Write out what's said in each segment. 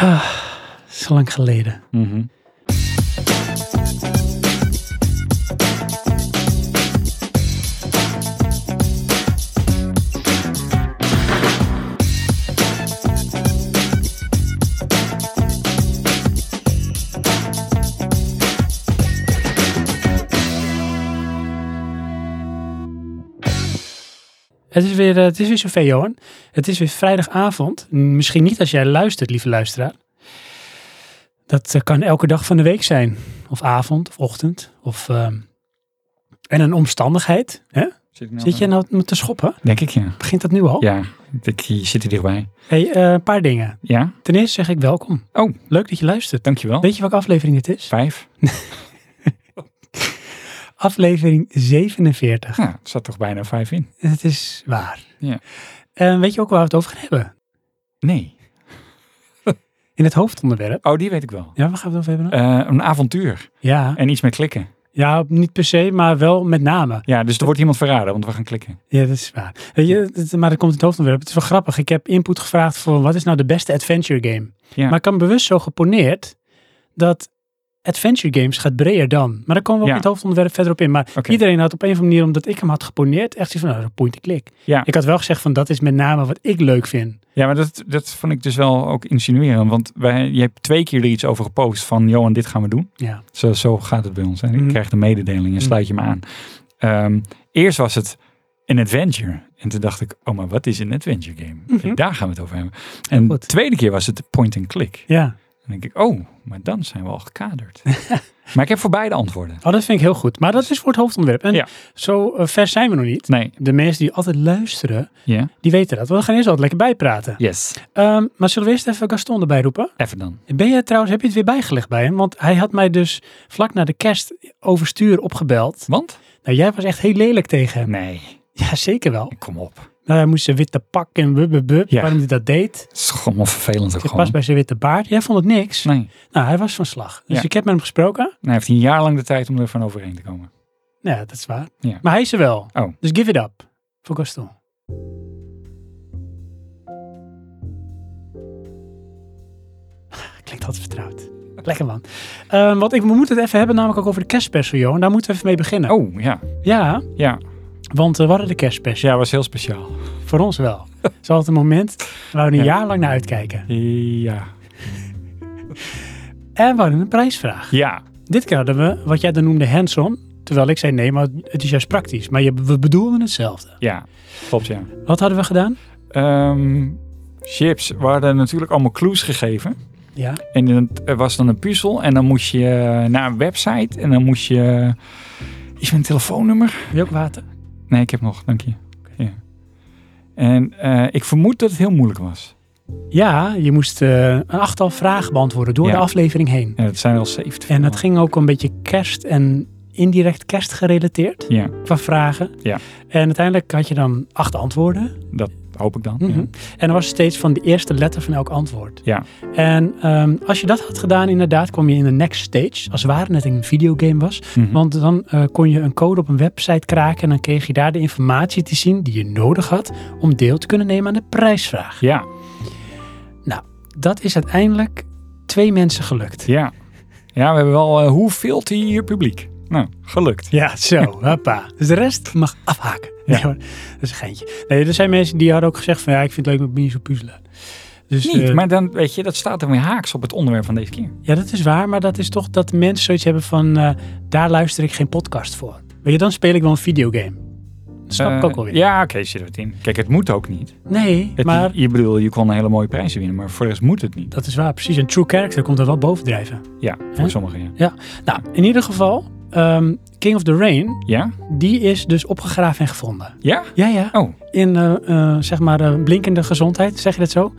Dat is lang geleden. Mhm. Het is weer, eh, het is weer zover, Johan. Het is weer vrijdagavond. Misschien niet als jij luistert, lieve luisteraar. Dat eh, kan elke dag van de week zijn. Of avond, of ochtend. Of, ehm, en een omstandigheid. Hè? Zit, ik nou Zit je nou me te schoppen? Denk ik ja. Begint dat nu al? Ja, ik, je zit er dichtbij. Hey, eh, een paar dingen. Ja, Ten eerste zeg ik welkom. Oh. Leuk dat je luistert. dankjewel. Weet je welke aflevering het is? Vijf. Aflevering 47. Ja, er zat toch bijna vijf in? Het is waar. Ja. En weet je ook waar we het over gaan hebben? Nee. In het hoofdonderwerp. Oh, die weet ik wel. Ja, waar gaan we het over hebben? dan? Eh, een avontuur ja. en iets met klikken. ja, niet per se, maar wel met name. Ja, dus er wordt iemand verraden, want we gaan klikken. Ja, dat is waar. Weet je, het- maar dat komt in het hoofdonderwerp. Het is wel grappig. Ik heb input gevraagd voor wat is nou de beste adventure game? Ja. Maar ik kan bewust zo geponeerd dat adventure games gaat breder dan. Maar daar komen we ook Ja. in het hoofdonderwerp verder op in. Maar Oké. iedereen had op een of andere manier, omdat ik hem had geponeerd, echt zoiets van, nou, dat point en klik. Ja. Ik had wel gezegd van, dat is met name wat ik leuk vind. Ja, maar dat, dat vond ik dus wel ook insinueren. Want wij, je hebt twee keer er iets over gepost van, Johan, dit gaan we doen. Ja. Zo, zo gaat het bij ons. Hè? Je Mhm. krijgt een mededeling en sluit je me aan. Ehm, eerst was het een adventure. En toen dacht ik, oh, maar wat is een adventure game? Mhm. Daar gaan we het over hebben. En de goed. tweede keer was het point and click. Ja. Dan denk ik, oh, maar dan zijn we al gekaderd. maar ik heb voor beide antwoorden. Oh, dat vind ik heel goed. Maar dat is voor het hoofdonderwerp. En Ja. zo eh, ver zijn we nog niet. Nee, De mensen die altijd luisteren, ja. die weten dat. Want we gaan eerst altijd lekker bijpraten. Yes. Ehm, maar zullen we eerst even Gaston erbij roepen? Even dan. Ben je trouwens, heb je het weer bijgelegd bij hem? Want hij had mij dus vlak na de kerst overstuur opgebeld. Want? Nou, jij was echt heel lelijk tegen hem. Nee, Ja, zeker wel. kom op. Nou, hij moest zijn witte pak en bub, bub, bub. Ja. Waarom hij dat deed. Het is gewoon wel vervelend ook Het past gewoon. bij zijn witte baard. Jij vond het niks. Nee. nee, Nou, hij was van slag. Dus Ja. ik heb met hem gesproken. hij heeft een jaar lang de tijd om er van overheen te komen. Ja, dat is waar. Ja. Maar hij is er wel. Oh. Dus give it up voor Gaston. Klinkt altijd vertrouwd. Lekker man. Ehm, want ik, we moeten het even hebben namelijk ook over de kerstspecial, joh. En daar moeten we even mee beginnen. Oh, ja. Ja, Ja, want eh, we hadden de kerstspecial. ja was heel speciaal. Voor ons wel. Het is altijd een moment waar we een Ja. jaar lang naar uitkijken. Ja. En we hadden een prijsvraag. Ja, Dit keer hadden we wat jij dan noemde hands-on. Terwijl ik zei nee, maar het is juist praktisch. Maar je, we bedoelden hetzelfde. ja. Klopt, ja. Wat hadden we gedaan? Ehm, chips waren natuurlijk allemaal clues gegeven. Ja. En het- er was dan een puzzel. En dan moest je naar een website. En dan moest je... Is mijn telefoonnummer? Heb je ook water? Nee, ik heb nog, dank je. Ja. En eh, ik vermoed dat het heel moeilijk was. Ja, je moest eh, een achttal vragen beantwoorden door Ja. de aflevering heen. En dat zijn wel 70. En dat ging ook een beetje kerst en indirect kerst gerelateerd Ja, qua vragen. Ja. En uiteindelijk had je dan acht antwoorden. dat hoop ik dan. Mhm. En er was steeds van de eerste letter van elk antwoord. Ja. En ehm, als je dat had gedaan, inderdaad, kwam je in de next stage. Als het ware net een videogame was. ja. Mhm. Want dan eh, kon je een code op een website kraken. En dan kreeg je daar de informatie te zien die je nodig had om deel te kunnen nemen aan de prijsvraag. Mhm. Ja, dat is uiteindelijk twee mensen gelukt. ja. Ja, we hebben wel eh, hoeveel hier publiek. Nou, gelukt. Ja, zo, hoppa. Dus de rest mag afhaken. Ja. Nee hoor, dat is een geintje. Nee, er zijn mensen die hadden ook gezegd van ja, ik vind het leuk met mini zo puzzelen. Dus, Niet, eh, maar dan weet je, dat staat dan weer haaks op het onderwerp van deze keer. Ja, dat is waar, maar dat is toch dat mensen zoiets hebben van eh, daar luister ik geen podcast voor. Weet je, dan speel ik wel een videogame. Dat snap ik Eh, ook alweer. Ja, oké, zit er wat in. Kijk, het moet ook niet. Nee, Het, maar je bedoel, je kon een hele mooie prijzen winnen, maar voor de rest moet het niet. dat is waar, precies. Een true character komt er wel bovendrijven. Ja, voor Huh? sommigen ja. Nou, in ieder geval, ehm, King of the Rain, Ja? die is dus opgegraven en gevonden. Ja? Ja, ja. Oh, in eh, eh, zeg maar eh, blinkende gezondheid, zeg je dat zo?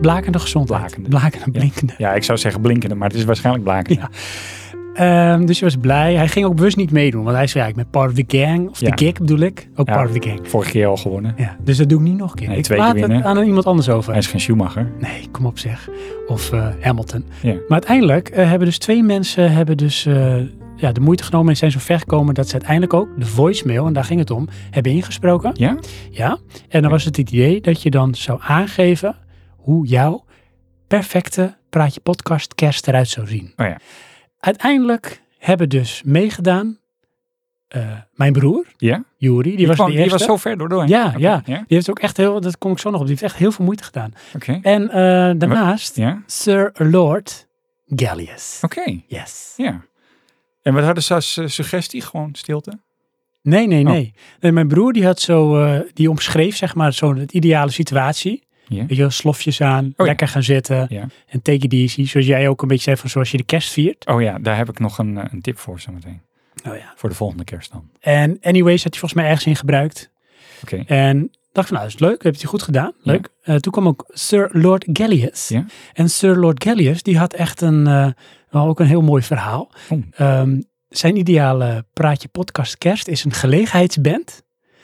Blakende gezondheid. Blakende. Blakende, Ja. blinkende. ja, ik zou zeggen blinkende, maar het is waarschijnlijk blakende. Ja. Ehm, dus je was blij. Hij ging ook bewust niet meedoen, want hij zei ja, ik ben part of the gang. Of Ja. the gig bedoel ik. Ook Ja. part of the gang. Vorige keer al gewonnen. Ja, dus dat doe ik niet nog een keer. Nee, ik twee laat keer het winnen. aan iemand anders over. Hij is geen Schumacher. Nee, kom op zeg. Of eh, Hamilton. Ja. Maar uiteindelijk eh, hebben dus twee mensen hebben dus, eh, ja, de moeite genomen en zijn zo ver gekomen dat ze uiteindelijk ook de voicemail, en daar ging het om, hebben ingesproken. Ja? Ja, en dan was het het idee dat je dan zou aangeven hoe jouw perfecte Praatje Podcast Kerst eruit zou zien. Oh ja. Uiteindelijk hebben dus meegedaan eh, mijn broer, Ja? Die, Juri, die, was kwam- de die eerste. was zo ver doorheen. Ja, Oké, ja. Ja, Die heeft ook echt heel, dat kom ik zo nog op, die heeft echt heel veel moeite gedaan. oké. En eh, daarnaast Ja, Sir Lord Gallius. oké. Yes. Ja. En wat hadden ze als eh, suggestie? Gewoon stilte? Nee, nee, Oh. nee. Nee, Mijn broer die had zo, eh, die omschreef zeg maar zo'n het ideale situatie. Ja. Oh Weet je wel, slofjes aan, ja. lekker gaan zitten. Ja. En take it easy, zoals jij ook een beetje zei van zoals je de kerst viert. Oh ja, daar heb ik nog een, eh, een tip voor zometeen. Oh ja. Voor de volgende kerst dan. En anyways had hij volgens mij ergens in gebruikt. Oké. En dacht van, nou, is het leuk, heb je het goed gedaan, Ja. leuk. Eh, toen kwam ook Sir Lord Gallius. Ja. En Sir Lord Gallius, die had echt een, eh, wel ook een heel mooi verhaal. Oh. Ehm, zijn ideale praatje podcast kerst is een gelegenheidsband,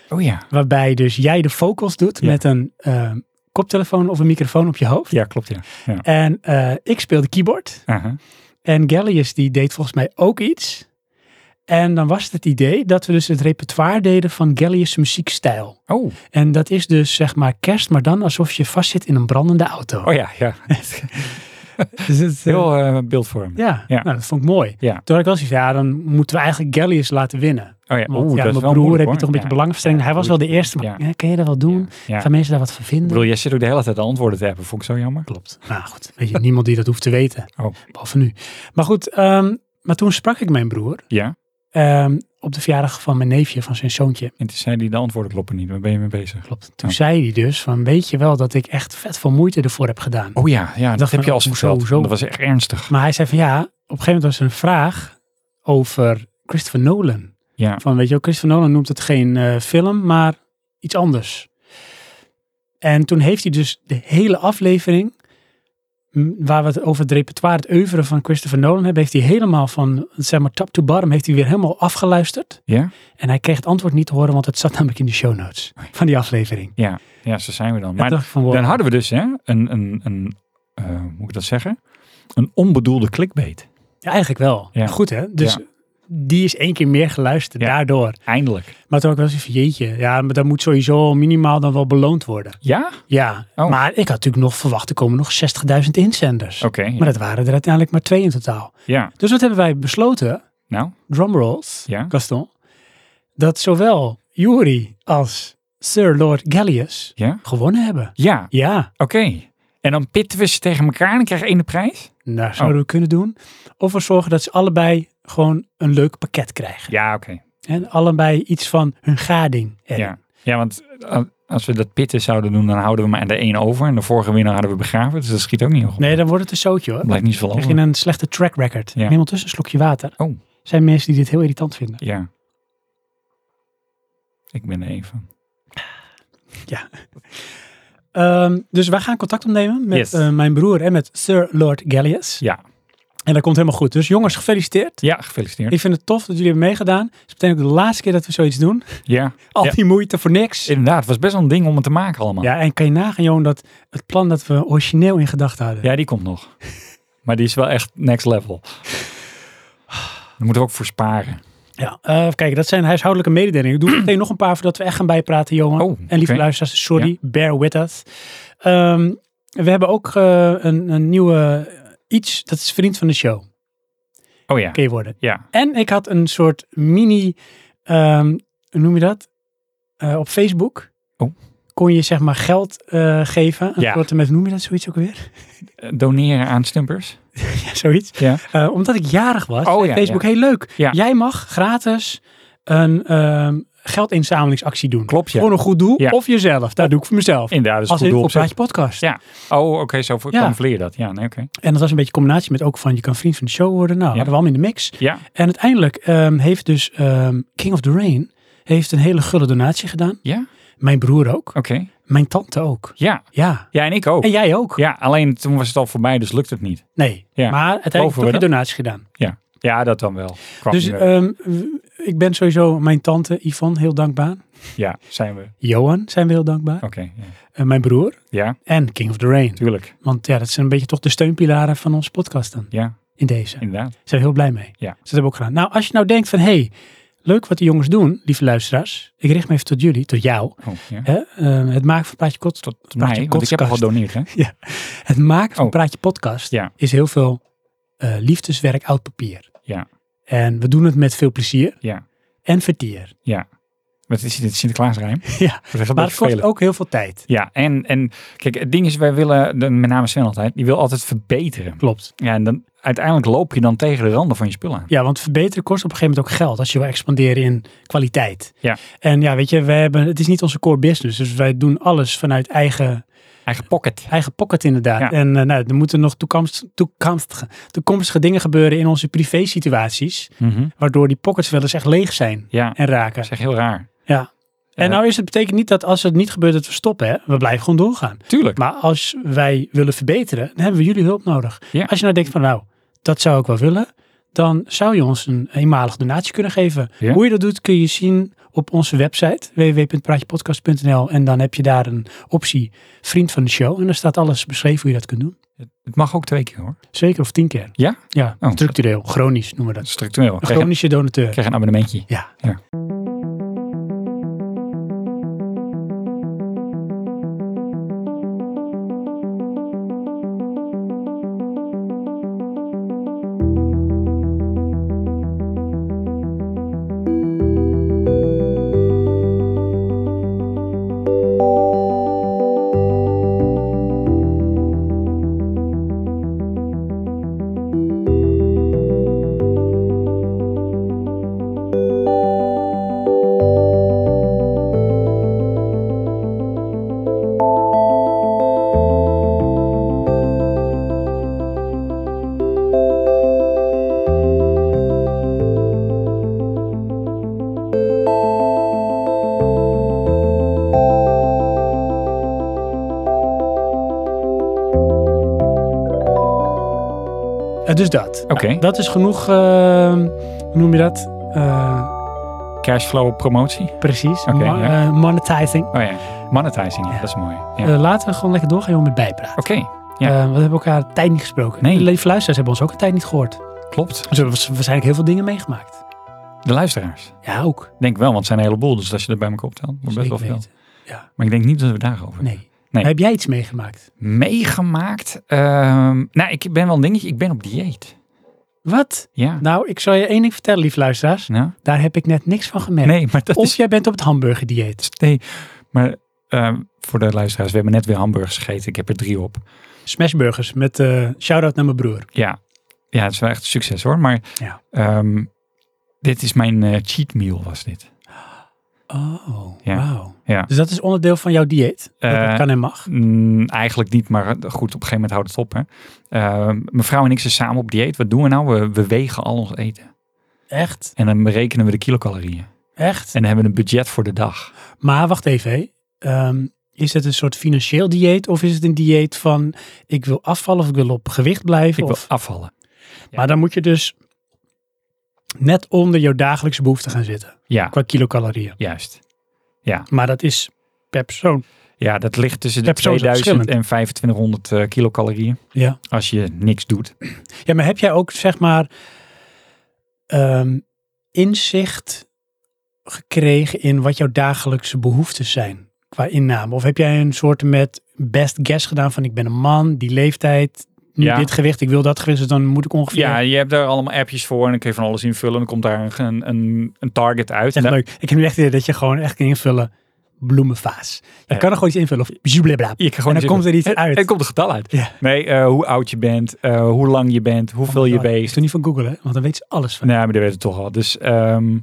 Oh ja. waarbij dus jij de vocals doet Ja. met een ehm, koptelefoon of een microfoon op je hoofd. Ja, klopt ja. ja. En eh, ik speelde keyboard Aha. en Gallius die deed volgens mij ook iets. En dan was het het idee dat we dus het repertoire deden van Gallius' muziekstijl. Oh. En dat is dus zeg maar kerst, maar dan alsof je vastzit in een brandende auto. oh ja, ja. Dus het, eh, Heel eh, beeldvormend. ja, ja. Nou, dat vond ik mooi. Ja. Toen had ik wel zoiets van, ja, dan moeten we eigenlijk Gallius laten winnen. Oh ja, Want ja, Oeh, dat is mijn wel broer heb moeilijk, je toch een hoor. beetje belangstelling. Hij was wel de eerste, maar Ja. ja, kan je dat wel Ja. doen? Ja. Gaan mensen daar wat van Ik vinden? bedoel, jij zit ook de hele tijd al antwoorden te appen. Vond ik zo jammer. Klopt. Nou goed, weet je, niemand die dat hoeft te weten. Oh. Behalve nu. Maar goed, ehm, maar toen sprak ik mijn broer Ja. ehm, op de verjaardag van mijn neefje, van zijn zoontje. En toen zei die de antwoorden kloppen niet. Waar ben je mee bezig? Klopt. Toen Oh. zei hij dus van, weet je wel dat ik echt vet veel moeite ervoor heb gedaan. Oh ja, ja dat dacht heb van, je als oh, verteld. zo, zo. Dat was echt ernstig. Maar hij zei van ja, op een gegeven moment was er een vraag over Christopher Nolan. Ja. Van weet je wel, Christopher Nolan noemt het geen eh, film, maar iets anders. En toen heeft hij dus de hele aflevering, m, waar we het over het repertoire, het oeuvre van Christopher Nolan hebben, heeft hij helemaal van, zeg maar, top to bottom, heeft hij weer helemaal afgeluisterd. Ja? En hij kreeg het antwoord niet te horen, want het zat namelijk in de show notes van die aflevering. Ja. Ja, zo zijn we dan. Maar Maar dacht ik van, wow, dan hadden we dus hè, een, een, een eh, hoe moet ik dat zeggen? Een onbedoelde clickbait. ja, eigenlijk wel. Ja. Goed hè? Dus Ja. die is één keer meer geluisterd Ja. daardoor. Eindelijk. Maar toen ook wel eens van jeetje, ja, maar dat moet sowieso minimaal dan wel beloond worden. Ja? Ja, Oh. maar ik had natuurlijk nog verwacht, er komen nog 60.000 inzenders. Oké. Maar dat waren er uiteindelijk maar twee in totaal. Ja. Dus wat hebben wij besloten, Nou, drumrolls, Ja. Gaston, dat zowel Yuri als Sir Lord Gallius ja? gewonnen hebben. Ja, Ja, oké. En dan pitten we ze tegen elkaar en dan krijg je één de prijs? nou zouden Oh. we kunnen doen. Of we zorgen dat ze allebei gewoon een leuk pakket krijgen. Ja, oké. En allebei iets van hun gading. erin. Ja. ja, want eh, als we dat pitten zouden doen, dan houden we maar de één over. En de vorige winnaar hadden we begraven, dus dat schiet ook niet op. Nee, dan wordt het een zootje hoor. Er blijft niet zoveel Krijg over. je een slechte track record. Ja. Neem ondertussen een slokje water. Oh. Zijn mensen die dit heel irritant vinden. Ja. Ik ben er één van. Ehm, dus wij gaan contact opnemen met Yes. eh, mijn broer en met Sir Lord Gallius. Ja. En dat komt helemaal goed. Dus jongens, gefeliciteerd. Ja, gefeliciteerd. Ik vind het tof dat jullie hebben meegedaan. Dus Het is meteen ook de laatste keer dat we zoiets doen. Ja, Al Ja. die moeite voor niks. inderdaad. Het was best wel een ding om het te maken allemaal. Oh, Ja, en kan je nagaan, Johan, dat het plan dat we origineel in gedachten hadden. Ja, die komt nog. Maar die is wel echt next level. Daar moeten we ook voor sparen. Ja, eh, kijk, dat zijn huishoudelijke mededelingen. Ik doe er meteen nog een paar voordat we echt gaan bijpraten, Johan. Oh, en lieve oké. luisteraars, sorry, bear with us. Ehm, we hebben ook eh, een, een nieuwe iets, dat is vriend van de show. Oh ja. Kun je worden. Ja. En ik had een soort mini, ehm, hoe noem je dat? Eh, op Facebook Oh. kon je zeg maar geld eh, geven. Een Ja. soort, met, noem je dat zoiets ook weer? Eh, Doneren aan stumpers. ja, zoiets. Ja. Eh, omdat ik jarig was, Oh, zei ja, Facebook, hey leuk, Ja. jij mag gratis een ehm, geldinzamelingsactie doen. Klopt, ja. Voor een goed doel Ja. of jezelf. Dat doe ik voor mezelf. Inderdaad, dat is Als een in goed doel op op zich. Praatje Podcast. Ja. Oh, oké, zo voor Ja. camoufleer dat. Ja, nee, oké. En dat was een beetje een combinatie met ook van je kan vriend van de show worden. Nou, hadden we allemaal in de mix. Ja, En uiteindelijk ehm, heeft dus ehm, King of the Rain heeft een hele gulle donatie gedaan. ja, Mijn broer ook. oké. Mijn tante ook. Ja. Ja. ja, en ik ook. En jij ook. Ja, alleen toen was het al voor mij, dus lukt het niet. Nee. Ja. Maar uiteindelijk Geloven heb je we donatie gedaan. Ja, ja dat dan wel. Kwam Dus nu wel. ehm, w- ik ben sowieso mijn tante Yvonne heel dankbaar. ja, zijn we. Johan zijn we heel dankbaar. Oké, ja. En mijn broer. ja, En King of the Rain. tuurlijk. Want ja, dat zijn een beetje toch de steunpilaren van onze podcast dan. Ja, In deze. inderdaad. Ze zijn heel blij mee. Dus Ja. Ze hebben ook gedaan. Nou, als je nou denkt van, hé, hey, Leuk wat die jongens doen, lieve luisteraars. Ik richt me even tot jullie, tot jou. Oh, ja. Hè? Eh, het maken van Praatje Kot. Tot, tot Praatje mij, want ik heb al Kotkast. gedoneerd, hè? Het maken van Oh. Praatje Podcast Ja. is heel veel eh, liefdeswerk oud papier. Ja. En we doen het met veel plezier Ja. en vertier. Wat is dit? Sinterklaasrijm? Ja, Dat is echt een Maar het beetje kost vervelend. ook heel veel tijd. Ja, en, en kijk, het ding is, wij willen, de- met name Sven altijd, die wil altijd verbeteren. Klopt. Ja, en dan uiteindelijk loop je dan tegen de randen van je spullen aan. Ja, want verbeteren kost op een gegeven moment ook geld als je wil expanderen in kwaliteit. Ja. En ja, weet je, wij hebben, het is niet onze core business. Dus wij doen alles vanuit eigen, Eigen pocket. eigen pocket inderdaad. Ja. En eh, nou, er moeten nog toekomst, toekomstige, toekomstige dingen gebeuren in onze privé situaties. Waardoor die pockets wel eens echt leeg zijn Ja, en dat raken. is echt heel raar. Ja. Eh. En nou is het betekent niet dat als het niet gebeurt dat we stoppen. Hè? We blijven gewoon doorgaan. Tuurlijk. Maar als wij willen verbeteren, dan hebben we jullie hulp nodig. Ja. Als je nou denkt van nou, dat zou ik wel willen, dan zou je ons een eenmalige donatie kunnen geven. Ja. Hoe je dat doet kun je zien op onze website www.praatjepodcast.nl en dan heb je daar een optie vriend van de show en daar staat alles beschreven hoe je dat kunt doen. Het mag ook twee keer hoor. Zeker of tien keer. Ja? Ja, Oh. structureel, chronisch noemen we dat. Structureel. Een Krijg, een- chronische donateur. krijg een abonnementje. Ja. Ja. Eh, Dus dat. Oké. Dat is genoeg, eh, hoe noem je dat? Eh, Cashflow promotie. precies, Oké, Ma- ja. eh, monetizing. Oh ja. Monetizing, ja, Ja. dat is mooi. Ja. Eh, laten we gewoon lekker doorgaan joh, met bijpraten. Oké, Ja. Eh, want we hebben elkaar een tijd niet gesproken. Nee. De lieve luisteraars hebben ons ook een tijd niet gehoord. Ze klopt. hebben wa- waarschijnlijk heel veel dingen meegemaakt. De luisteraars. Ja, ook. Ik Denk wel, want het zijn een heleboel. Dus als je dat bij elkaar optelt, wordt best Zeker wel veel. weten. Ja, Maar ik denk niet dat we daarover nee. Nee. Heb jij iets meegemaakt? meegemaakt. Ehm, nou, ik ben wel een dingetje. Ik ben op dieet. Wat? Ja. Nou, ik zal je één ding vertellen, lieve luisteraars. Nou, Daar heb ik net niks van gemerkt. nee, maar dat Of is jij bent op het hamburgerdieet. Nee, maar ehm, voor de luisteraars, we hebben net weer hamburgers gegeten. Ik heb er drie op. Smashburgers met eh shout-out naar mijn broer. Ja, ja het is wel echt succes hoor. Maar Ja. ehm, dit is mijn eh, cheat meal was dit. Oh, Ja. wauw. Ja. Dus dat is onderdeel van jouw dieet? Dat Eh, dat kan en mag? Mm, eigenlijk niet, maar eh, goed, op een gegeven moment houdt het op. Hè. Ehm, mevrouw en ik zijn samen op dieet. Wat doen we nou? We, we wegen al ons eten. Echt? En dan berekenen we de kilocalorieën. Echt? En dan hebben we een budget voor de dag. Maar wacht even. hè. Ehm, is het een soort financieel dieet of is het een dieet van ik wil afvallen of ik wil op gewicht blijven? Ik wil of, afvallen. Maar dan moet je dus net onder jouw dagelijkse behoefte gaan zitten Ja, qua kilocalorieën. juist. Maar dat is per persoon. Ja, dat ligt tussen de Ja, persoon is dat 2000 en 2500 eh, kilocalorieën. Ja. Als je niks doet. ja, maar heb jij ook zeg maar ehm, inzicht gekregen in wat jouw dagelijkse behoeftes zijn qua inname? Of heb jij een soort met best guess gedaan van ik ben een man, die leeftijd, nu Ja. dit gewicht, ik wil dat gewicht, dus dan moet ik ongeveer... Ja, je hebt daar allemaal appjes voor en dan kun je van alles invullen. En dan komt daar een, een, een target uit. Echt En dan- leuk. Ik heb nu echt het idee dat je gewoon echt kan invullen bloemenvaas. Je Ja. kan er gewoon iets invullen of blablabla. je kan gewoon En dan komt er iets uit. Er komt een getal uit. Ja. Oh Nee, eh, hoe oud je bent, eh, hoe lang je bent, hoeveel je Ik weegt. doe niet van Google, hè? Want dan weet ze alles van. Nee, maar die weet het toch al. Dus ehm,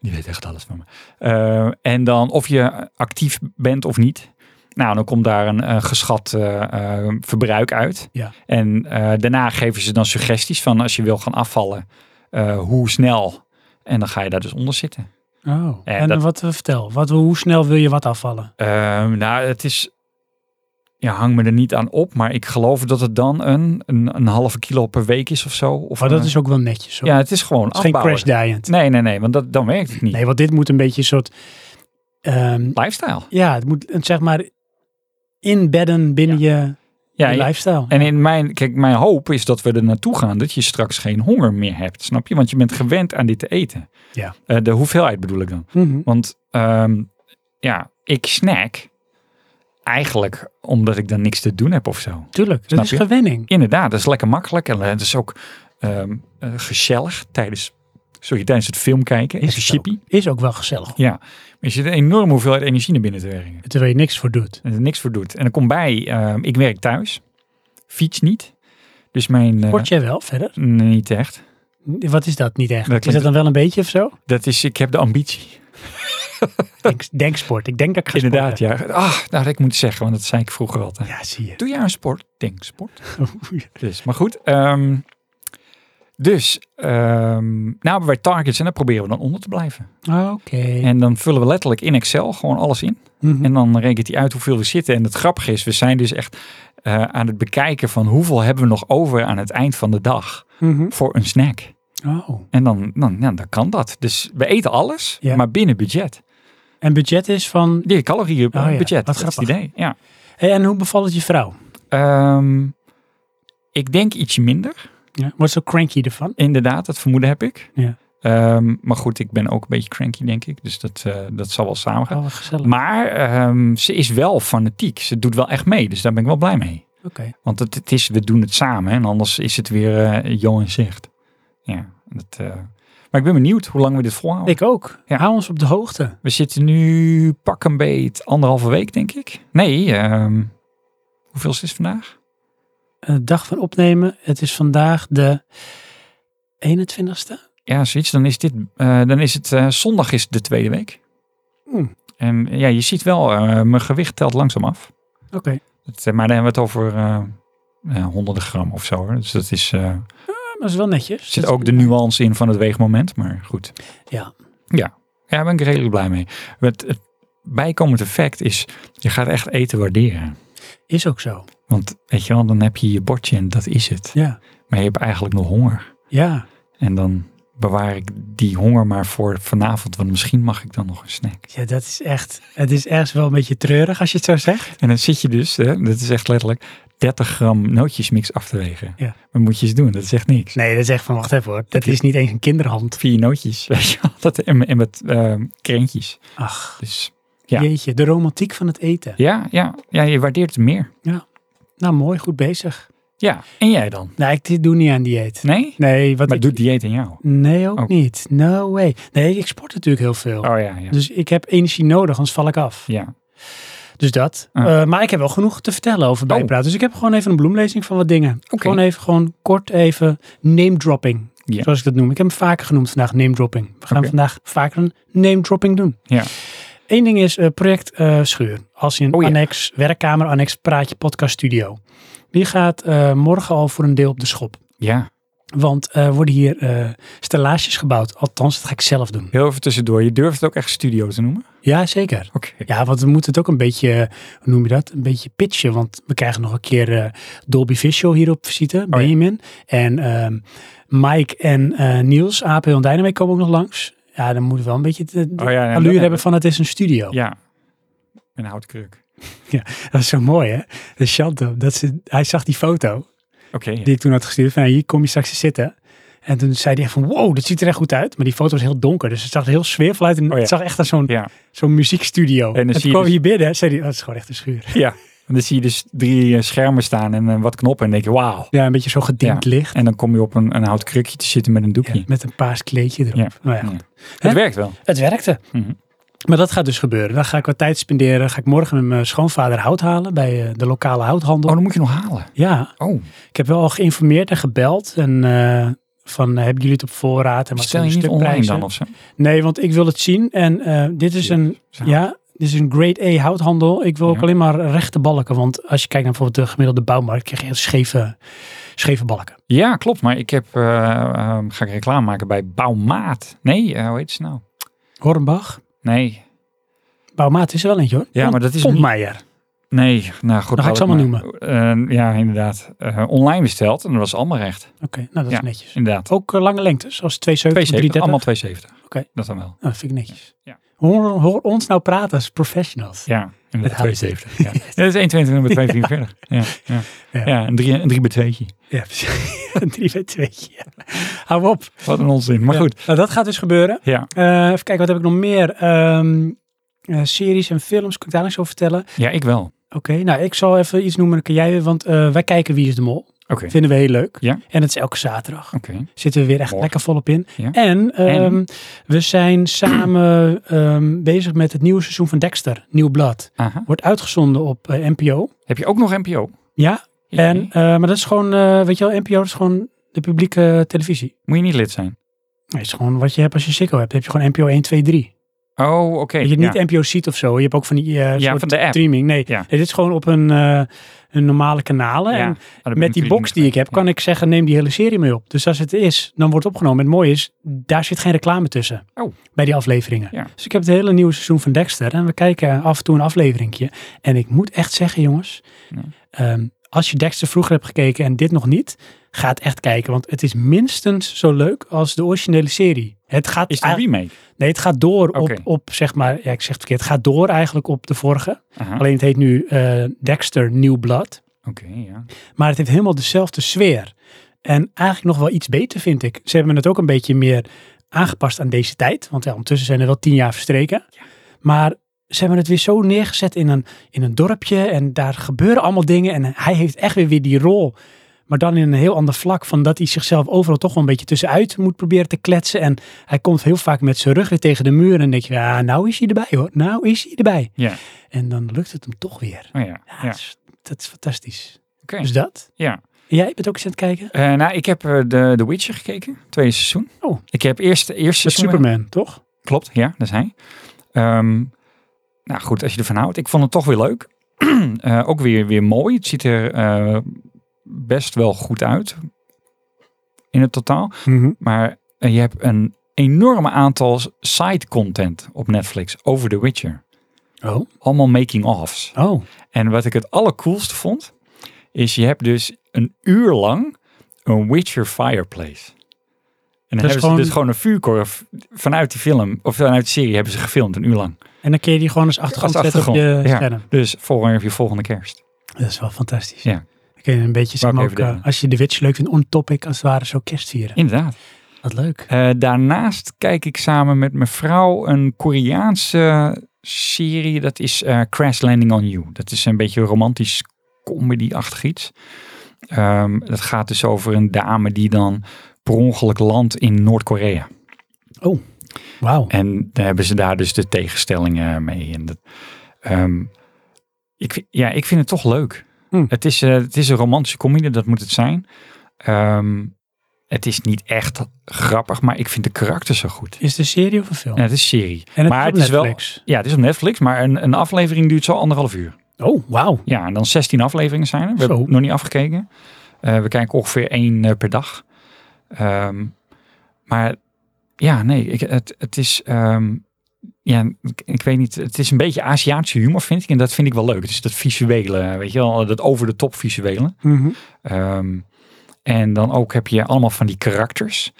die weet echt alles van me. Eh, en dan of je actief bent of niet. Nou, dan komt daar een, eh, geschat eh, eh, verbruik uit. Ja. En eh, daarna geven ze dan suggesties van als je wil gaan afvallen, eh, hoe snel. En dan ga je daar dus onder zitten. Oh. Ja, en dat- wat eh, vertel. Wat, hoe snel wil je wat afvallen? Ehm, nou, het is. Ja, hang me er niet aan op, maar ik geloof dat het dan een, een, een halve kilo per week is of zo. Of Maar dat een- is ook wel netjes. Hoor. ja, het is gewoon het is geen afbouwen. crash diet. Nee, nee, nee, want dat, dan werkt het niet. Nee, want dit moet een beetje een soort... ehm, Lifestyle. ja, het moet een, zeg maar inbedden binnen je... Ja, die ja. lifestyle. En in mijn, kijk, mijn hoop is dat we er naartoe gaan dat je straks geen honger meer hebt, snap je? Want je bent gewend aan dit te eten. Ja. Eh, de hoeveelheid bedoel ik dan. Mhm. Want ehm, ja, ik snack eigenlijk omdat ik dan niks te doen heb of zo. Tuurlijk, dat Snap is je? gewenning. Inderdaad, dat is lekker makkelijk en eh, dat is ook ehm eh, gezellig tijdens, sorry, tijdens het film kijken. Even het chippy. Is ook wel gezellig. Ja, maar je zit een enorme hoeveelheid energie naar binnen te werken. Terwijl je niks voor doet. En er niks voor doet. En dan komt bij, ehm, ik werk thuis, fiets niet. Dus mijn... eh, Sport jij wel verder? Nee, Niet echt. Wat is dat niet echt? Dat klinkt- Is dat dan wel een beetje of zo? Dat is, ik heb de ambitie. Denk, denksport. Ik denk dat ik ga Inderdaad, sporten. ja. Ah, nou, dat ik moet zeggen, want dat zei ik vroeger altijd. Ja, zie je. Doe jij een sport? Denk sport. Dus, maar goed. ehm, dus, ehm nou bij targets en dan proberen we dan onder te blijven. Oké. En dan vullen we letterlijk in Excel gewoon alles in. Mhm. En dan rekent hij uit hoeveel we zitten. En het grappige is, we zijn dus echt eh, aan het bekijken van hoeveel hebben we nog over aan het eind van de dag Mhm. voor een snack. Oh. En dan, dan, ja, dan kan dat. Dus we eten alles, Ja. maar binnen budget. En budget is van... Die calorieën op Oh ja, wat budget. dat is het grappig. idee. Ja. Hey, en hoe bevalt het je vrouw? Ehm, ik denk ietsje minder. Ja. Wordt zo cranky ervan? Inderdaad, dat vermoeden heb ik. Ja. Ehm, maar goed, ik ben ook een beetje cranky, denk ik. Dus dat, eh, dat zal wel samengaan. Oh, wat gezellig. Maar ehm, ze is wel fanatiek. Ze doet wel echt mee. Dus daar ben ik wel blij mee. Oké. Want het, het is, we doen het samen. hè, En anders is het weer eh Johan zegt. Ja, dat, eh, maar ik ben benieuwd hoe lang we dit volhouden. Ik ook. Ja. Hou ons op de hoogte. We zitten nu pak een beet anderhalve week, denk ik. Nee, ehm, hoeveel is het vandaag? Eh, dag van opnemen. Het is vandaag de 21ste. Ja, zoiets. Dan is, dit, eh, dan is het eh, zondag is de tweede week. Hmm. En ja, je ziet wel, eh, mijn gewicht telt langzaam af. Oké. Het, eh, maar dan hebben we het over eh, eh, honderden gram of zo. hoor. Dus dat is, eh, er Ah, maar dat is wel netjes. zit ook de nuance in van het weegmoment. Maar goed. Ja. Ja, daar ben ik redelijk blij mee. Het, het bijkomend effect is, je gaat echt eten waarderen. Is ook zo. Want weet je wel, dan heb je je bordje en dat is het. Ja. Maar je hebt eigenlijk nog honger. Ja. En dan bewaar ik die honger maar voor vanavond. Want misschien mag ik dan nog een snack. Ja, dat is echt... Het is ergens wel een beetje treurig als je het zo zegt. En dan zit je dus, hè, dat is echt letterlijk, 30 gram nootjesmix af te wegen. Ja. Maar moet je eens doen, dat is echt niks. Nee, dat is echt van... Wacht even hoor. Dat is niet eens een kinderhand. Vier nootjes, weet je wel, dat, en, en met ehm krentjes. Ach, Dus Ja. jeetje. De romantiek van het eten. ja, ja, ja, je waardeert het meer. Nou, mooi. Goed bezig. Ja, en jij dan? Nou, ik doe niet aan dieet. Nee? Nee, wat maar ik... doet dieet in jou? Nee, ook Oh. niet. No way. Nee, ik sport natuurlijk heel veel. Oh ja, ja. Dus ik heb energie nodig, anders val ik af. ja. Dus dat. Ah. Oh. Eh, maar ik heb wel genoeg te vertellen over bijpraten. Dus ik heb gewoon even een bloemlezing van wat dingen. Gewoon even, gewoon kort even name dropping. Ja. Zoals ik dat noem. Ik heb hem vaker genoemd vandaag, name dropping. We gaan Oké. vandaag vaker een name dropping doen. Ja. Eén ding is eh, project eh, Schuur. Als in een Oh ja. annex, werkkamer, annex, praatje, podcast, studio. Die gaat eh, morgen al voor een deel op de schop. Ja, Want er worden hier eh stellages gebouwd. Althans, dat ga ik zelf doen. heel even tussendoor. Je durft het ook echt studio te noemen? Ja, zeker. Oké. Ja, want we moeten het ook een beetje, hoe noem je dat? Een beetje pitchen. Want we krijgen nog een keer eh, Dolby Visual hier op Oh visite, Benjamin. En ehm, Mike en eh, Niels, AP en Dynamic komen ook nog langs. Ja, dan moeten we wel een beetje de, de Oh ja, ja, allure dat- hebben van het is een studio. Ja, een houtkruk. Dat is zo mooi, hè? De Shanto, dat ze, hij zag die foto Oké, ja. die ik toen had gestuurd. Van, nou, hier kom je straks te zitten. En toen zei hij echt van, wow, dat ziet er echt goed uit. Maar die foto was heel donker, dus het zag er heel sfeervol uit. En Oh ja. het zag echt als zo'n ja. zo'n muziekstudio. dan En, zie toen je kwam dus- hier binnen, zei hij, oh, dat is gewoon echt een schuur. ja. En dan zie je dus drie eh, schermen staan en eh, wat knoppen en denk je, wauw. Ja, een beetje zo gedimd licht. En dan kom je op een, een hout krukje te zitten met een Ja, doekje. met een paars kleedje erop. Ja. Nou ja, Ja. goed. Hè? Het werkt wel. Het werkte. Mhm. Maar dat gaat dus gebeuren. Dan ga ik wat tijd spenderen. Ga ik morgen met mijn schoonvader hout halen bij eh, de lokale houthandel. Oh, dan moet je nog halen. Ja, Oh, ik heb wel al geïnformeerd en gebeld. En eh, van, eh, hebben jullie het op voorraad? En wat stel zijn je de niet online stukprijzen? dan of zo? Nee, want ik wil het zien. En eh, dit is een Zo. Ja, dit is een grade A houthandel. Ik wil ook Ja. alleen maar rechte balken. Want als je kijkt naar bijvoorbeeld de gemiddelde bouwmarkt, krijg je heel scheve, scheve balken. Ja, klopt. Maar ik heb, eh, ehm, ga ik reclame maken bij Bouwmaat. Nee, eh, hoe heet ze nou? Hornbach, Nee, bouwmaat is er wel eentje hoor. Ja, Pont- maar dat is Pontmeijer. nee. Nou goed. Dan ga ik ze laat allemaal maar. Eh, ja, inderdaad. Eh, online besteld en dat was allemaal recht. Oké, nou dat Ja. is netjes. Inderdaad. Ook eh, lange lengtes, zoals 270, 330. 270, allemaal 270. Oké. Dat dan wel. Nou, dat vind ik netjes. Ja. Hoor, hoor ons nou praten als professionals. Ja, Met inderdaad, hout. 72. Ja. Ja, dat is 1,22 bij 42. Ja, ja. Ja. ja. een 3 een drie bij 2. Ja, precies. Een 3 bij 2. Ja. Hou op. Wat een onzin. Maar Ja. goed. Nou, dat gaat dus gebeuren. Ja, Eh, even kijken, wat heb ik nog meer? Ehm, eh, series en films, kan ik daar nog zo vertellen? ja ik wel. Oké, nou ik zal even iets noemen, dan kan jij weer, want eh, wij kijken Wie is de Mol. Oké. Vinden we heel leuk. Ja. En dat is elke zaterdag. Oké. Zitten we weer echt Mooi. lekker volop in. Ja. En, ehm, we zijn samen ehm, bezig met het nieuwe seizoen van Dexter, Nieuw Blad. Aha. Wordt uitgezonden op eh, NPO. Heb je ook nog NPO? Ja, Jee. en, eh, maar dat is gewoon, eh, weet je wel, NPO is gewoon de publieke televisie. Moet je niet lid zijn? Nee, het is gewoon wat je hebt als je Sikko hebt. Dan heb je gewoon NPO 1, 2, 3. Oh, oké. Dat je ja. niet NPO ziet of zo. Je hebt ook van die eh, ja, soort van de app. streaming. Nee. Ja. Nee, dit is gewoon op een, eh, een normale kanalen. Ja. En Oh, daar ben ik met die natuurlijk box niet die bij. ik heb, Ja. kan ik zeggen, neem die hele serie mee op. Dus als het is, dan wordt het opgenomen. En het mooie is, daar zit geen reclame tussen. Oh. Bij die afleveringen. Ja. Dus ik heb het hele nieuwe seizoen van Dexter. En we kijken af en toe een afleveringje. En ik moet echt zeggen, jongens. Ja. ehm, als je Dexter vroeger hebt gekeken en dit nog niet, ga het echt kijken. Want het is minstens zo leuk als de originele serie. Het gaat Is het een eigenlijk- remake? Nee, het gaat door Oké. op, op, zeg maar, ja, ik zeg het verkeerd. Het gaat door eigenlijk op de vorige. Aha. Alleen het heet nu eh, Dexter New Blood. Oké, ja. Maar het heeft helemaal dezelfde sfeer. En eigenlijk nog wel iets beter, vind ik. Ze hebben het ook een beetje meer aangepast aan deze tijd. Want ja, ondertussen zijn er wel tien jaar verstreken. Maar ze hebben het weer zo neergezet in een, in een dorpje. En daar gebeuren allemaal dingen. En hij heeft echt weer, weer die rol. Maar dan in een heel ander vlak van dat hij zichzelf overal toch wel een beetje tussenuit moet proberen te kletsen. En hij komt heel vaak met zijn rug weer tegen de muur. En dan denk je, ah, nou is hij erbij hoor. Nou is hij erbij. Ja. En dan lukt het hem toch weer. Oh ja. Ja, ja. Dat, is, dat is fantastisch. Oké. Dus dat. Ja. En Jij bent ook eens aan het kijken? Eh, nou, ik heb eh, de, de Witcher gekeken, tweede seizoen. Oh. Ik heb eerst, eerst Met seizoen... Superman, toch? Klopt, ja, dat is hij. Ehm, nou goed, als je ervan houdt. Ik vond het toch weer leuk. Eh, ook weer, weer mooi. Het ziet er eh, best wel goed uit. In het totaal. Maar eh, je hebt een enorme aantal side content op Netflix over The Witcher. Oh. Allemaal making-offs. Oh. En wat ik het allercoolste vond, is je hebt dus een uur lang een Witcher fireplace. En Dat dan is hebben ze gewoon- dus gewoon een vuurkorf vanuit die film, of vanuit de serie hebben ze gefilmd een uur lang. En dan kun je die gewoon als achtergrond, Als zetten op achtergrond, je ja. scherm. Dus volgende heb je volgende kerst. Dat is wel fantastisch. Ja. Dan kun je een beetje, zeg Wou ik maar ook, even eh, delen. als je de Witch leuk vindt, on-topic als het ware zo kerst vieren. Inderdaad. Wat leuk. Eh, daarnaast kijk ik samen met mijn vrouw een Koreaanse serie. Dat is eh, Crash Landing on You. Dat is een beetje romantisch comedy-achtig iets. Ehm, dat gaat dus over een dame die dan per ongeluk landt in Noord-Korea. Wauw. En dan hebben ze daar dus de tegenstellingen mee. En dat, ehm, ik, vi- ja, ik vind het toch leuk. Hm. Het, is, eh, het is een romantische comedie, dat moet het zijn. Ehm, het is niet echt grappig, maar ik vind de karakter zo goed. Is het een serie of een film? En het is serie. en maar op het is wel- Netflix. Ja, het is op Netflix, maar een, een aflevering duurt zo anderhalf uur. Oh, wauw. Ja, en dan 16 afleveringen zijn er. We Zo. hebben het nog niet afgekeken. Eh, we kijken ongeveer één eh, per dag. Ehm, maar ja, nee, ik, het, het is. ehm, ja, ik, ik weet niet. Het is een beetje Aziatische humor, vind ik. En dat vind ik wel leuk. Het is dat visuele, weet je wel, dat over de top visuele. Mhm. Ehm, en dan ook heb je allemaal van die karakters.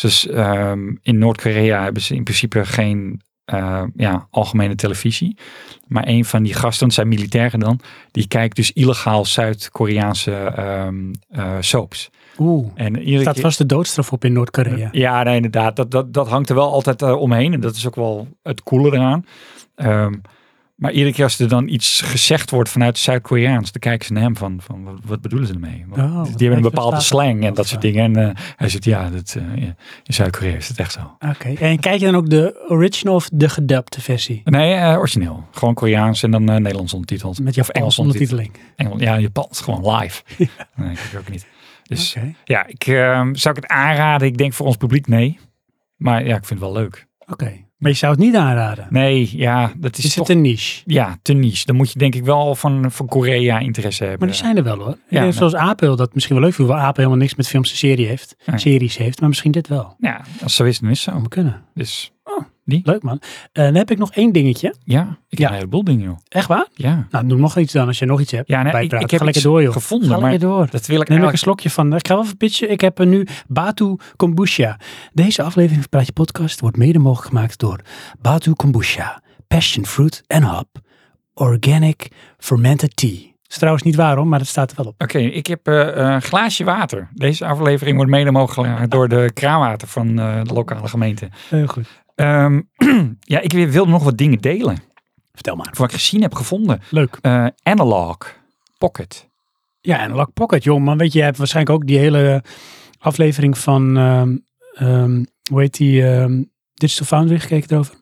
Dus ehm, in Noord-Korea hebben ze in principe geen eh, ja, algemene televisie. Maar een van die gasten, dat zijn militairen dan, die kijkt dus illegaal Zuid-Koreaanse ehm, eh, soaps. Oeh. En iedere Staat keer- vast de doodstraf op in Noord-Korea. ja, nee, inderdaad. Dat, dat, dat hangt er wel altijd eh, omheen. En dat is ook wel het coole eraan. Ehm, maar iedere keer als er dan iets gezegd wordt vanuit Zuid-Koreaans, dan kijken ze naar hem van, van wat, wat bedoelen ze ermee? Want Oh, die- wat die hebben leuk, een bepaalde wat staat slang en wat dat staat soort dingen. En eh, hij zegt, ja, dat, eh, ja, in Zuid-Korea is het echt zo. Oké. En kijk je dan ook de original of de gedubte versie? Nee, eh, origineel. Gewoon Koreaans en dan eh, Nederlands ondertiteld. Met Of Engels Japanse ondertiteling. Engel, ja, Japans, gewoon live. nee, ik ook niet. Dus Oké. Oké. ja, ik, eh, zou ik het aanraden? Ik denk voor ons publiek, nee. Maar ja, ik vind het wel leuk. Maar je zou het niet aanraden. Nee, ja, dat is, Is toch het een niche? Ja, te niche. Dan moet je denk ik wel van, van Korea interesse hebben. Maar die zijn er wel hoor. Ja, Ja, nee. Zoals Apel, dat misschien wel leuk vindt, hoewel Apel helemaal niks met films en serie heeft, Nee. series heeft, maar misschien dit wel. Ja, als zo is, dan is het Dat zo. moet kunnen. Dus Die? Leuk man. Eh, dan heb ik nog één dingetje. Ja, ik Ja. heb een heleboel dingen, joh. Echt waar? Ja. Nou, doe nog iets dan als je nog iets hebt. Ja, nee, ik- bijpraten. ik heb Ga lekker iets door, joh. gevonden, Ga lekker door. Dat wil ik Neem ik een eigenlijk... slokje van. Ik ga wel even pitchen. Ik heb eh, nu Batu Kombucha. Deze aflevering van Praatje Podcast wordt mede mogelijk gemaakt door Batu Kombucha, Passion Fruit en Hop, Organic Fermented Tea. Dat is trouwens niet waarom, maar dat staat er wel op. Oké, ik heb eh, een glaasje water. Deze aflevering wordt mede mogelijk gemaakt door de kraanwater van eh, de lokale gemeente. Heel goed. Ehm, ja, ik wilde nog wat dingen delen. Vertel maar. Wat ik gezien heb gevonden. Leuk. Eh, analog Pocket. Ja, en Lock Pocket, joh. Maar weet je, je hebt waarschijnlijk ook die hele eh, aflevering van, ehm, ehm, hoe heet die, ehm Digital Foundry gekeken erover?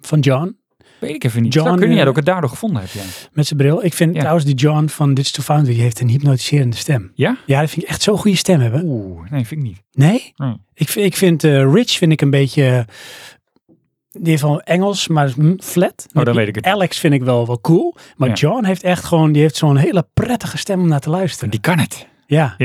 Van John, Weet ik even niet. John, Zou kunnen jij eh, dat ook het daardoor gevonden hebt? Ja. met zijn bril. Ik vind Ja. trouwens die John van Digital Foundry, die heeft een hypnotiserende stem. Ja? Ja, dat vind ik echt zo'n goede stem hebben. Oeh, nee, vind ik niet. Nee? Hmm. Ik, vind- ik vind eh, Rich vind ik een beetje, eh, die heeft wel Engels, maar mm, flat. Oh, dan weet ik het. Alex vind ik wel, wel cool. Maar Ja. John heeft echt gewoon, die heeft zo'n hele prettige stem om naar te luisteren. Die kan het. Ja.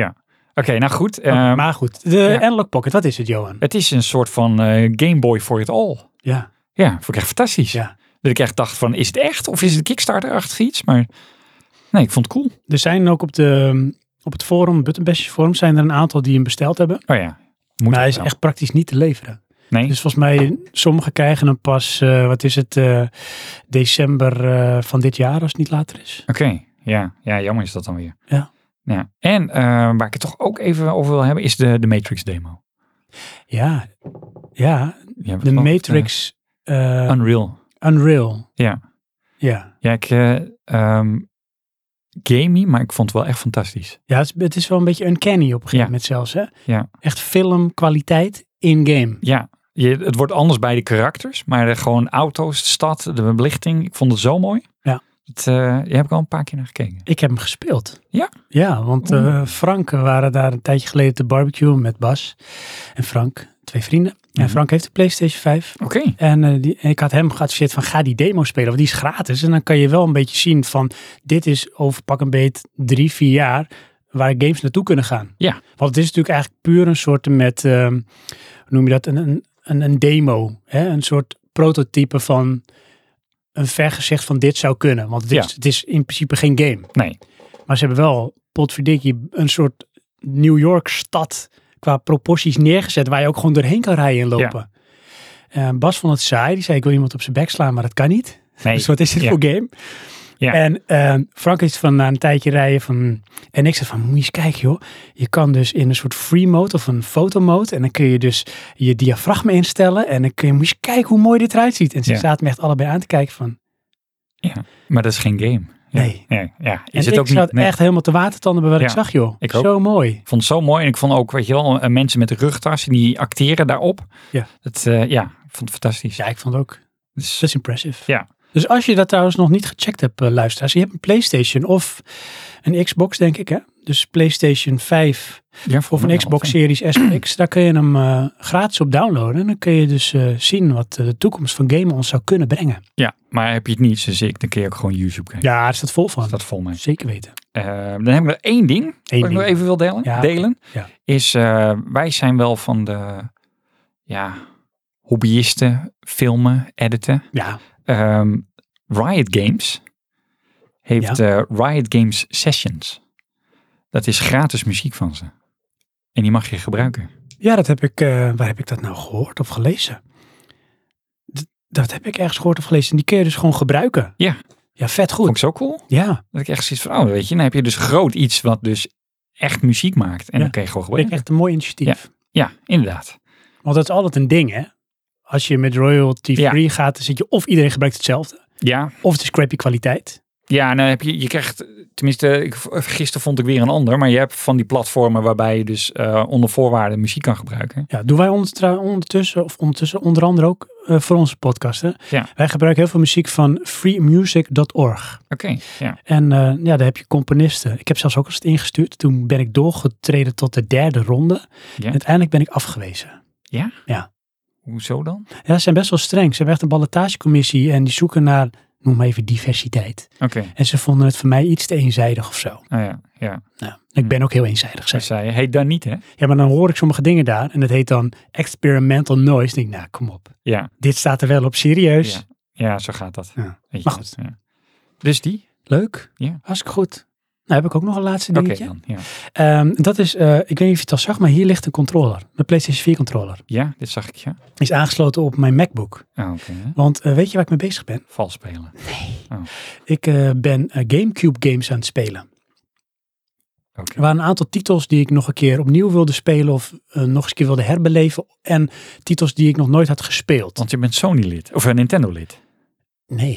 Oké, nou goed. Oké, ehm, maar goed, de ja. Analog Pocket, wat is het, Johan? het is een soort van eh, Game Boy for it all. Ja, Ja, vond ik echt fantastisch. Ja. Dat ik echt dacht van, is het echt? Of is het Kickstarter-achtig iets? Maar nee, ik vond het cool. er zijn ook op, de, op het forum, Buttonbashers forum, zijn er een aantal die hem besteld hebben. Oh ja. Moet Maar hij ook is wel. echt praktisch niet te leveren. Nee? Dus volgens mij, sommigen krijgen hem pas, eh, wat is het, eh, december eh, van dit jaar, als het niet later is. Oké. Ja. ja, jammer is dat dan weer. Ja. ja. En eh, waar ik het toch ook even over wil hebben, is de, de Matrix demo. Ja, ja Die hebben de we al- Matrix eh, eh, Unreal. Unreal. Ja. Ja, Ja, ik... eh ehm, gamey, maar ik vond het wel echt fantastisch. ja het, is, het is wel een beetje uncanny op een gegeven Ja. moment zelfs. Hè? Ja. Echt filmkwaliteit in-game. Ja. Je, het wordt anders bij de karakters, maar de, gewoon auto's, de stad, de belichting. Ik vond het zo mooi. Ja. Het, eh, daar heb ik al een paar keer naar gekeken. Ik heb hem gespeeld. Ja? Oh. Ja, want Oeh. eh, Frank, we waren daar een tijdje geleden te barbecue met Bas en Frank, twee vrienden. En Mhm. Frank heeft de PlayStation 5. Oké. En eh, die, ik had hem geadviseerd van ga die demo spelen, want die is gratis. En dan kan je wel een beetje zien van dit is over pak een beet drie, vier jaar waar games naartoe kunnen gaan. Ja. Want het is natuurlijk eigenlijk puur een soort met, ehm, hoe noem je dat, een, een, een, een demo. Hè? Een soort prototype van een vergezicht van dit zou kunnen. Want het is, Ja. het is in principe geen game. Nee. Maar ze hebben wel, potverdikkie, een soort New York stad qua proporties neergezet. Waar je ook gewoon doorheen kan rijden en lopen. Eh, Bas vond het saai. Die zei, ik wil iemand op zijn bek slaan, maar dat kan niet. Nee. Dus wat is dit Ja. voor game? Ja. En eh, Frank is van na een tijdje rijden van... En ik zei van, moet je eens kijken joh. Je kan dus in een soort free mode of een fotomode. En dan kun je dus je diafragma instellen. En dan kun je, moet je eens kijken hoe mooi dit eruit ziet. En ze Ja. zaten me echt allebei aan te kijken van... Maar dat is geen game. Ja. Nee. Ja, ja. En Is het ik ook zat niet. Nee. echt helemaal te watertanden bij wat ik Ja, zag joh. ik ook. Zo mooi. Ik vond het zo mooi. En ik vond ook, weet je wel, eh, mensen met de rugtassen die acteren daarop. Ja. Dat, eh, ja, ik vond het fantastisch. Ja, ik vond het ook. Dus, Dat is impressive. Ja. Dus als je dat trouwens nog niet gecheckt hebt, eh, luisteraars. Je hebt een Playstation of een Xbox, denk ik hè. Dus Playstation 5 ja, of voor een Xbox Series S of X. Daar kun je hem eh, gratis op downloaden. En dan kun je dus eh, zien wat eh, de toekomst van gamen ons zou kunnen brengen. Ja, maar heb je het niet, dus ik, dan kun je ook gewoon YouTube kijken. Ja, daar staat vol van. Dat staat vol mee. Zeker weten. Eh, dan heb ik nog één ding, Eén wat ik nog ding. even wil delen. Ja. delen Ja. Is, eh, wij zijn wel van de, ja, hobbyisten, filmen, editen. Ja, Ehm, Riot Games heeft eh, Riot Games Sessions. Dat is gratis muziek van ze. En die mag je gebruiken. ja dat heb ik, eh, waar heb ik dat nou gehoord of gelezen? D- dat heb ik ergens gehoord of gelezen. En die kun je dus gewoon gebruiken. Ja. Ja, vet Vond ik goed. zo cool. Ja, Dat ik echt zoiets van, oh weet je, dan heb je dus groot iets wat dus echt muziek maakt. En Ja. dan kun je gewoon vind ik gebruiken. echt een mooi initiatief. Ja, inderdaad. Want dat is altijd een ding, hè? Als je met royalty free gaat, dan zit je of iedereen gebruikt hetzelfde, Ja, of het is crappy kwaliteit. ja nou heb je, je krijgt, tenminste, ik, gisteren vond ik weer een ander. Maar je hebt van die platformen waarbij je dus eh, onder voorwaarden muziek kan gebruiken. Ja, doen wij onder- ondertussen, of ondertussen onder andere ook eh, voor onze podcast. Hè? Ja. Wij gebruiken heel veel muziek van freemusic.org. Oké, ja. En eh, ja, daar heb je componisten. Ik heb zelfs ook eens het ingestuurd. Toen ben ik doorgetreden tot de derde ronde. En uiteindelijk ben ik afgewezen. Hoezo dan? Ja, ze zijn best wel streng. Ze hebben echt een ballotagecommissie en die zoeken naar noem maar even diversiteit. Oké. En ze vonden het voor mij iets te eenzijdig of zo. Ah ja, ja. Nou, ik ben ook heel eenzijdig. Zij Zeg. zei, heet dan niet, hè? Ja, maar dan hoor ik sommige dingen daar en dat heet dan experimental noise. Ik denk, nou kom op, Ja, dit staat er wel op serieus. Ja. ja zo gaat dat. Dus? Ja. Weet je Maar goed. dat, ja. Dus die? Leuk, Ja. hartstikke goed. Nou heb ik ook nog een laatste Oké dingetje. dan. Ja. Ehm, dat is, eh, ik weet niet of je het al zag, maar hier ligt een controller. Mijn PlayStation 4 controller. ja, dit zag ik, ja. Die is aangesloten op mijn MacBook. Ah, oké. hè. Want eh, weet je waar ik mee bezig ben? Vals spelen. Oké. Ik eh, ben eh, Gamecube games aan het spelen. Er waren een aantal titels die ik nog een keer opnieuw wilde spelen of eh, nog eens een keer wilde herbeleven. En titels die ik nog nooit had gespeeld. Want je bent Sony-lid. Of een Nintendo-lid. Nee,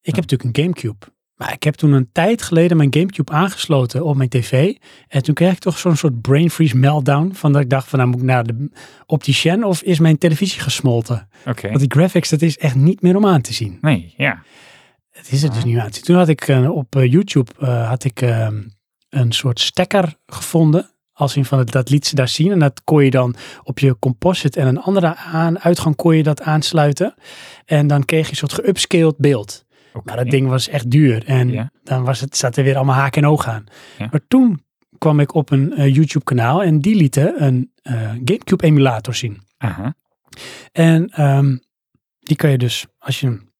ik heb natuurlijk een Gamecube. Maar ik heb toen een tijd geleden mijn Gamecube aangesloten op mijn tv. En toen kreeg ik toch zo'n soort brain freeze meltdown. Van dat ik dacht van nou moet ik naar de opticien of is mijn televisie gesmolten? Oké. Want die graphics, dat is echt niet meer om aan te zien. Nee, ja. Het is er dus niet meer aan te zien. Toen had ik eh, op eh, YouTube eh, had ik, eh, een soort stekker gevonden. Als in van het, dat liet ze daar zien. En dat kon je dan op je composite en een andere aan, uitgang kon je dat aansluiten. En dan kreeg je een soort geupscaled beeld. Oké. Maar dat ding was echt duur. En Ja. dan was het, zat er weer allemaal haak en oog aan. Ja. Maar toen kwam ik op een eh, YouTube kanaal. En die lieten een eh, Gamecube emulator zien. Aha. En ehm, die kan je dus, als je een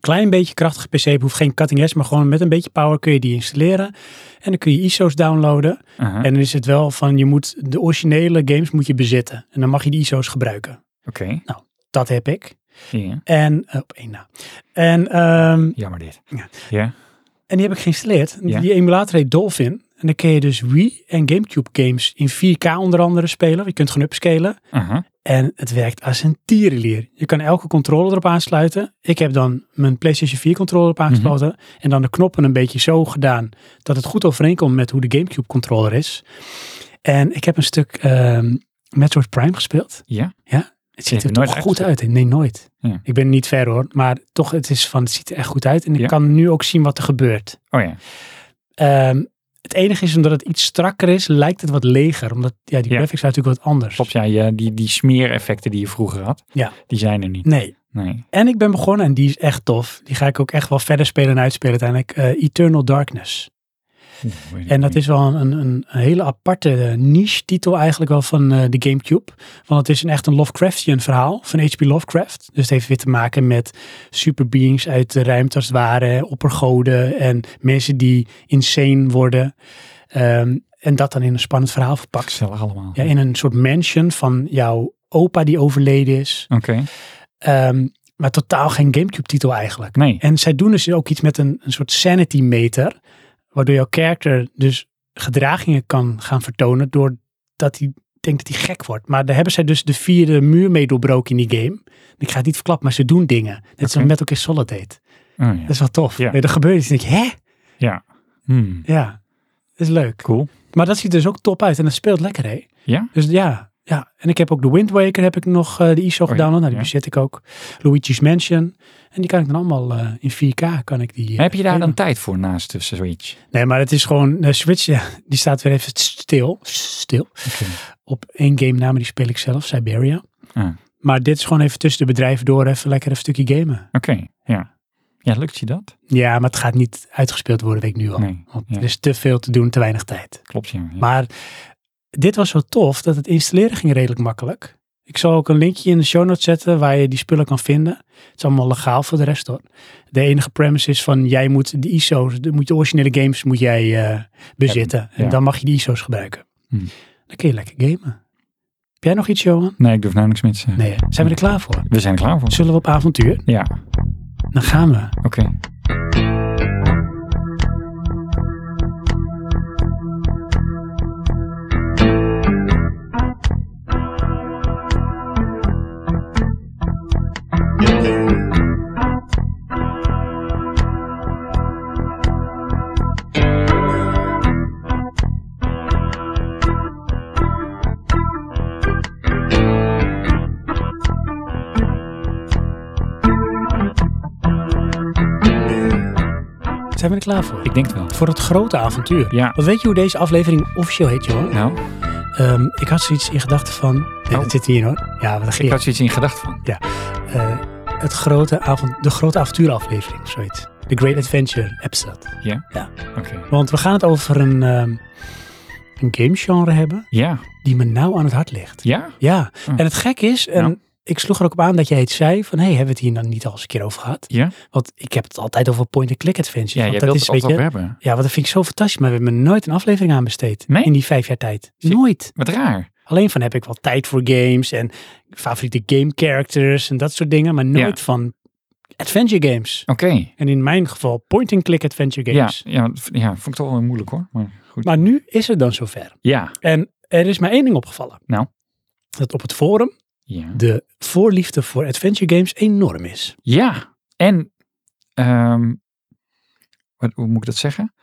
klein beetje krachtige PC hebt, hoeft geen cutting edge, maar gewoon met een beetje power kun je die installeren. En dan kun je ISO's downloaden. Aha. En dan is het wel van, je moet de originele games moet je bezitten. En dan mag je die ISO's gebruiken. Oké. Dat heb ik. Ja. En, eh, op één na. En, ehm, Jammer dit. Ja. Ja. en die heb ik geïnstalleerd. Ja. Die emulator heet Dolphin. En dan kun je dus Wii en Gamecube games in 4K onder andere spelen. Je kunt gaan upscalen. Aha. En het werkt als een tierenlier. Je kan elke controller erop aansluiten. Ik heb dan mijn PlayStation 4 controller op aangesloten. Mhm. En dan de knoppen een beetje zo gedaan dat het goed overeenkomt met hoe de GameCube controller is. En ik heb een stuk ehm Metroid Prime gespeeld. Ja. Het ziet Je er hebt nooit toch goed uitgespeeld? uit. Nee, nooit. Ja. Ik ben niet ver hoor. Maar toch, het, is van, het ziet er echt goed uit. En ik Ja. kan nu ook zien wat er gebeurt. Oh ja. Ehm, het enige is omdat het iets strakker is, lijkt het wat leger. Omdat ja, die Ja. graphics zijn natuurlijk wat anders. Klopt, ja, ja, die, die smeereffecten die je vroeger had, Ja. die zijn er niet. Nee, Nee. En ik ben begonnen en die is echt tof. Die ga ik ook echt wel verder spelen en uitspelen uiteindelijk. eh, Eternal Darkness. Oeh, weet ik En dat niet. is wel een, een, een hele aparte eh, niche-titel eigenlijk wel van eh, de Gamecube. Want het is een, echt een Lovecraftian verhaal van H.P. Lovecraft. Dus het heeft weer te maken met superbeings uit de ruimte als het ware. Oppergoden en mensen die insane worden. Ehm, en dat dan in een spannend verhaal verpakt. gezellig allemaal. Ja, in een soort mansion van jouw opa die overleden is. Oké. Ehm, maar totaal geen Gamecube-titel eigenlijk. Nee. En zij doen dus ook iets met een, een soort sanity meter. Waardoor jouw character dus gedragingen kan gaan vertonen. Doordat hij denkt dat hij gek wordt. Maar daar hebben zij dus de vierde muur mee doorbroken in die game. Ik ga het niet verklappen, maar ze doen dingen. Net zoals Oké. met Metal Gear Solid deed. Oh, ja. Dat is wel tof. Ja. Nee, er gebeurt iets. En ik, hè? Hmm. Ja, dat is leuk. Cool. Maar dat ziet er dus ook top uit. En dat speelt lekker, hè? Ja? Dus ja. Ja, en ik heb ook de Wind Waker, heb ik nog eh, de ISO Oh ja, gedownload. Nou, die ja. bezit ik ook. Luigi's Mansion. En die kan ik dan allemaal eh, in 4K, kan ik die... eh, Heb je daar spelen. dan tijd voor naast de Switch? Nee, maar het is gewoon, de Switch, ja, die staat weer even stil, stil. Oké. Op één game namen, die speel ik zelf, Siberia. Ah. Maar dit is gewoon even tussen de bedrijven door, even lekker een stukje gamen. Oké, ja. Ja, lukt je dat? Ja, maar het gaat niet uitgespeeld worden, weet ik nu al. Nee, Want ja. er is te veel te doen, te weinig tijd. klopt ja. ja. Maar dit was zo tof, dat het installeren ging redelijk makkelijk. Ik zal ook een linkje in de show notes zetten waar je die spullen kan vinden. Het is allemaal legaal voor de rest hoor. De enige premise is van jij moet de ISO's, de, moet de originele games moet jij eh, bezitten. En ja. dan mag je die ISO's gebruiken. Hmm. Dan kun je lekker gamen. Heb jij nog iets Johan? Nee, ik durf nou niks meer te zeggen. Nee, hè? zijn we er klaar voor? We zijn er klaar voor. Zullen we op avontuur? Ja, Dan gaan we. oké. Zijn we er klaar voor? Ik denk het wel. Voor het grote avontuur. Ja. Wat weet je hoe deze aflevering officieel heet Johan? Nou, Ehm, ik had zoiets in gedachten van... Nee, Oh. dat zit hier hoor. Ja, wat een ik geer. had zoiets in gedachten van. Eh, het grote avond, de grote avontuuraflevering of zoiets. The Great Adventure episode. Oké. Want we gaan het over een, ehm een gamegenre hebben Ja. die me nou aan het hart ligt. Ja? Ja, Hm. en het gek is, en Ja. ik sloeg er ook op aan dat jij het zei van, hé, hey, hebben we het hier dan niet al eens een keer over gehad? Ja? Want ik heb het altijd over point-and-click adventures. Ja, want jij dat wilt is, het altijd weet je, over hebben. Ja, want dat vind ik zo fantastisch. Maar we hebben er nooit een aflevering aan besteed. Nee? In die vijf jaar tijd. Zie- Nooit. Wat raar. Alleen van heb ik wel tijd voor games en favoriete game characters en dat soort dingen. Maar nooit van adventure games. Oké. En in mijn geval point-and-click adventure Ja, games. ja, v- ja, vond ik toch wel moeilijk hoor. Maar goed. Maar nu is het dan zover. Ja. En er is maar één ding opgevallen. Nou? Dat op het forum Ja. de voorliefde voor adventure games enorm is. Ja, en ehm, wat, hoe moet ik dat zeggen?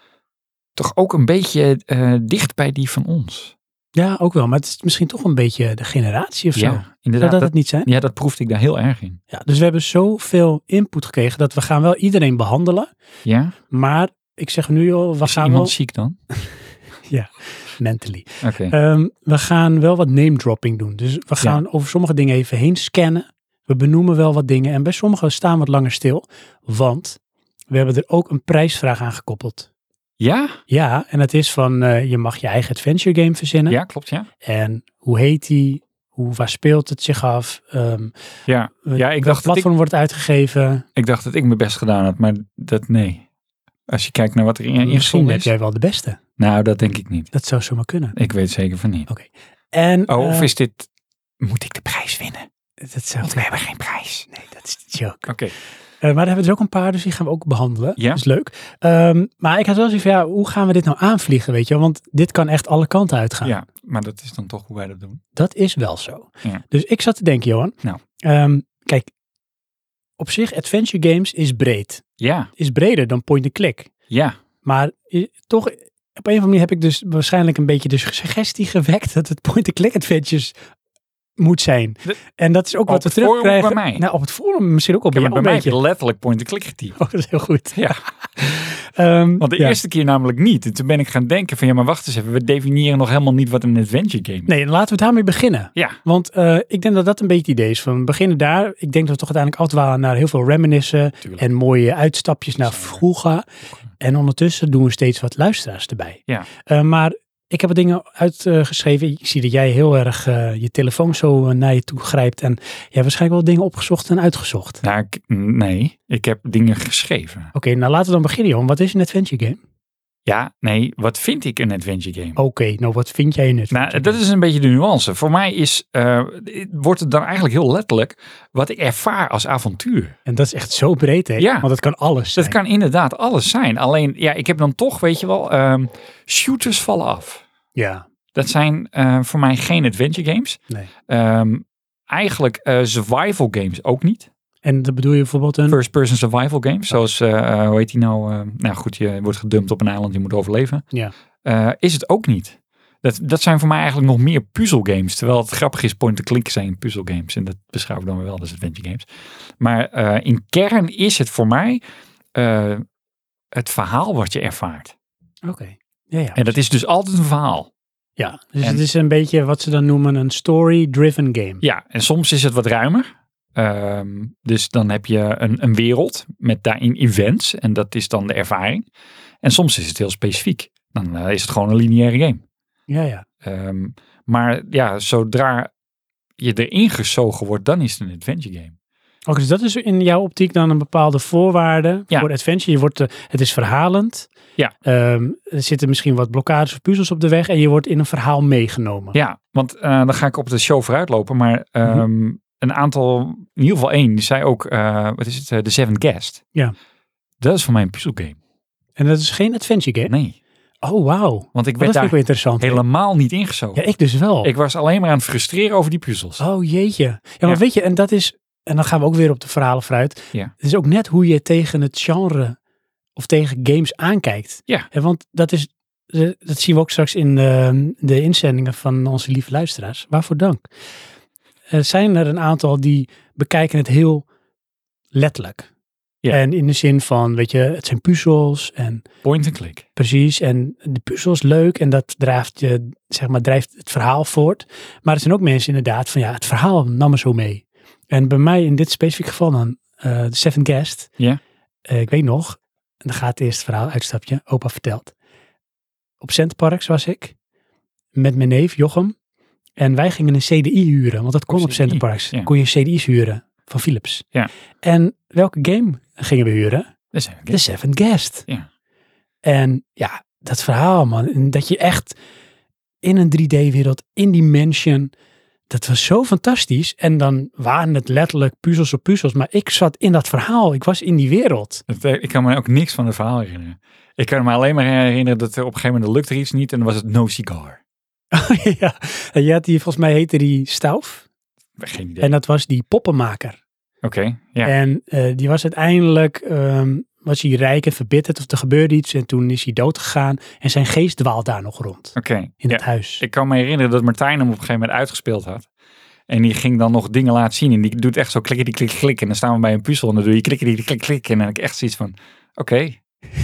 Toch ook een beetje eh, dicht bij die van ons. Ja, ook wel. Maar het is misschien toch een beetje de generatie of zo. Zou ja, inderdaad. dat, Dat, het niet zijn? ja, dat proefde ik daar heel erg in. Ja, dus we hebben zoveel input gekregen dat we gaan wel iedereen behandelen. Ja, Maar ik zeg nu al, we was gaan iemand Nou, wel ziek dan? mentally. Oké, Ehm, we gaan wel wat name dropping doen. Dus we gaan over sommige dingen even heen scannen. We benoemen wel wat dingen en bij sommige staan we wat langer stil. Want we hebben er ook een prijsvraag aan gekoppeld. ja? Ja, en dat is van eh, je mag je eigen adventure game verzinnen. Ja, klopt, ja. En hoe heet die? Hoe, waar speelt het zich af? Ehm Ja, ja ik, welk dacht dat ik, platform wordt uitgegeven? ik dacht dat ik mijn best gedaan had, maar dat nee. Als je kijkt naar wat er in Misschien ingezonden heb is. jij wel de beste. Nou, dat denk ik niet. Dat zou zomaar kunnen. Ik weet zeker van niet. En, Oh, of eh, is dit... Moet ik de prijs winnen? dat zou Want we hebben geen prijs. Nee, dat is de joke. Oké. Eh, maar daar hebben we er ook een paar, dus die gaan we ook behandelen. Ja. Dat is leuk. Ehm, maar ik had wel zoiets van, ja, hoe gaan we dit nou aanvliegen, weet je? wel? Want dit kan echt alle kanten uitgaan. Ja, maar dat is dan toch hoe wij dat doen. Dat is wel zo. Ja. Dus ik zat te denken, Johan. Nou. Ehm, kijk, op zich, adventure games is breed. Ja, Is breder dan point-and-click. ja. Maar i- toch, op een of andere manier heb ik dus waarschijnlijk een beetje de suggestie gewekt dat het point-and-click adventures moet zijn. De- en dat is ook Op wat we het forum of terugkrijgen. bij mij? Nou, op het forum misschien ook al Ik heb bij het bij jou mij een heb beetje. je letterlijk point-and-click getypt. Oh, dat is heel goed. Ja. Ehm, Want de ja. eerste keer namelijk niet. En toen ben ik gaan denken van ja, maar wacht eens even. We definiëren nog helemaal niet wat een adventure game is. Nee, laten we daarmee beginnen. Ja, Want eh, ik denk dat dat een beetje het idee is. Van we beginnen daar. Ik denk dat we toch uiteindelijk afdwalen naar heel veel reminiscen. natuurlijk. En mooie uitstapjes naar Zeker. vroeger. En ondertussen doen we steeds wat luisteraars erbij. Ja. Eh, maar ik heb wat dingen uitgeschreven. ik zie dat jij heel erg eh, je telefoon zo eh, naar je toe grijpt. En jij hebt waarschijnlijk wel dingen opgezocht en uitgezocht. Nou, ik- nee, ik heb dingen geschreven. Oké, nou laten we dan beginnen, Johan. Wat is een adventure game? Ja, nee, wat vind ik een adventure game? Oké, nou wat vind jij een adventure Nou, dat game? is een beetje de nuance. Voor mij is, eh, het wordt het dan eigenlijk heel letterlijk wat ik ervaar als avontuur. En dat is echt zo breed, hè? Ja. Want dat kan alles Dus zijn. dat kan inderdaad alles zijn. Alleen, ja, ik heb dan toch, weet je wel, ehm, shooters vallen af. Ja, Dat zijn eh, voor mij geen adventure games. nee. Ehm, eigenlijk eh, survival games ook niet. En dat bedoel je bijvoorbeeld een... First person survival games, zoals, eh, eh, hoe heet die nou? eh, nou goed, je wordt gedumpt op een eiland, je moet overleven. Ja. Eh, is het ook niet. Dat, dat zijn voor mij eigenlijk nog meer puzzelgames. Terwijl het grappig is, point-and-click zijn puzzelgames. En dat beschouw ik dan weer wel als adventure games. Maar eh, in kern is het voor mij eh, het verhaal wat je ervaart. Oké. Ja, ja. En dat is dus altijd een verhaal. ja. Dus en- het is een beetje wat ze dan noemen een story-driven game. Ja, en soms is het wat ruimer. Ehm, dus dan heb je een, een wereld met daarin events en dat is dan de ervaring. En soms is het heel specifiek. Dan eh, is het gewoon een lineaire game. Ja, ja. Ehm, maar ja, zodra je erin gezogen wordt, dan is het een adventure game. Oké, dus dat is in jouw optiek dan een bepaalde voorwaarde Ja. voor adventure. Je wordt, eh, het is verhalend. Ja. Ehm, er zitten misschien wat blokkades of puzzels op de weg en je wordt in een verhaal meegenomen. Ja, want eh, dan ga ik op de show vooruit lopen. Maar ehm, een aantal, in ieder geval één, die zei ook, eh, wat is het, eh, The Seven Guest. Ja. Dat is voor mij een puzzelgame. En dat is geen adventure game. Nee, Oh, wauw. want ik Dat werd vind ik daar wel interessant. helemaal niet ingezogen. Ja, ik dus wel. Ik was alleen maar aan het frustreren over die puzzels. Oh jeetje. Ja, maar Ja. weet je, en dat is, en dan gaan we ook weer op de verhalen vooruit. Ja. Het is ook net hoe je tegen het genre of tegen games aankijkt. Ja. Hè, want dat is, eh, dat zien we ook straks in de, de inzendingen van onze lieve luisteraars. Waarvoor dank. Er zijn er een aantal die bekijken het heel letterlijk. Ja. En in de zin van, weet je, het zijn puzzels en Point and click. Precies, en de puzzel is leuk en dat drijft, je, zeg maar, drijft het verhaal voort. Maar er zijn ook mensen inderdaad van ja, het verhaal nam me zo mee. En bij mij in dit specifiek geval dan eh, The Seven Guest. Ja. Eh, ik weet nog, en dan gaat het eerste verhaal, uitstapje, opa vertelt. Op Centerparks was ik met mijn neef Jochem en wij gingen een CDI huren, want dat kon op CDI, Centerparks. ja. Kon je CDI's huren van Philips. Ja. En welke game gingen we huren? Dat is eigenlijk- The Seventh Guest. Ja. En ja, dat verhaal, man. en Dat je echt in een 3D-wereld, in die mansion. Dat was zo fantastisch. En dan waren het letterlijk puzzels op puzzels. Maar ik zat in dat verhaal. Ik was in die wereld. Het, eh, Ik kan me ook niks van het verhaal herinneren. Ik kan me alleen maar herinneren dat er op een gegeven moment lukte er iets niet en dan was het no cigar. ja. En je had die, volgens mij heette die Stauf. Geen idee. En dat was die poppenmaker. Oké, ja. En eh, die was uiteindelijk, ehm, was hij rijk en verbitterd. Of er gebeurde iets. En toen is hij doodgegaan. En zijn geest dwaalt daar nog rond. Oké. In Ja, het huis. Ik kan me herinneren dat Martijn hem op een gegeven moment uitgespeeld had. En die ging dan nog dingen laten zien. En die doet echt zo klikkie klik klik. En dan staan we bij een puzzel. En dan doe je klikkie klik klik. En dan heb ik echt zoiets van, oké.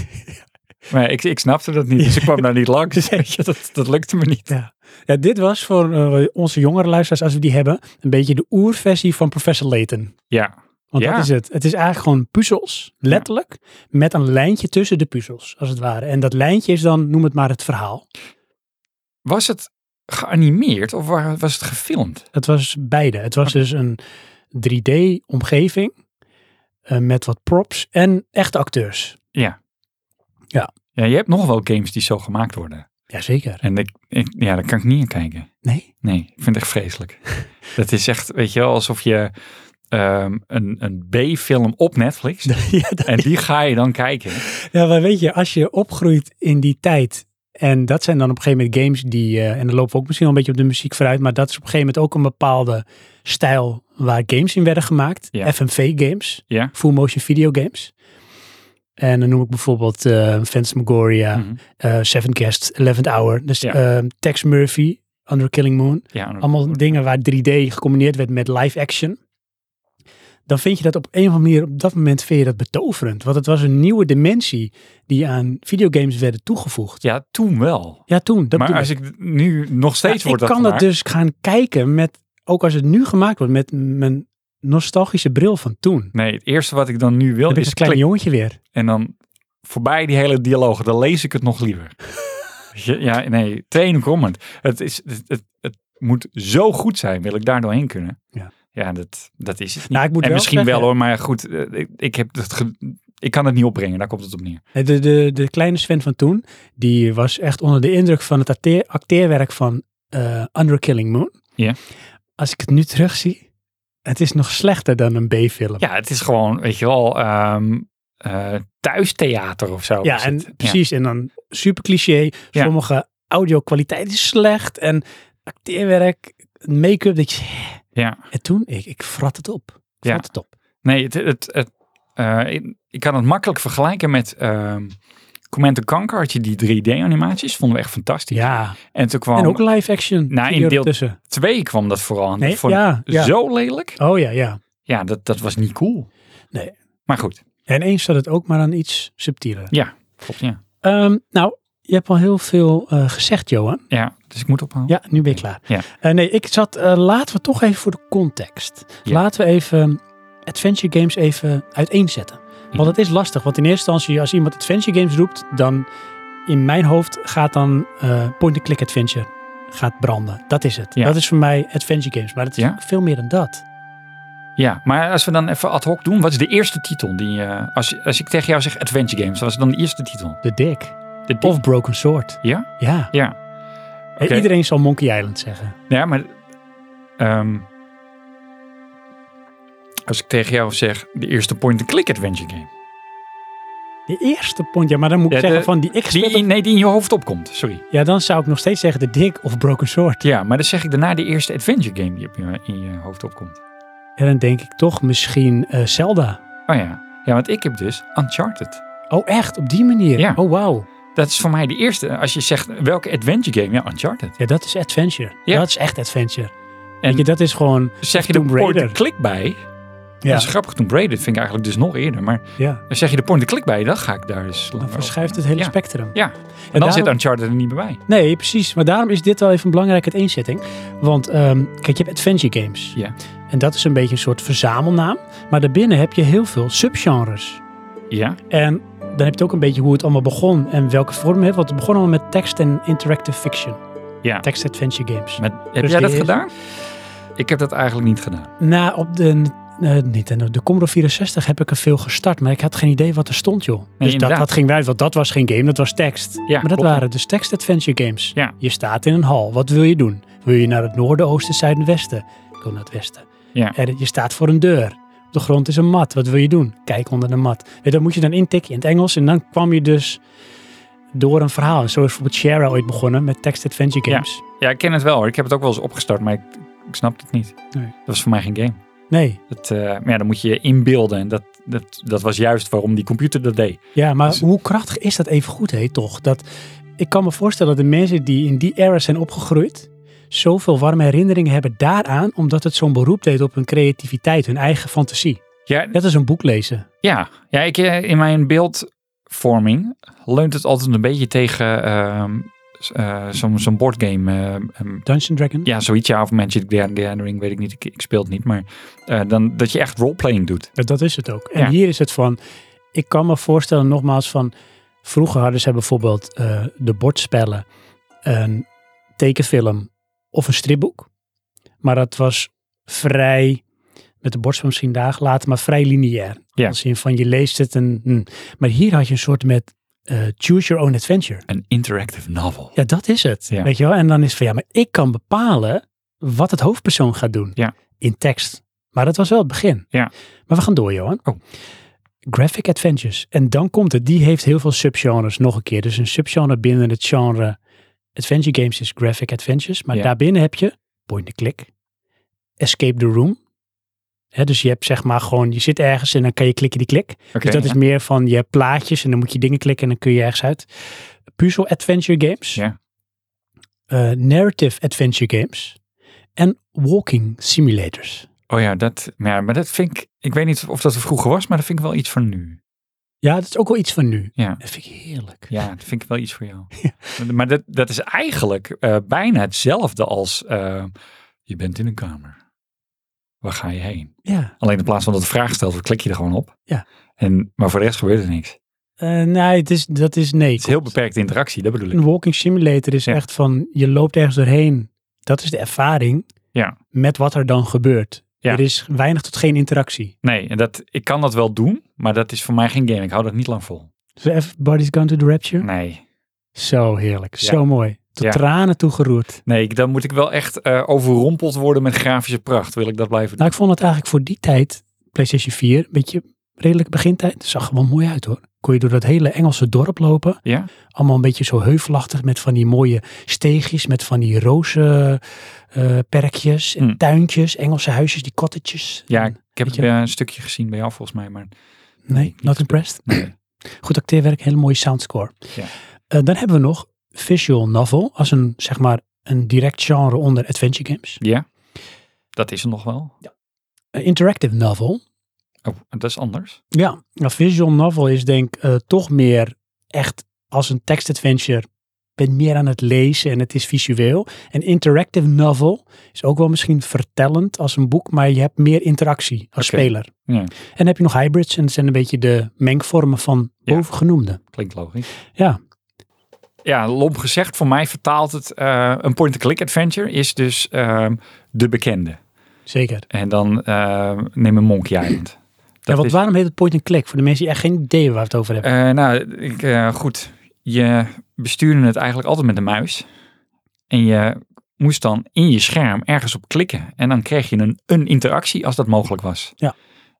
Maar ik, ik snapte dat niet. Dus ik kwam daar niet langs. Weet je, dat, dat lukte me niet. Ja, dit was voor eh, onze jongere luisteraars, als we die hebben, een beetje de oerversie van Professor Layton. Ja, Want Ja. dat is het. Het is eigenlijk gewoon puzzels, letterlijk, met een lijntje tussen de puzzels, als het ware. En dat lijntje is dan, noem het maar het verhaal. was het geanimeerd of wa- was het gefilmd? Het was beide. Het was dus een 3D-omgeving eh, met wat props en echte acteurs. Ja, je hebt nog wel games die zo gemaakt worden. Jazeker. En ik, ik, ja, daar kan ik niet aan kijken. Nee? Nee, ik vind het echt vreselijk. dat is echt, weet je wel, alsof je ehm, een, een B-film op Netflix. ja, dat- En die ga je dan kijken. Ja, maar weet je, als je opgroeit in die tijd. En dat zijn dan op een gegeven moment games die. eh, en dan lopen we ook misschien wel een beetje op de muziek vooruit. Maar dat is op een gegeven moment ook een bepaalde stijl waar games in werden gemaakt. Ja. FMV-games, Ja. full motion video games. En dan noem ik bijvoorbeeld eh Phantasmagoria, Mhm. eh, Seven Guests, Eleventh Hour. Dus Ja. ehm, Tex Murphy, Under Killing Moon. Ja, en- Allemaal dingen waar 3D gecombineerd werd met live action. Dan vind je dat op een of andere manier, op dat moment vind je dat betoverend. Want het was een nieuwe dimensie die aan videogames werden toegevoegd. ja, toen wel. Ja, toen. Dat maar bedoel als ik nu nog Ja, steeds wordt ik dat kan dat gemaakt. dus gaan kijken met, ook als het nu gemaakt wordt, met mijn nostalgische bril van toen. Nee, het eerste wat ik dan nu wil Dan ben dus- ik is een klein klik. jongetje weer. En dan voorbij die hele dialoog, dan lees ik het nog liever. Weet je, ja, nee, train comment. Het, is, het, het, het moet zo goed zijn, wil ik daar doorheen kunnen. Ja. ja dat, dat is het niet. Nou, ik moet en wel misschien zeggen- wel hoor, maar goed, eh, ik, ik, heb het ge- ik kan het niet opbrengen, daar komt het op neer. De, de, de kleine Sven van toen, die was echt onder de indruk van het acteer- acteerwerk van eh Under Killing Moon. Ja. Als ik het nu terugzie, het is nog slechter dan een B-film. Ja, het is gewoon, weet je wel, ehm eh thuistheater of zo. Ja, Oh, is en het. precies. En dan super cliché. Ja. Sommige audio-kwaliteit is slecht. En acteerwerk, make-up. Dat je... Ja. En toen, ik, ik vrat het op. Ik Ja. Vrat het op. Nee, het, het, het, eh, ik, ik kan het makkelijk vergelijken met ehm Command Kanker. Had je die 3D-animaties, vonden we echt fantastisch. Ja. En toen kwam En ook live action. Nou, in video deel- ertussen. twee kwam dat vooral aan. Nee, dat vond ik ja, ja. zo lelijk. Oh ja, ja. Ja, dat, dat was niet cool. Nee. Maar goed, En eens zat het ook maar aan iets subtieler. klopt, ja. Ehm, nou, je hebt al heel veel eh, gezegd, Johan. Ja, dus ik moet ophalen. Ja, nu ben je klaar. Ja. Eh, nee, ik zat, eh, laten we toch even voor de context. Ja. Laten we even adventure games even uiteenzetten. Want het is lastig, want in eerste instantie als iemand adventure games roept, dan in mijn hoofd gaat dan eh, point-and-click adventure gaat branden. Dat is het. Ja. Dat is voor mij adventure games, maar het is Ja. ook veel meer dan dat. Ja, maar als we dan even ad hoc doen, wat is de eerste titel? Die, eh, als, als ik tegen jou zeg Adventure Games, wat is dan de eerste titel? De Dick De of Broken Sword. Ja? Ja. Ja. En Oké. Iedereen zal Monkey Island zeggen. Ja, maar ehm, als ik tegen jou zeg de eerste point-and-click adventure game. De eerste point, ja, maar dan moet ik Ja, de- zeggen van die ik Die, in- nee, die in je hoofd opkomt, sorry. Ja, dan zou ik nog steeds zeggen de Dick of Broken Sword. Ja, maar dan zeg ik daarna de eerste adventure game die op je, in je hoofd opkomt. En dan denk ik toch misschien eh, Zelda. Oh ja. Ja, want ik heb dus Uncharted. Oh, echt? Op die manier? Ja. Oh, wauw. Dat is voor mij de eerste. Als je zegt welke adventure game, ja, Uncharted. Ja, dat is adventure. Ja. Dat is echt adventure. En Weet je, dat is gewoon zeg je Tomb er Raider. point-and-click bij, Ja, Dat is grappig, toen Braided vind ik eigenlijk dus nog eerder. Maar ja. dan zeg je de point-and-click bij, dan ga ik daar eens Dan langer op. verschuift het hele Ja. spectrum. Ja, en dan daarom- zit Uncharted er niet meer bij. Nee, precies. Maar daarom is dit wel even een belangrijke uiteenzetting. Want ehm, kijk, je hebt adventure games. Ja. En dat is een beetje een soort verzamelnaam. Maar daarbinnen heb je heel veel subgenres. Ja, En dan heb je het ook een beetje hoe het allemaal begon en welke vorm het heeft. Want het begon allemaal met tekst en interactive fiction. Ja. Text adventure games. maar heb Dus jij die dat is- gedaan? Ik heb dat eigenlijk niet gedaan. Na op de eh, Nintendo, de Commodore 64 heb ik er veel gestart, maar ik had geen idee wat er stond, joh. dus dat, inderdaad. dat ging wij, want dat was geen game, dat was tekst. maar dat klopt. waren dus text adventure games. Ja. Je staat in een hal, wat wil je doen? Wil je naar het noorden, oosten, zuiden, westen? Ik wil naar het westen. Ja. Er- je staat voor een deur. Op de grond is een mat, wat wil je doen? Kijk onder de mat. Weet je, Dat moet je dan intikken in het Engels en dan kwam je dus door een verhaal. En zo is bijvoorbeeld Shara ooit begonnen met text adventure Ja. games. Ja, ik ken het wel hoor. Ik heb het ook wel eens opgestart, maar ik, ik snap het niet. Nee. Dat was voor mij geen game. Nee, Dat, eh, maar ja, dan moet je je inbeelden. En dat, dat, dat was juist waarom die computer dat deed. Ja, maar Dus- hoe krachtig is dat even goed, hé, toch? Dat, ik kan me voorstellen dat de mensen die in die era zijn opgegroeid, zoveel warme herinneringen hebben daaraan, omdat het zo'n beroep deed op hun creativiteit, hun eigen fantasie. Ja, Net als een boek lezen. ja. ja ik, eh, in mijn beeldvorming leunt het altijd een beetje tegen ehm, s- eh, zo'n zo'n boardgame. eh, ehm, Dungeon Dragon? ja, zoiets. Ja, of Magic the Gathering, weet ik niet. Ik, ik speel het niet. Maar eh, dan, dat je echt roleplaying doet. Ja, Dat is het ook. En Ja. hier is het van, ik kan me voorstellen nogmaals van, vroeger hadden ze bijvoorbeeld eh, de bordspellen, een tekenfilm of een stripboek. Maar dat was vrij, met de bordspel misschien dagen later, maar vrij lineair. Ja. Als in van je leest het en... hm. Maar hier had je een soort met eh, choose your own adventure. Een interactive novel. Ja, dat is het. Ja. Weet je wel? En dan is het van ja, maar ik kan bepalen wat het hoofdpersoon gaat doen. Ja. In tekst. Maar dat was wel het begin. Ja. Maar we gaan door, Johan. Oh. Graphic Adventures. En dan komt het. Die heeft heel veel subgenres nog een keer. Dus een subgenre binnen het genre Adventure Games is Graphic Adventures. Maar Ja. daarbinnen heb je point-and-click, Escape the Room. Hè, dus je hebt zeg maar gewoon, je zit ergens en dan kan je klikken die klik. Oké, dus dat is meer van je hebt plaatjes en dan moet je dingen klikken en dan kun je ergens uit. Puzzle adventure games. Ja. Eh, narrative adventure games. En walking simulators. Oh ja, dat, ja, maar dat vind ik... Ik weet niet of dat er vroeger was, maar dat vind ik wel iets voor nu. Ja, dat is ook wel iets van nu. Ja. Dat vind ik heerlijk. Ja, dat vind ik wel iets voor jou. Maar dat, dat is eigenlijk eh, bijna hetzelfde als eh, je bent in een kamer. Waar ga je heen? Ja. Alleen in plaats van dat de vraag stelt, klik je er gewoon op. Ja. En, maar voor de rest gebeurt er niks. Het Eh, nee, het is, dat is nee. is heel beperkte interactie, dat bedoel ik. Een walking simulator is Ja. echt van, je loopt ergens doorheen. Dat is de ervaring Ja. met wat er dan gebeurt. Ja. Er is weinig tot geen interactie. Nee, en dat, ik kan dat wel doen, maar dat is voor mij geen game. Ik hou dat niet lang vol. Dus everybody's gone to the rapture. Nee, Zo heerlijk. Ja. Zo mooi. Tot Ja. tranen toe geroerd. nee ik- dan moet ik wel echt eh, overrompeld worden met grafische pracht. Wil ik dat blijven doen? Nou, ik vond het eigenlijk voor die tijd, PlayStation 4, een beetje redelijk begintijd. Het zag er wel mooi uit hoor. Kon je door dat hele Engelse dorp lopen. Ja? Allemaal een beetje zo heuvelachtig met van die mooie steegjes, met van die roze eh, perkjes en Hm. tuintjes, Engelse huisjes, die cottages. Ja, En- ik heb Weet je- eh, een stukje gezien bij jou volgens mij, maar nee, niet not impressed. nee. Goed acteerwerk, hele mooie soundscore. Ja. Eh, dan hebben we nog visual novel als een, zeg maar, een direct genre onder adventure games. ja, dat is er nog wel. Eh, interactive novel, Oh, dat is anders. Ja, nou, een visual novel is denk ik eh, toch meer echt als een tekstadventure. Je bent meer aan het lezen en het is visueel. Een interactive novel is ook wel misschien vertellend als een boek, maar je hebt meer interactie als Oké, speler. ja. En dan heb je nog hybrids en dat zijn een beetje de mengvormen van Ja. bovengenoemde. Klinkt logisch. Ja. Ja, lomp gezegd, voor mij vertaalt het eh, een point-and-click adventure is dus ehm, de bekende. Zeker. En dan ehm, neem een Monkey Island. Ja, Dat want is- waarom heet het point and click? Voor de mensen die echt geen idee hebben waar we het over hebben. Eh, nou, ik, eh, goed. Je bestuurde het eigenlijk altijd met de muis. En je moest dan in je scherm ergens op klikken. En dan kreeg je een, een interactie als dat mogelijk was. Ja.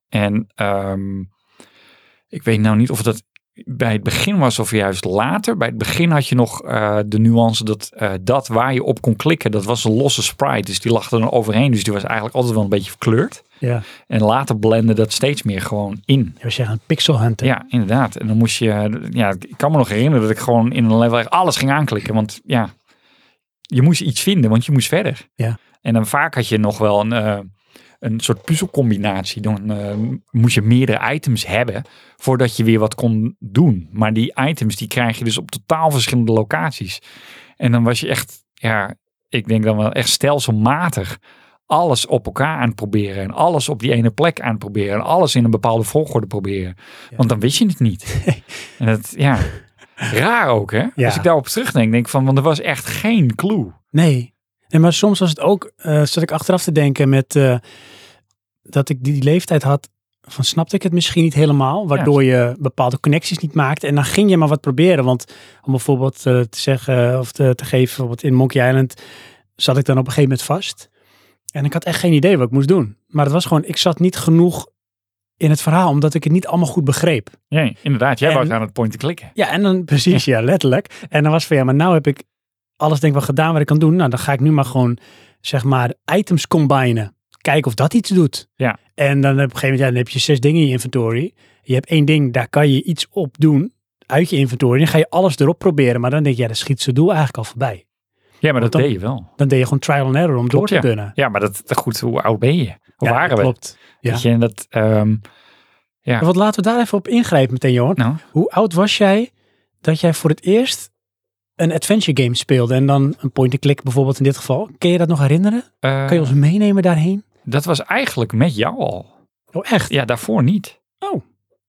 En ehm, ik weet nou niet of dat bij het begin was of juist later. Bij het begin had je nog eh, de nuance dat eh, dat waar je op kon klikken, dat was een losse sprite. Dus die lag er dan overheen. Dus die was eigenlijk altijd wel een beetje verkleurd. ja. En later blende dat steeds meer gewoon in. We zeggen een pixel hunter. Ja, inderdaad. En dan moest je, ja, ik kan me nog herinneren dat ik gewoon in een level echt alles ging aanklikken. Want ja, je moest iets vinden, want je moest verder. Ja. En dan vaak had je nog wel een, eh, een soort puzzelcombinatie. Dan eh, moest je meerdere items hebben voordat je weer wat kon doen. Maar die items die krijg je dus op totaal verschillende locaties. En dan was je echt, ja, ik denk dan wel echt stelselmatig alles op elkaar aan het proberen. En alles op die ene plek aan het proberen. En alles in een bepaalde volgorde proberen. Ja. Want dan wist je het niet. en dat, ja, raar ook hè. Ja. Als ik daarop terugdenk, denk ik van, want er was echt geen clue. Nee. nee. Maar soms was het ook, eh zat ik achteraf te denken met eh, dat ik die leeftijd had van snapte ik het misschien niet helemaal, waardoor je bepaalde connecties niet maakte. En dan ging je maar wat proberen. Want om bijvoorbeeld eh, te zeggen of te, te geven, bijvoorbeeld in Monkey Island zat ik dan op een gegeven moment vast. En ik had echt geen idee wat ik moest doen. Maar het was gewoon, ik zat niet genoeg in het verhaal, omdat ik het niet allemaal goed begreep. Ja, inderdaad. Jij En- was aan het pointen klikken. Ja, en dan precies, ja, letterlijk. En dan was van ja, maar nou heb ik alles denk ik wel gedaan wat ik kan doen. Nou, dan ga ik nu maar gewoon, zeg maar, items combinen. Kijken of dat iets doet. Ja. En dan op een gegeven moment, ja, dan heb je zes dingen in je inventory. Je hebt één ding, daar kan je iets op doen uit je inventory. Dan ga je alles erop proberen, maar dan denk je, ja, dan schiet zijn doel eigenlijk al voorbij. Ja, maar dat dan- deed je wel. Dan deed je gewoon trial and error om door Klopt, te kunnen. Ja, maar dat, goed, hoe oud ben je? Hoe Ja, waren dat we? Klopt. ja. Weet je, en dat, ehm, Ja. Wat laten we daar even op ingrijpen meteen, Johan. nou, Hoe oud was jij dat jij voor het eerst een adventure game speelde en dan een point-and-click bijvoorbeeld in dit geval? Kun je dat nog herinneren? eh, Kan je ons meenemen daarheen? dat was eigenlijk met jou al. Oh, echt? Ja, daarvoor niet. Oh.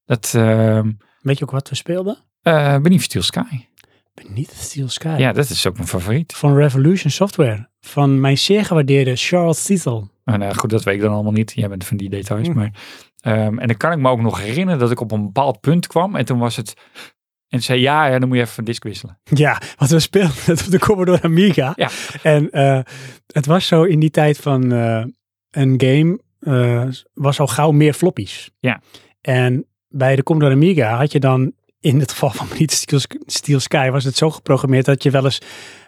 Dat, ehm Weet je ook wat we speelden? eh Beneath Steel Sky. Beneath the Steel Sky. Ja, dat is ook mijn favoriet. Van Revolution Software. Van mijn zeer gewaardeerde Charles Cecil. En eh, goed, dat weet ik dan allemaal niet. Jij bent van die details. Hm. Maar, ehm, en dan kan ik me ook nog herinneren dat ik op een bepaald punt kwam. En toen was het... En zei, ja, ja, dan moet je even van disk wisselen. Ja, want we speelden het op de Commodore Amiga. Ja. En eh, het was zo in die tijd van eh, een game eh, was al gauw meer floppies. Ja. En bij de Commodore Amiga had je dan in het geval van Beneath Steel, Steel Sky was het zo geprogrammeerd dat je wel eens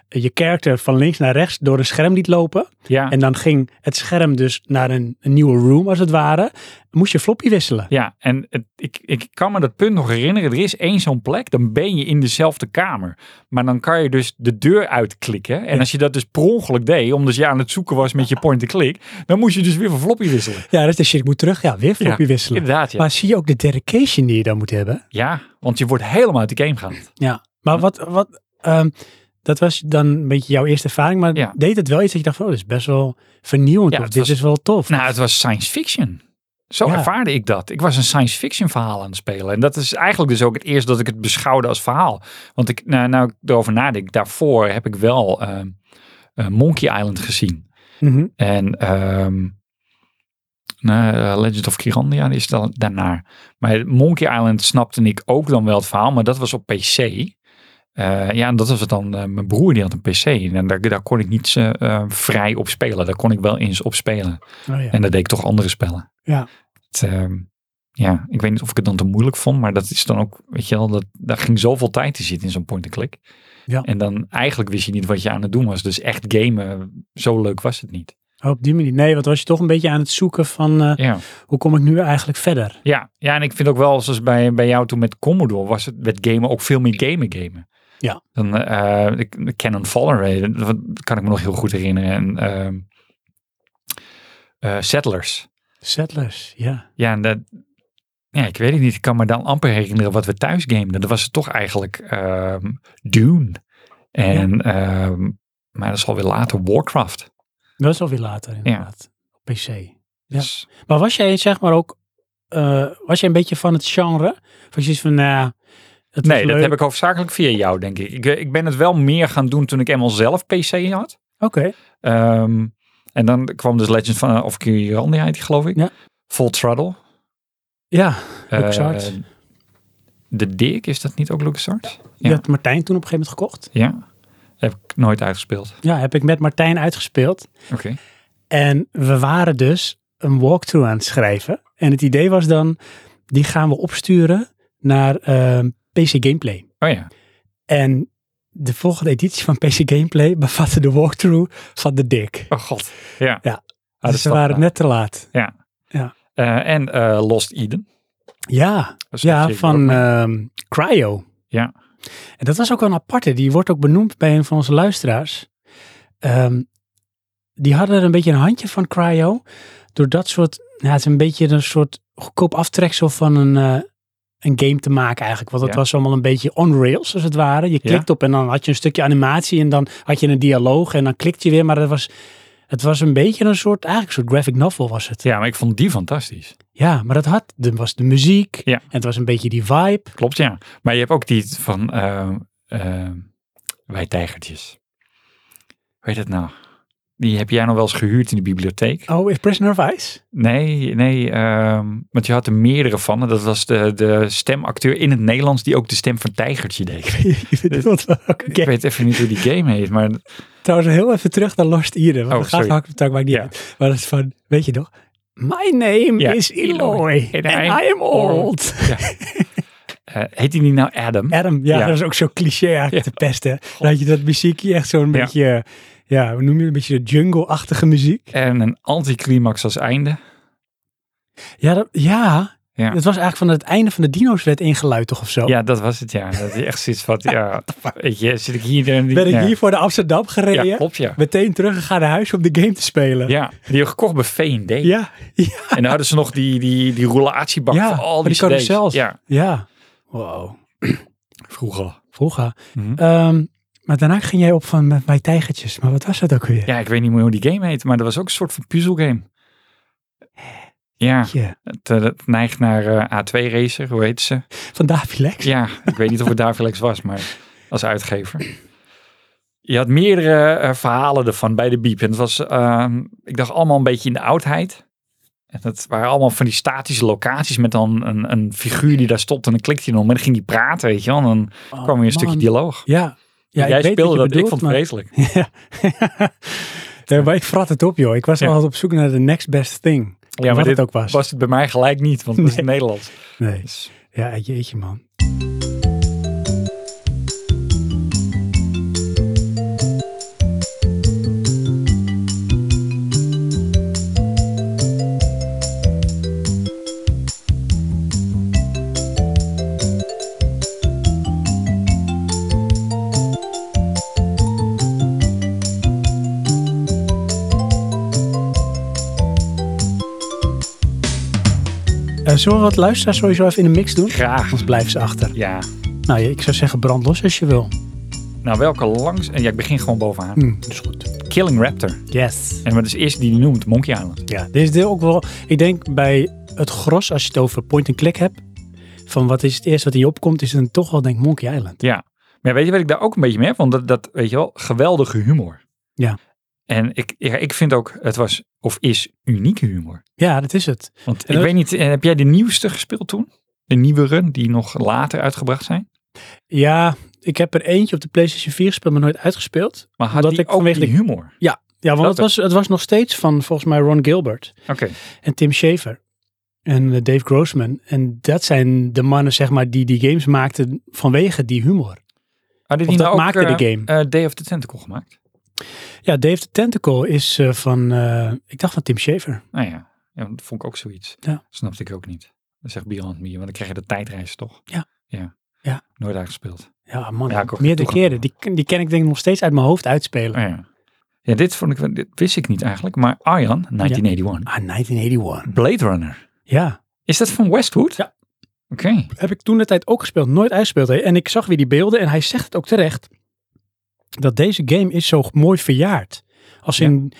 eh, je character van links naar rechts door een scherm liet lopen. Ja, En dan ging het scherm dus naar een, een nieuwe room als het ware. Moest je floppy wisselen. Ja, en het, ik, ik kan me dat punt nog herinneren. Er is één zo'n plek, dan ben je in dezelfde kamer. Maar dan kan je dus de deur uitklikken. En Ja. als je dat dus per ongeluk deed, omdat je aan het zoeken was met je point-and-click, dan moest je dus weer van floppy wisselen. Ja, dat is de shit. Ik moet terug. Ja, weer floppy wisselen. Inderdaad, ja. Maar zie je ook de dedication die je dan moet hebben? Ja, want je wordt helemaal uit de game gehaald. Ja, maar wat, wat ehm, dat was dan een beetje jouw eerste ervaring, maar Ja. deed het wel iets dat je dacht van, oh, dit is best wel vernieuwend, Ja, of het dit was- is wel tof. Nou, het was science fiction. Zo Ja. ervaarde ik dat. Ik was een science fiction verhaal aan het spelen. En dat is eigenlijk dus ook het eerst dat ik het beschouwde als verhaal. Want ik, nou, nou ik erover nadenk, daarvoor heb ik wel ehm, eh, Monkey Island gezien. Mhm. En ehm, nou, eh, Legend of Kirandia is dan daarna. Maar Monkey Island snapte ik ook dan wel het verhaal, maar dat was op PC. Eh, ja, en dat was het dan. eh, mijn broer die had een PC en daar, daar kon ik niet eh, eh, vrij op spelen. Daar kon ik wel eens op spelen. Oh, ja. En dat deed ik toch andere spellen. Ja. Het, ehm, ja, ik weet niet of ik het dan te moeilijk vond, maar dat is dan ook, weet je wel, dat, daar ging zoveel tijd te zitten in zo'n point-and-click. Ja. En dan eigenlijk wist je niet wat je aan het doen was. Dus echt gamen, zo leuk was het niet. Oh, op die manier. Nee, want was je toch een beetje aan het zoeken van, eh, Ja. hoe kom ik nu eigenlijk verder? Ja, ja, en ik vind ook wel, zoals bij, bij jou toen met Commodore, was het met gamen ook veel meer gamen gamen. Ja. Dan eh, de de Cannon Fodder, eh, dat dat kan ik me nog heel goed herinneren. En ehm, eh, Settlers. Settlers, ja. Ja, en dat, ja, ik weet het niet. Ik kan me dan amper herinneren wat we thuis gameden. Dat was het toch eigenlijk ehm, Dune. En, ehm, maar dat is alweer later Warcraft. Dat is alweer later inderdaad. Op PC. Ja. Dus Maar was jij zeg maar ook, eh, was jij een beetje van het genre? Of was je iets van, nou, het was Nee, dat leuk. heb ik hoofdzakelijk via jou, denk ik. ik. eh, Ik ben het wel meer gaan doen toen ik eenmaal zelf PC had. Oké, Ehm, en dan kwam dus Legend van, of Kirandia heet die, geloof ik. Ja. Full Throttle. ja. Eh, LucasArts. de Dick, is dat niet ook LucasArts? Ja. Je had Martijn toen op een gegeven moment gekocht. Ja. Heb ik nooit uitgespeeld. Ja, heb ik met Martijn uitgespeeld. Oké. En we waren dus een walkthrough aan het schrijven. En het idee was dan, die gaan we opsturen naar ehm, PC Gameplay. Oh ja. En de volgende editie van PC Gameplay bevatte de walkthrough van de Dick. Oh god. Ja. Ja. Ah, dat dus is we toch waren waar. net te laat. Eh, en eh, Lost Eden. Ja, Dat is ja zeker ook van mee. ehm, Cryo. Ja. En dat was ook wel een aparte. Die wordt ook benoemd bij een van onze luisteraars. Ehm, die hadden er een beetje een handje van cryo. Door dat soort, ja, het is een beetje een soort goedkoop aftreksel van een, eh, een game te maken eigenlijk. Want dat Ja. was allemaal een beetje on rails als het ware. Je Ja. klikt op en dan had je een stukje animatie en dan had je een dialoog en dan klikte je weer. Maar dat was, het was een beetje een soort, eigenlijk een soort graphic novel was het. Ja, maar ik vond die fantastisch. Ja, maar dat had, er was de muziek Ja. en het was een beetje die vibe. Klopt, ja. Maar je hebt ook die van eh, eh, Wij Tijgertjes. Weet het nou? Die heb jij nog wel eens gehuurd in de bibliotheek? Oh, if Prisoner of Ice? Nee, nee. ehm, want je had er meerdere van. En dat was de, de stemacteur in het Nederlands die ook de stem van Tijgertje deed. Dit was wel ook een Ik game. weet even niet hoe die game heet, maar Trouwens, heel even terug naar Lost Eden. Want oh, Oh, dat gaat sorry. hakt maakt niet Ja. uit. Maar dat is van, weet je nog? My name Ja, is Eloy. Eloy. And, And I'm I am old. eh, heet die niet nou Adam? Adam, ja, Ja. dat is ook zo cliché eigenlijk te pesten. Dan had je dat muziekje echt zo'n Ja. beetje, eh, ja, hoe noem je het? Een beetje de jungle-achtige muziek. En een anticlimax als einde. Ja, dat, ja. Ja. dat was eigenlijk van het einde van de dino's werd ingeluid toch of zo? Ja, dat was het, ja. Dat is echt zoiets wat, ja, weet je, zit ik hier... en die- Ben ik ja. hier voor de Amsterdam gereden? Ja, klopt, ja. Meteen teruggegaan naar huis om de game te spelen. Ja, die hebben gekocht bij V&D. ja. ja. En dan hadden ze nog die, die, die roulatiebak Ja, van al van die, die carousels. cd's. Ja, Ja. Wow. vroeger. Vroeger. Mhm. Ehm, maar daarna ging jij op van met mijn tijgertjes. Maar wat was dat ook weer? Ja, ik weet niet meer hoe die game heet, maar dat was ook een soort van puzzelgame. Ja, Ja. het, eh, dat neigt naar eh, A2 Racer, hoe heet ze? Van Davy Lex. Ja, ik weet niet of het Davilex was, maar als uitgever. Je had meerdere eh, verhalen ervan bij de Biep. En het was, ehm, ik dacht, allemaal een beetje in de oudheid. En dat waren allemaal van die statische locaties met dan een, een figuur die daar stond. En dan klikte je nog, maar dan ging die praten, weet je wel. En dan Oh, kwam weer een stukje man. dialoog. Ja. ja Jij ik weet speelde wat dat, je bedoelt, ik vond het maar- vreselijk. Ja. Nee, maar ik vrat het op, joh. Ik was Ja. altijd op zoek naar de next best thing. Ja, maar wat dit het ook was. Was het bij mij gelijk niet, want het was in Nee. Nederlands. Nee. Dus, Ja, jeetje, man. Eh, zullen we wat luisteraars sowieso even in de mix doen? graag. Anders blijven ze achter. Ja. Nou, ik zou zeggen brand los als je wil. Nou, welke langs... en Ja, ik begin gewoon bovenaan. Hm, dat is goed. Killing Raptor. Yes. En wat is de eerste die je noemt? Monkey Island. Ja, dit is deel ook wel. Ik denk bij het gros, als je het over point-and-click hebt, van wat is het eerste wat hier opkomt, is dan toch wel denk ik, Monkey Island. Ja, maar weet je wat ik daar ook een beetje mee heb? Want dat, dat weet je wel, geweldige humor. Ja. En ik, ja, ik vind ook, het was of is unieke humor. Ja, dat is het. Want En ik dat- weet niet, eh, heb jij de nieuwste gespeeld toen? De nieuwe run die nog later uitgebracht zijn? Ja, ik heb er eentje op de PlayStation 4 gespeeld, maar nooit uitgespeeld. Maar had Omdat die ik ook vanwege die de- humor? Ja, want Dat het was, het was nog steeds van volgens mij Ron Gilbert Oké, en Tim Schafer en eh, Dave Grossman. En dat zijn de mannen, zeg maar, die die games maakten vanwege die humor. hadden Of die dat nou ook, maakte de eh, game. eh, Day of the Tentacle gemaakt? Ja, Dave the Tentacle is eh, van, eh, ik dacht van Tim Schafer. Nou ja, ja, dat vond ik ook zoiets. Ja. Snapte ik ook niet. Dat zegt Beyond Me, want dan krijg je de tijdreis toch? Ja. Ja. Ja. Nooit uitgespeeld. Ja, man, Ja, ik ook meerdere toegang. keren. Die, die ken ik denk ik nog steeds uit mijn hoofd uitspelen. Oh ja. ja, dit vond ik, wel- dit wist ik niet eigenlijk, maar Arjan, 1981. Ah, 1981. Blade Runner. Ja. Is dat van Westwood? Ja. Oké. Heb ik toen de tijd ook gespeeld, nooit uitgespeeld. hè. En ik zag weer die beelden en hij zegt het ook terecht. Dat deze game is zo mooi verjaard. Als Ja. in,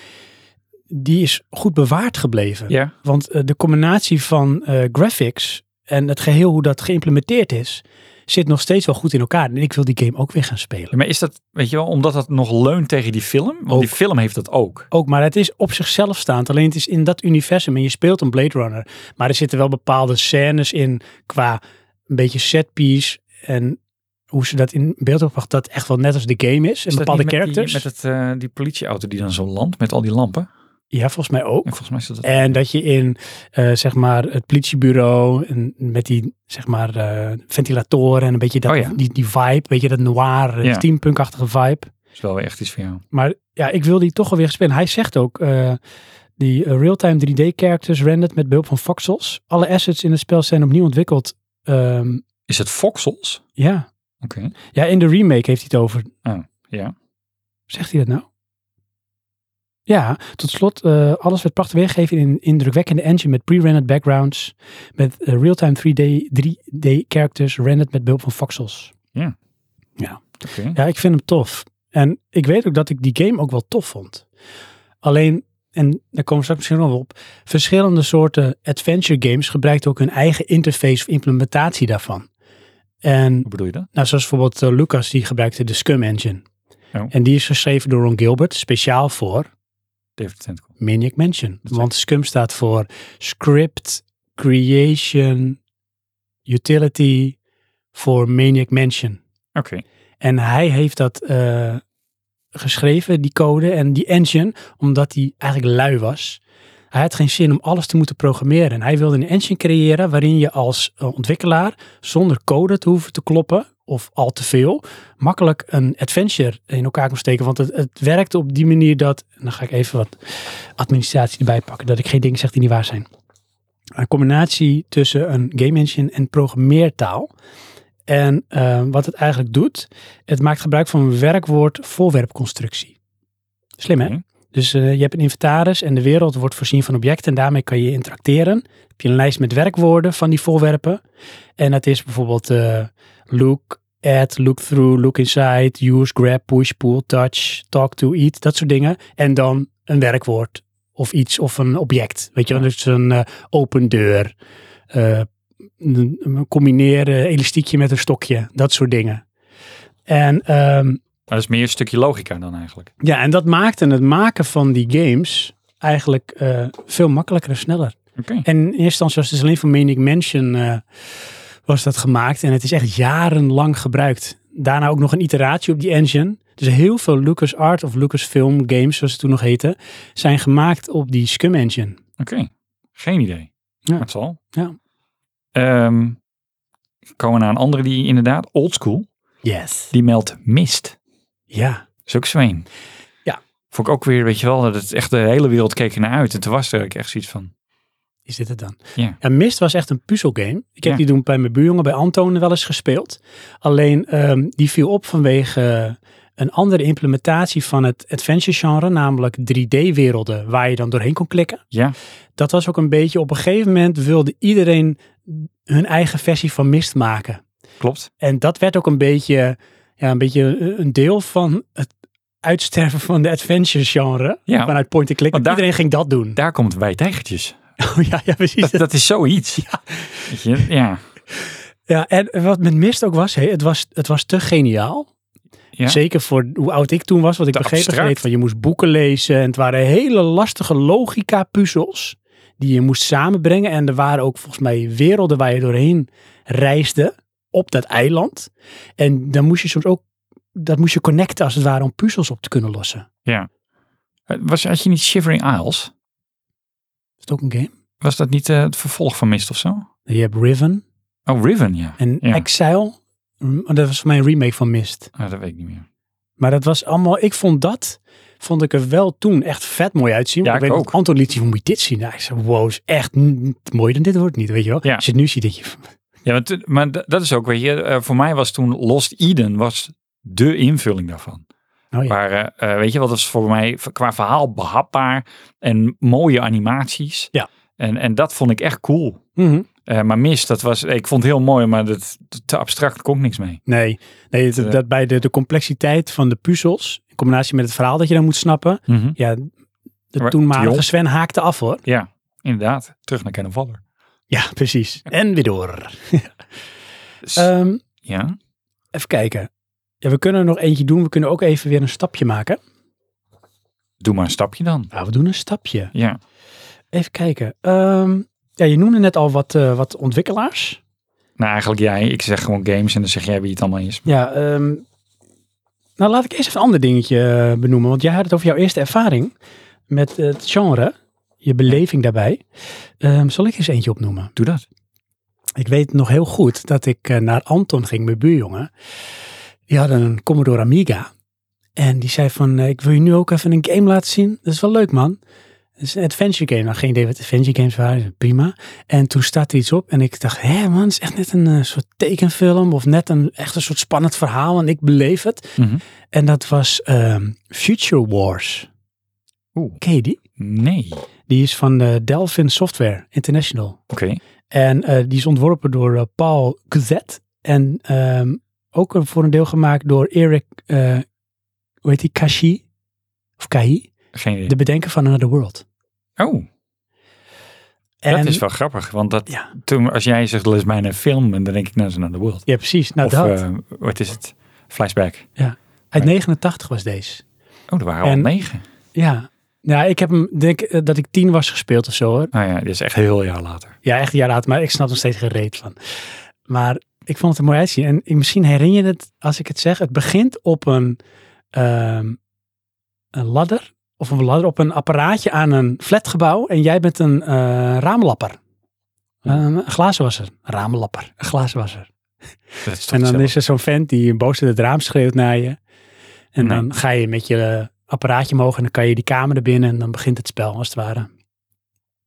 die is goed bewaard gebleven. Ja. Want eh, de combinatie van eh, graphics en het geheel hoe dat geïmplementeerd is, zit nog steeds wel goed in elkaar. En ik wil die game ook weer gaan spelen. Maar is dat, weet je wel, omdat dat nog leunt tegen die film? Want die Ook. film heeft dat ook. Ook, maar het is op zichzelf staand. Alleen het is in dat universum en je speelt een Blade Runner. Maar er zitten wel bepaalde scènes in qua een beetje setpiece en hoe ze dat in beeld opbracht. Dat echt wel net als de game is. En Is dat bepaalde niet met characters. Die, met het, eh, die politieauto die dan zo landt met al die lampen. Ja, volgens mij ook. En volgens mij is dat... En dat je in eh, zeg maar het politiebureau en met die zeg maar eh, ventilatoren en een beetje dat, Oh ja. die, die vibe, weet je dat noir, Ja. ja. steampunkachtige vibe. is wel weer echt iets voor jou. Maar ja, ik wil die toch alweer spelen. Hij zegt ook, eh, die eh, real-time 3D-characters rendered met behulp van voxels. Alle assets in het spel zijn opnieuw ontwikkeld. Ehm, Is het Voxels? ja. Oké. ja, in de remake heeft hij het over. Oh, ja. Zegt hij dat nou? Ja, tot slot, eh, alles werd prachtig weergegeven in een indrukwekkende engine met pre-rendered backgrounds, met eh, real-time 3D, 3D characters rendered met behulp van voxels. Oké. Ja, ik vind hem tof. En ik weet ook dat ik die game ook wel tof vond. Alleen, en daar komen we straks misschien nog wel op, verschillende soorten adventure games gebruikten ook hun eigen interface of implementatie daarvan. En Hoe bedoel je dat? nou, zoals bijvoorbeeld eh, Lucas, die gebruikte de Scum Engine. Oh. En die is geschreven door Ron Gilbert, speciaal voor David Tentacle. Maniac Mansion. Dat is- Want Scum staat voor Script Creation Utility voor Maniac Mansion. Oké. En hij heeft dat eh, geschreven, die code en die engine, omdat hij eigenlijk lui was. Hij had geen zin om alles te moeten programmeren. En hij wilde een engine creëren waarin je als eh, ontwikkelaar zonder code te hoeven te kloppen of al te veel, makkelijk een adventure in elkaar kon steken. Want het, het werkt op die manier dat, en dan ga ik even wat administratie erbij pakken, dat ik geen dingen zeg die niet waar zijn. Een combinatie tussen een game engine en programmeertaal. En eh, wat het eigenlijk doet, het maakt gebruik van een werkwoord-voorwerpconstructie. Slim, hè? Oké. Dus eh, je hebt een inventaris en de wereld wordt voorzien van objecten. En daarmee kan je interacteren. Dan heb je een lijst met werkwoorden van die voorwerpen. En dat is bijvoorbeeld eh, look, add, look through, look inside, use, grab, push, pull, touch, talk to, eat. Dat soort dingen. En dan een werkwoord of iets of een object. Weet je wel, dus een eh, open deur, eh, een- een combineren elastiekje met een stokje, dat soort dingen. En ehm, Maar Nou, dat is meer een stukje logica dan eigenlijk. ja, en dat maakte het maken van die games eigenlijk eh, veel makkelijker en sneller. Oké. En in eerste instantie was het dus alleen voor Maniac Mansion eh, was dat gemaakt. En het is echt jarenlang gebruikt. Daarna ook nog een iteratie op die engine. Dus heel veel LucasArts of Lucasfilm games, zoals ze toen nog heten, zijn gemaakt op die Scum engine. Oké, geen idee. Ja. Maar het zal. Ja. Ehm, komen we naar een andere die inderdaad oldschool. Yes. Die meldt mist. Ja. Is ook Zween. Ja. Vond ik ook weer, weet je wel, dat het echt de hele wereld keek ernaar uit. En toen was er ook echt zoiets van, Is dit het dan? Ja. Mist was echt een puzzelgame. Ik heb Ja. die toen bij mijn buurjongen, bij Anton, wel eens gespeeld. Alleen ehm, die viel op vanwege eh, een andere implementatie van het adventure genre, namelijk 3D-werelden, waar je dan doorheen kon klikken. ja, dat was ook een beetje op een gegeven moment wilde iedereen hun eigen versie van mist maken. klopt. En dat werd ook een beetje, ja, een, beetje eh, een deel van het uitsterven van de adventure genre. Ja. Vanuit point and click. Want daar- Iedereen ging dat doen. Daar komt wij tijgertjes. Oh, ja, ja, precies. Dat, dat is zoiets. Ja. je, ja. Ja, en wat met mist ook was, hé, het was, het was te geniaal. Ja. Zeker voor hoe oud ik toen was, want ik Te begreep abstract. het van je moest boeken lezen. En het waren hele lastige logica puzzels die je moest samenbrengen. En er waren ook volgens mij werelden waar je doorheen reisde op dat eiland. En dan moest je soms ook, dat moest je connecten als het ware om puzzels op te kunnen lossen. Is Eh, Was, had je niet Shivering Isles? het ook een game? Was dat niet eh, het vervolg van mist of zo? Je hebt Riven Oh, Riven, ja. en Ja. Exile. Mm, Dat was voor mij een remake van Mist. Ah, dat weet ik niet meer. Maar dat was allemaal, ik vond dat, vond ik er wel toen echt vet mooi uitzien. Ja, Want ik ik weet dat ook. Anton liet zien, hoe moet je dit zien? Nou, ik zei, wow, is echt n- mooier dan dit wordt het niet, weet je wel. Ja. Als je het nu ziet, dat je, Ja, maar, t- maar d- dat is ook, weet je, eh, voor mij was toen Lost Eden was de invulling daarvan. oh ja, Maar eh, eh, weet je wat, dat is voor mij v- qua verhaal behapbaar en mooie animaties. Ja. En, en dat vond ik echt cool. Mhm. Eh, maar Mist, dat was, ik vond het heel mooi, maar dat, te abstract kon ik niks mee. nee, nee het- eh, dat bij de, de complexiteit van de puzzels, in combinatie met het verhaal dat je dan moet snappen, ja, de Maar- toenmalige Jong. Sven haakte af hoor. Ja, inderdaad. Terug naar Ken Valler. Ja, precies. En weer door. S- Ehm, ja, even kijken. Ja, we kunnen er nog eentje doen. We kunnen ook even weer een stapje maken. doe maar een stapje dan. Nou, we doen een stapje. Ja, Even kijken. Ehm, ja, je noemde net al wat, eh, wat ontwikkelaars. nou eigenlijk jij, ik zeg gewoon games en dan zeg jij wie het allemaal is. Ja, ehm, nou laat ik eerst even een ander dingetje eh, benoemen. Want jij had het over jouw eerste ervaring met het genre, je beleving daarbij. Ehm, zal ik eens eentje opnoemen? Doe dat. Ik weet nog heel goed dat ik eh, naar Anton ging, mijn buurjongen. Die had een Commodore Amiga. En die zei van, eh, ik wil je nu ook even een game laten zien. Dat is wel leuk, man. Het is een adventure game. Nou, geen idee wat adventure games waren. Prima. En toen staat er iets op en ik dacht, hé man, het is echt net een eh, soort tekenfilm. Of net een, echt een soort spannend verhaal en ik beleef het. Mhm. En dat was ehm, Future Wars. Oeh. Ken je die? Nee. Oké. Die is van eh, Delphin Software International. En eh, die is ontworpen door eh, Paul Guzet. En ehm, ook een- voor een deel gemaakt door Eric, eh hoe heet die, Kashi? Of Kahi? Geen idee. De bedenker van Another World. Oh, En, dat is wel grappig. Want dat, Ja. toen, als jij zegt, dat is mijn film, en dan denk ik naar nou, The World. Ja, precies. Nou, of, dat. eh, wat is het? Flashback. Uit 89 was deze. Oh, er waren En- al negen. Ja. Ja, ik heb hem, denk eh, dat ik tien was gespeeld of zo hoor. Oh ja, dit is echt heel jaar later. Ja, echt een jaar later, maar ik snap er steeds geen reet van. Maar ik vond het er mooi uitzien. En ik- misschien herinner je het als ik het zeg. Het begint op een, ehm, een ladder. Of een ladder op een apparaatje aan een flatgebouw. En jij bent een eh, raamlapper. Een glazenwasser. Raamlapper. Een glazenwasser. Dat is toch En dan hetzelfde. is er zo'n vent die boos uit het raam schreeuwt naar je. En Nee. dan ga je met je eh, apparaatje omhoog en dan kan je die kamer naar binnen en dan begint het spel als het ware.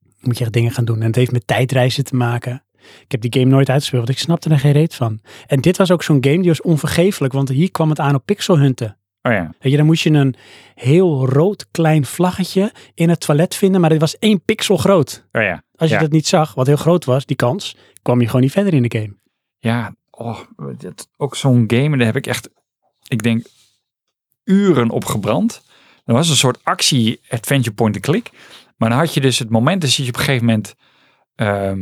Dan moet je echt dingen gaan doen. En het heeft met tijdreizen te maken. Ik heb die game nooit uitgespeeld, want ik snapte er geen reet van. En dit was ook zo'n game die was onvergeeflijk, want hier kwam het aan op pixelhunten. Oh ja. Weet je, dan moest je een heel rood klein vlaggetje in het toilet vinden, maar dit was één pixel groot. Oh ja. Als je Ja. dat niet zag, wat heel groot was, die kans, kwam je gewoon niet verder in de game. Ja, oh, dat, ook zo'n game, en daar heb ik echt, ik denk, uren op gebrand. Dat was een soort actie-adventure point-and-click. Maar dan had je dus het moment, dan zit je op een gegeven moment, ehm,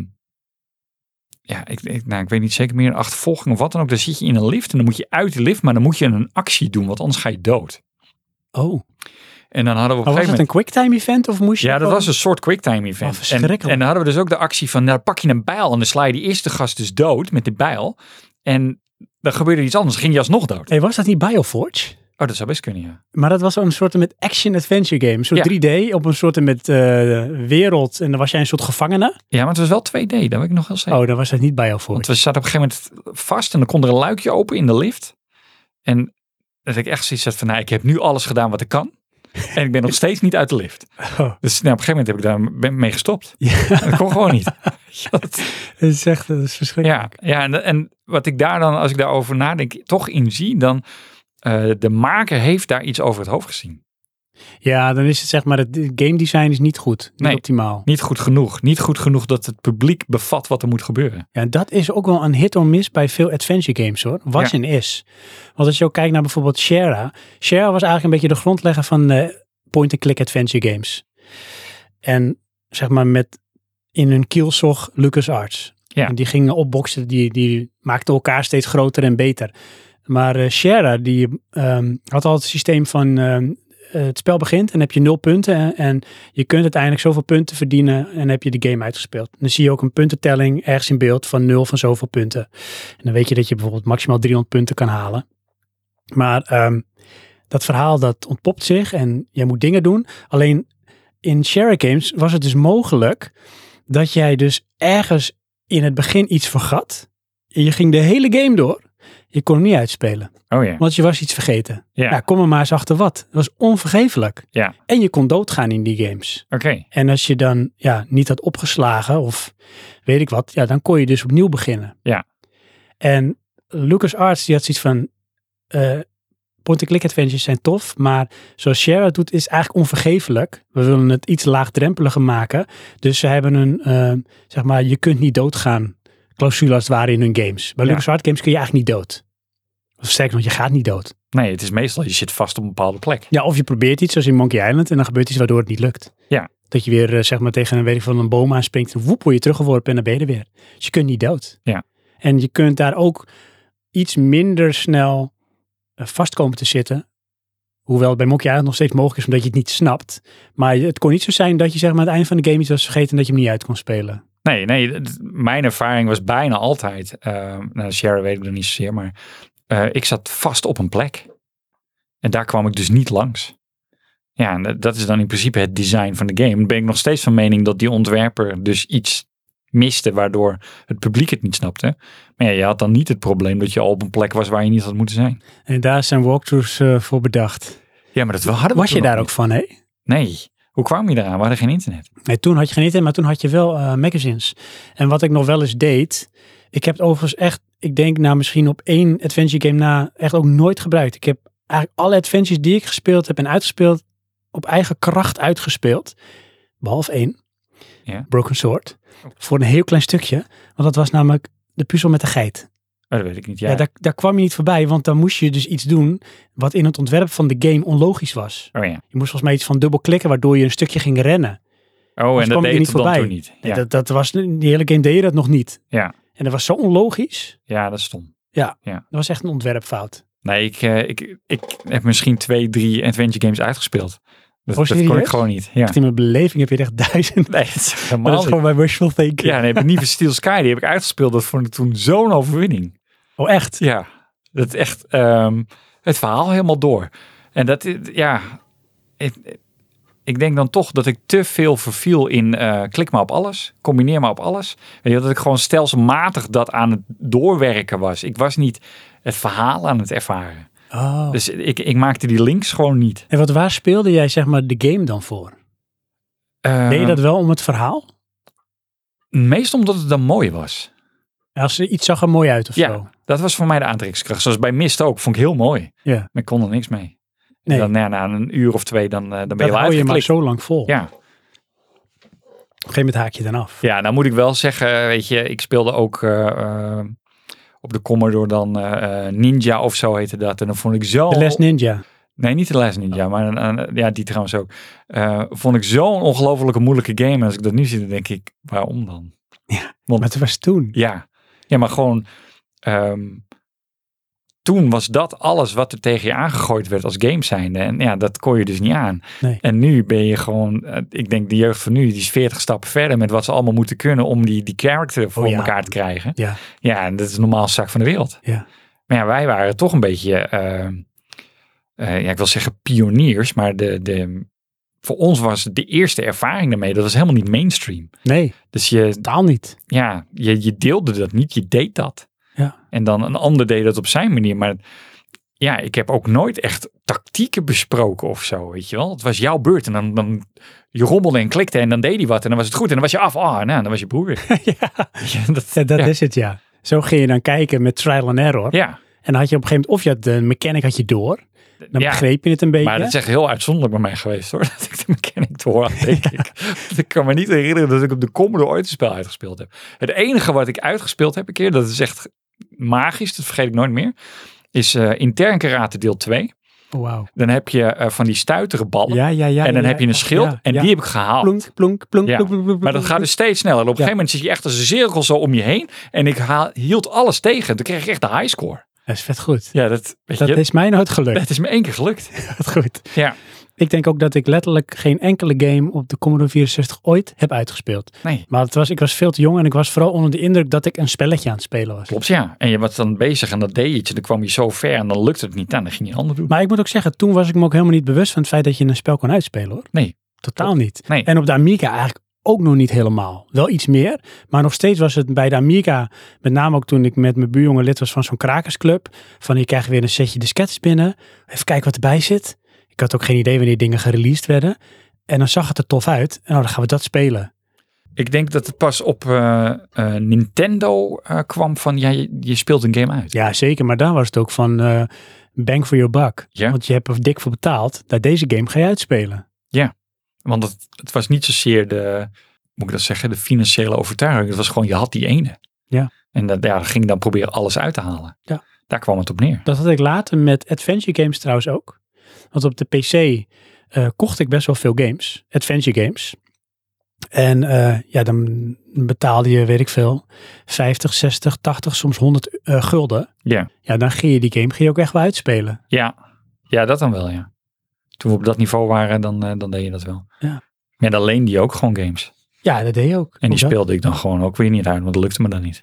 ja, ik, ik, nou, ik weet niet zeker meer, een achtervolging of wat dan ook. Dan zit je in een lift en dan moet je uit die lift, maar dan moet je een actie doen, want anders ga je dood. Oh, En dan hadden Maar we op een Oh, was gegeven het moment... een quicktime event of moest je... Ja, dat gewoon- was een soort quicktime event. Oh, verschrikkelijk. En, en dan hadden we dus ook de actie van, nou pak je een bijl en dan sla je die eerste gast dus dood met die bijl. En dan gebeurde iets anders, dan ging je alsnog dood. Hey, was dat niet Bioforge? Oh, dat zou best kunnen, ja. Maar dat was een soort met action-adventure game. Een soort 3D op een soort met eh, wereld. En dan was jij een soort gevangene. Ja, maar het was wel 2D, dat weet ik nog heel zeker. Oh, dan was dat niet Bioforge. Want we zaten op een gegeven moment vast en dan kon er een luikje open in de lift. En dat ik echt zoiets had van, nou, ik heb nu alles gedaan wat ik kan. En ik ben nog steeds niet uit de lift. Oh. Dus nou, op een gegeven moment heb ik daar ben- mee gestopt. Ja, Dat kon gewoon niet. Ja, dat- dat is echt dat is verschrikkelijk. Ja, ja en, en wat ik daar dan, als ik daarover nadenk, toch in zie, dan eh, de maker heeft daar iets over het hoofd gezien. Ja. dan is het zeg maar, het game design is niet goed. Niet Nee. optimaal. Niet goed genoeg. Niet goed genoeg dat het publiek bevat wat er moet gebeuren. Ja, en dat is ook wel een hit or miss bij veel adventure games hoor. Was Ja. en is. Want als je ook kijkt naar bijvoorbeeld Shara. Shara was eigenlijk een beetje de grondlegger van eh, point-and-click adventure games. En zeg maar met in hun kielzog LucasArts. Ja. En die gingen opboksen, die, die maakten elkaar steeds groter en beter. Maar eh Shara die ehm, had altijd het systeem van ehm, eh, het spel begint en heb je nul punten. En, en je kunt uiteindelijk zoveel punten verdienen en heb je de game uitgespeeld. Dan zie je ook een puntentelling ergens in beeld van nul van zoveel punten. En dan weet je dat je bijvoorbeeld maximaal 300 punten kan halen. Maar ehm, dat verhaal dat ontpopt zich en jij moet dingen doen. Alleen in Share Games was het dus mogelijk dat jij dus ergens in het begin iets vergat. En je ging de hele game door. Je kon hem niet uitspelen, Oh ja. want je was iets vergeten. Ja, Ja, kom er maar eens achter wat. Dat was onvergeeflijk. Ja. En je kon doodgaan in die games. oké. En als je dan ja, niet had opgeslagen of weet ik wat, ja, dan kon je dus opnieuw beginnen. Ja. En LucasArts die had zoiets van, eh point-and-click adventures zijn tof, maar zoals Share het doet is eigenlijk onvergeeflijk. We willen het iets laagdrempeliger maken. Dus ze hebben een, eh, zeg maar, je kunt niet doodgaan clausule als het ware in hun games. Bij Ja. LucasArts games kun je eigenlijk niet dood. Of sterker nog, je gaat niet dood. Nee, het is meestal, je zit vast op een bepaalde plek. Ja, of je probeert iets, zoals in Monkey Island, en dan gebeurt iets waardoor het niet lukt. Ja. Dat je weer, eh, zeg maar, tegen een, weet ik veel, een boom aanspringt, en woep, word je teruggeworpen en dan ben je er weer. Dus je kunt niet dood. Ja. En je kunt daar ook iets minder snel eh, vast komen te zitten. Hoewel het bij Monkey Island nog steeds mogelijk is, omdat je het niet snapt. Maar je- het kon niet zo zijn dat je, zeg maar, aan het einde van de game iets was vergeten en dat je hem niet uit kon spelen. Nee, nee, het- mijn ervaring was bijna altijd, eh nou, Sierra weet ik nog niet zozeer, maar eh, ik zat vast op een plek. En daar kwam ik dus niet langs. Ja, en dat- dat is dan in principe het design van de game. Dan ben ik nog steeds van mening dat die ontwerper dus iets miste, waardoor het publiek het niet snapte. Maar ja, je had dan niet het probleem dat je al op een plek was waar je niet had moeten zijn. En daar zijn walkthroughs eh, voor bedacht. Ja, maar dat hadden we Was je toen daar nog ook van, hè? niet. Nee. Hoe kwam je eraan? We hadden geen internet. Oh, Nee, toen had je geen internet, maar toen had je wel eh, magazines. En wat ik nog wel eens deed, ik heb het overigens echt, ik denk nou misschien op één adventure game na, echt ook nooit gebruikt. Ik heb eigenlijk alle adventures die ik gespeeld heb en uitgespeeld, op eigen kracht uitgespeeld. Behalve één. Ja. Broken Sword. Oh. Voor een heel klein stukje. Want dat was namelijk de puzzel met de geit. Oh, dat weet ik niet. Ja. Ja, daar, daar kwam je niet voorbij, want dan moest je dus iets doen wat in het ontwerp van de game onlogisch was. Oh ja. Je moest volgens mij iets van dubbel klikken, waardoor je een stukje ging rennen. Oh, en dus kwam dat je deed niet het dan voorbij. toen niet. Nee, Ja. Dat, dat was, in die hele game deed je dat nog niet. Ja. En dat was zo onlogisch. ja, dat is stom. Dat was echt een ontwerpfout. Nee, ik, eh, ik, ik heb misschien twee, drie adventure games uitgespeeld. Dat, Oh, dat kon ik serieus? gewoon niet. Ja. Echt in mijn beleving heb je er echt duizend. Nee, dat is Maar helemaal dat is niet. gewoon mijn wishful thinking. Ja, nee, Beneath the Steel Sky, die heb ik uitgespeeld. Dat vond ik toen zo'n overwinning. Oh, echt? Ja, dat is echt ehm, het verhaal helemaal door. En dat, is- ja, ik, ik denk dan toch dat ik te veel verviel in eh, klik maar op alles, combineer maar op alles. Weet je, wel, dat ik gewoon stelselmatig dat aan het doorwerken was. Ik was niet het verhaal aan het ervaren. Oh. Dus ik, ik maakte die links gewoon niet. En wat, waar speelde jij zeg maar de game dan voor? Deed je Eh, dat wel om het verhaal? Meestal omdat het dan mooi was. Als ze iets zag er mooi uit of Ja. zo. Dat was voor mij de aantrekkingskracht. Zoals bij Mist ook. Vond ik heel mooi. Ja. Maar ik kon er niks mee. Nee, Dan, nou ja, na een uur of twee, dan, eh, dan ben dat je wel hou je maar uitgeklikt. zo lang vol. Ja. Op een gegeven moment haak je dan af. ja, nou moet ik wel zeggen, weet je, ik speelde ook eh, eh, op de Commodore dan eh, eh, Ninja of zo heette dat. En dan vond ik zo... De Les Ninja. Oh. Nee, niet de Les Ninja, maar een- een- ja, die trouwens ook. Eh, vond ik zo'n ongelofelijke moeilijke game. En als ik dat nu zie, dan denk ik, waarom dan? Maar het was toen. Ja, ja maar gewoon. ehm, toen was dat alles wat er tegen je aangegooid werd als game zijnde. En ja, dat kon je dus niet aan. Nee. En nu ben je gewoon, eh, ik denk de jeugd van nu, die is 40 stappen verder met wat ze allemaal moeten kunnen om die, die character voor Oh ja. elkaar te krijgen. Ja. Ja, en dat is de normaalste zaak van de wereld. Ja. Maar ja, wij waren toch een beetje, eh, eh, ja, ik wil zeggen pioniers, maar de, de, voor ons was de eerste ervaring daarmee, dat was helemaal niet mainstream. Nee, Dus je, taal niet. ja, je, je deelde dat niet, je deed dat. Ja. En dan een ander deed dat op zijn manier. Maar ja, ik heb ook nooit echt tactieken besproken of zo, weet je wel. Het was jouw beurt en dan, dan je rommelde en klikte en dan deed hij wat en dan was het goed. En dan was je af, ah, nou, dan was je broer weer. Ja. ja, dat, Dat, dat Ja. is het, ja. Zo ging je dan kijken met trial and error. ja. En dan had je op een gegeven moment, of je had de mechanic had je door. Dan Ja. begreep je het een beetje. Maar dat is echt heel uitzonderlijk bij mij geweest hoor, dat ik de mechanic te horen had, denk ik. Want Ik kan me niet herinneren dat ik op de Commodore ooit een spel uitgespeeld heb. Het enige wat ik uitgespeeld heb een keer, dat is echt magisch, dat vergeet ik nooit meer, is eh, intern karate deel 2. Oh, wauw. Dan heb je eh, van die stuitere ballen. Ja, ja, ja. en dan ja, heb je een ja, schild. ja, en ja. die heb ik gehaald. Plonk, plonk, plonk, Ja. plonk, plonk, plonk, Maar dat gaat plonk. dus steeds sneller. Op een Ja. gegeven moment zit je echt als een cirkel zo om je heen. En ik haal, hield alles tegen. Toen kreeg ik echt de highscore. Dat is vet goed. Ja, dat, weet Dat je, is mij nooit gelukt. dat is me één keer gelukt. Vet goed. Ja. Ik denk ook dat ik letterlijk geen enkele game op de Commodore 64 ooit heb uitgespeeld. Nee. Maar het was, ik was veel te jong en ik was vooral onder de indruk dat ik een spelletje aan het spelen was. Klopt, ja. En je was dan bezig en dat deed je iets. En dan kwam je zo ver en dan lukte het niet. Nou, dan ging je een ander doen. Maar ik moet ook zeggen, toen was ik me ook helemaal niet bewust van het feit dat je een spel kon uitspelen hoor. Nee. Totaal niet. Nee. En op de Amiga eigenlijk ook nog niet helemaal. Wel iets meer, maar nog steeds was het bij de Amiga, met name ook toen ik met mijn buurjongen lid was van zo'n krakersclub, van hier krijg je weer een setje diskettes binnen, even kijken wat erbij zit. Ik had ook geen idee wanneer dingen gereleased werden. En dan zag het er tof uit. En nou, dan gaan we dat spelen. Ik denk dat het pas op eh, eh, Nintendo eh, kwam van... Ja, je, je speelt een game uit. Ja, zeker. Maar daar was het ook van eh bang for your buck. Ja. Want je hebt er dik voor betaald. Dat deze game ga je uitspelen. Want het, het was niet zozeer de... Moet ik dat zeggen? De financiële overtuiging. Het was gewoon, je had die ene. Ja. En dat, ja, dat ging dan proberen alles uit te halen. Ja. Daar kwam het op neer. Dat had ik later met adventure games trouwens ook. Want op de PC eh, kocht ik best wel veel games, adventure games. En eh, ja, dan betaalde je, weet ik veel, 50, 60, 80, soms 100 eh, gulden. Ja. Ja, dan ging je die game ging je ook echt wel uitspelen. Ja. Ja, dat dan wel, ja. Toen we op dat niveau waren, dan, eh, dan deed je dat wel. Ja. Ja, dan leende je ook gewoon games. Ja, dat deed je ook. En die Hoezo? speelde ik dan gewoon ook weer niet uit, want dat lukte me dan niet.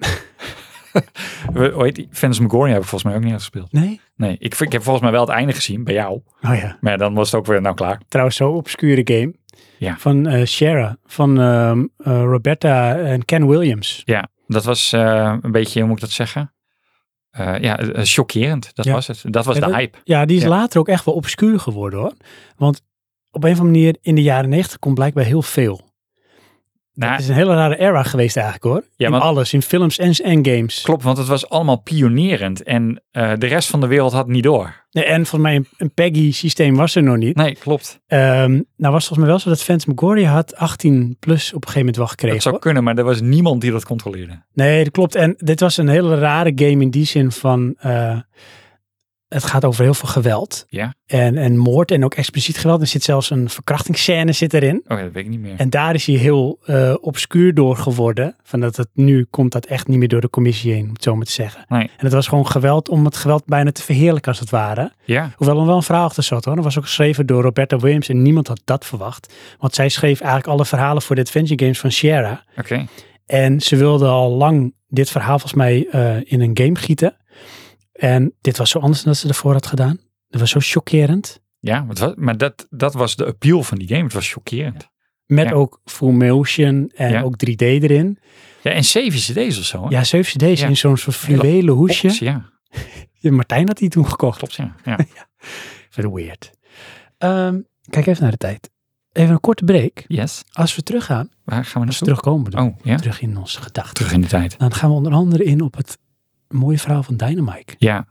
We- Hoe heet die? Phantom Megoria heb ik volgens mij ook niet uitgespeeld. Nee? Nee, ik, ik heb volgens mij wel het einde gezien bij jou. Oh ja. Maar ja, dan was het ook weer nou klaar. Trouwens, zo'n obscure game. Ja. Van eh Shara, van ehm, eh, Roberta en Ken Williams. Ja, dat was eh, een beetje, hoe moet ik dat zeggen? Eh, ja, eh, chockerend. Dat Ja. was het. Dat was Ja, de dat- hype. Ja, die is Ja. later ook echt wel obscuur geworden hoor. Want op een of andere manier in de jaren negentig komt blijkbaar heel veel. Nou, Het is een hele rare era geweest eigenlijk hoor. Ja, in want- alles, in films en, en games. Klopt, want het was allemaal pionerend en eh, de rest van de wereld had niet door. Nee, En volgens mij een, een PEGI-systeem was er nog niet. Nee, klopt. Ehm, nou was volgens mij wel zo dat Phantasmagoria had 18 plus op een gegeven moment wel gekregen. Het zou hoor. kunnen, maar er was niemand die dat controleerde. Nee, dat klopt. En dit was een hele rare game in die zin van... eh, het gaat over heel veel geweld. Ja. En, en moord en ook expliciet geweld. Er zit zelfs een verkrachtingsscène zit erin. Oh ja, dat weet ik niet meer. En daar is hij heel eh, obscuur door geworden. Van dat het nu komt dat echt niet meer door de commissie heen, om het zo maar te zeggen. Nee. En het was gewoon geweld om het geweld bijna te verheerlijken als het ware. Ja, Hoewel er wel een verhaal achter zat hoor. Dat was ook geschreven door Roberta Williams en niemand had dat verwacht. Want zij schreef eigenlijk alle verhalen voor de adventure games van Sierra. oké. En ze wilde al lang dit verhaal volgens mij eh, in een game gieten. En dit was zo anders dan dat ze ervoor had gedaan. Dat was zo chockerend. Ja, maar, het was- maar dat, dat was de appeal van die game. Het was chockerend. Met Ja. ook full motion en Ja. ook 3D erin. Ja, en 7 cd's of zo. hè? Ja, 7 cd's Ja. in zo'n soort fluwelen hoesje. Ops, ja, Ja, Martijn had die toen gekocht. klopt, ja. ja. Very weird. Ehm, kijk even naar de tijd. Even een korte break. Yes. Als we teruggaan, Waar gaan we als we naartoe? terugkomen bedoel ik. Oh, ja. terug in onze gedachten. Nou, Terug in de tijd. Dan gaan we onder andere in op het mooie verhaal van Dynamite. Ja,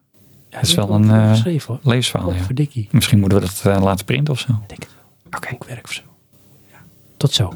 Ja, is die wel heb ik een, ook eh, geschreven hoor. levensverhaal, ja. Verdikkie. Misschien moeten we dat eh, laten printen of zo. Oké. Boekwerk of zo. Ja. Tot zo.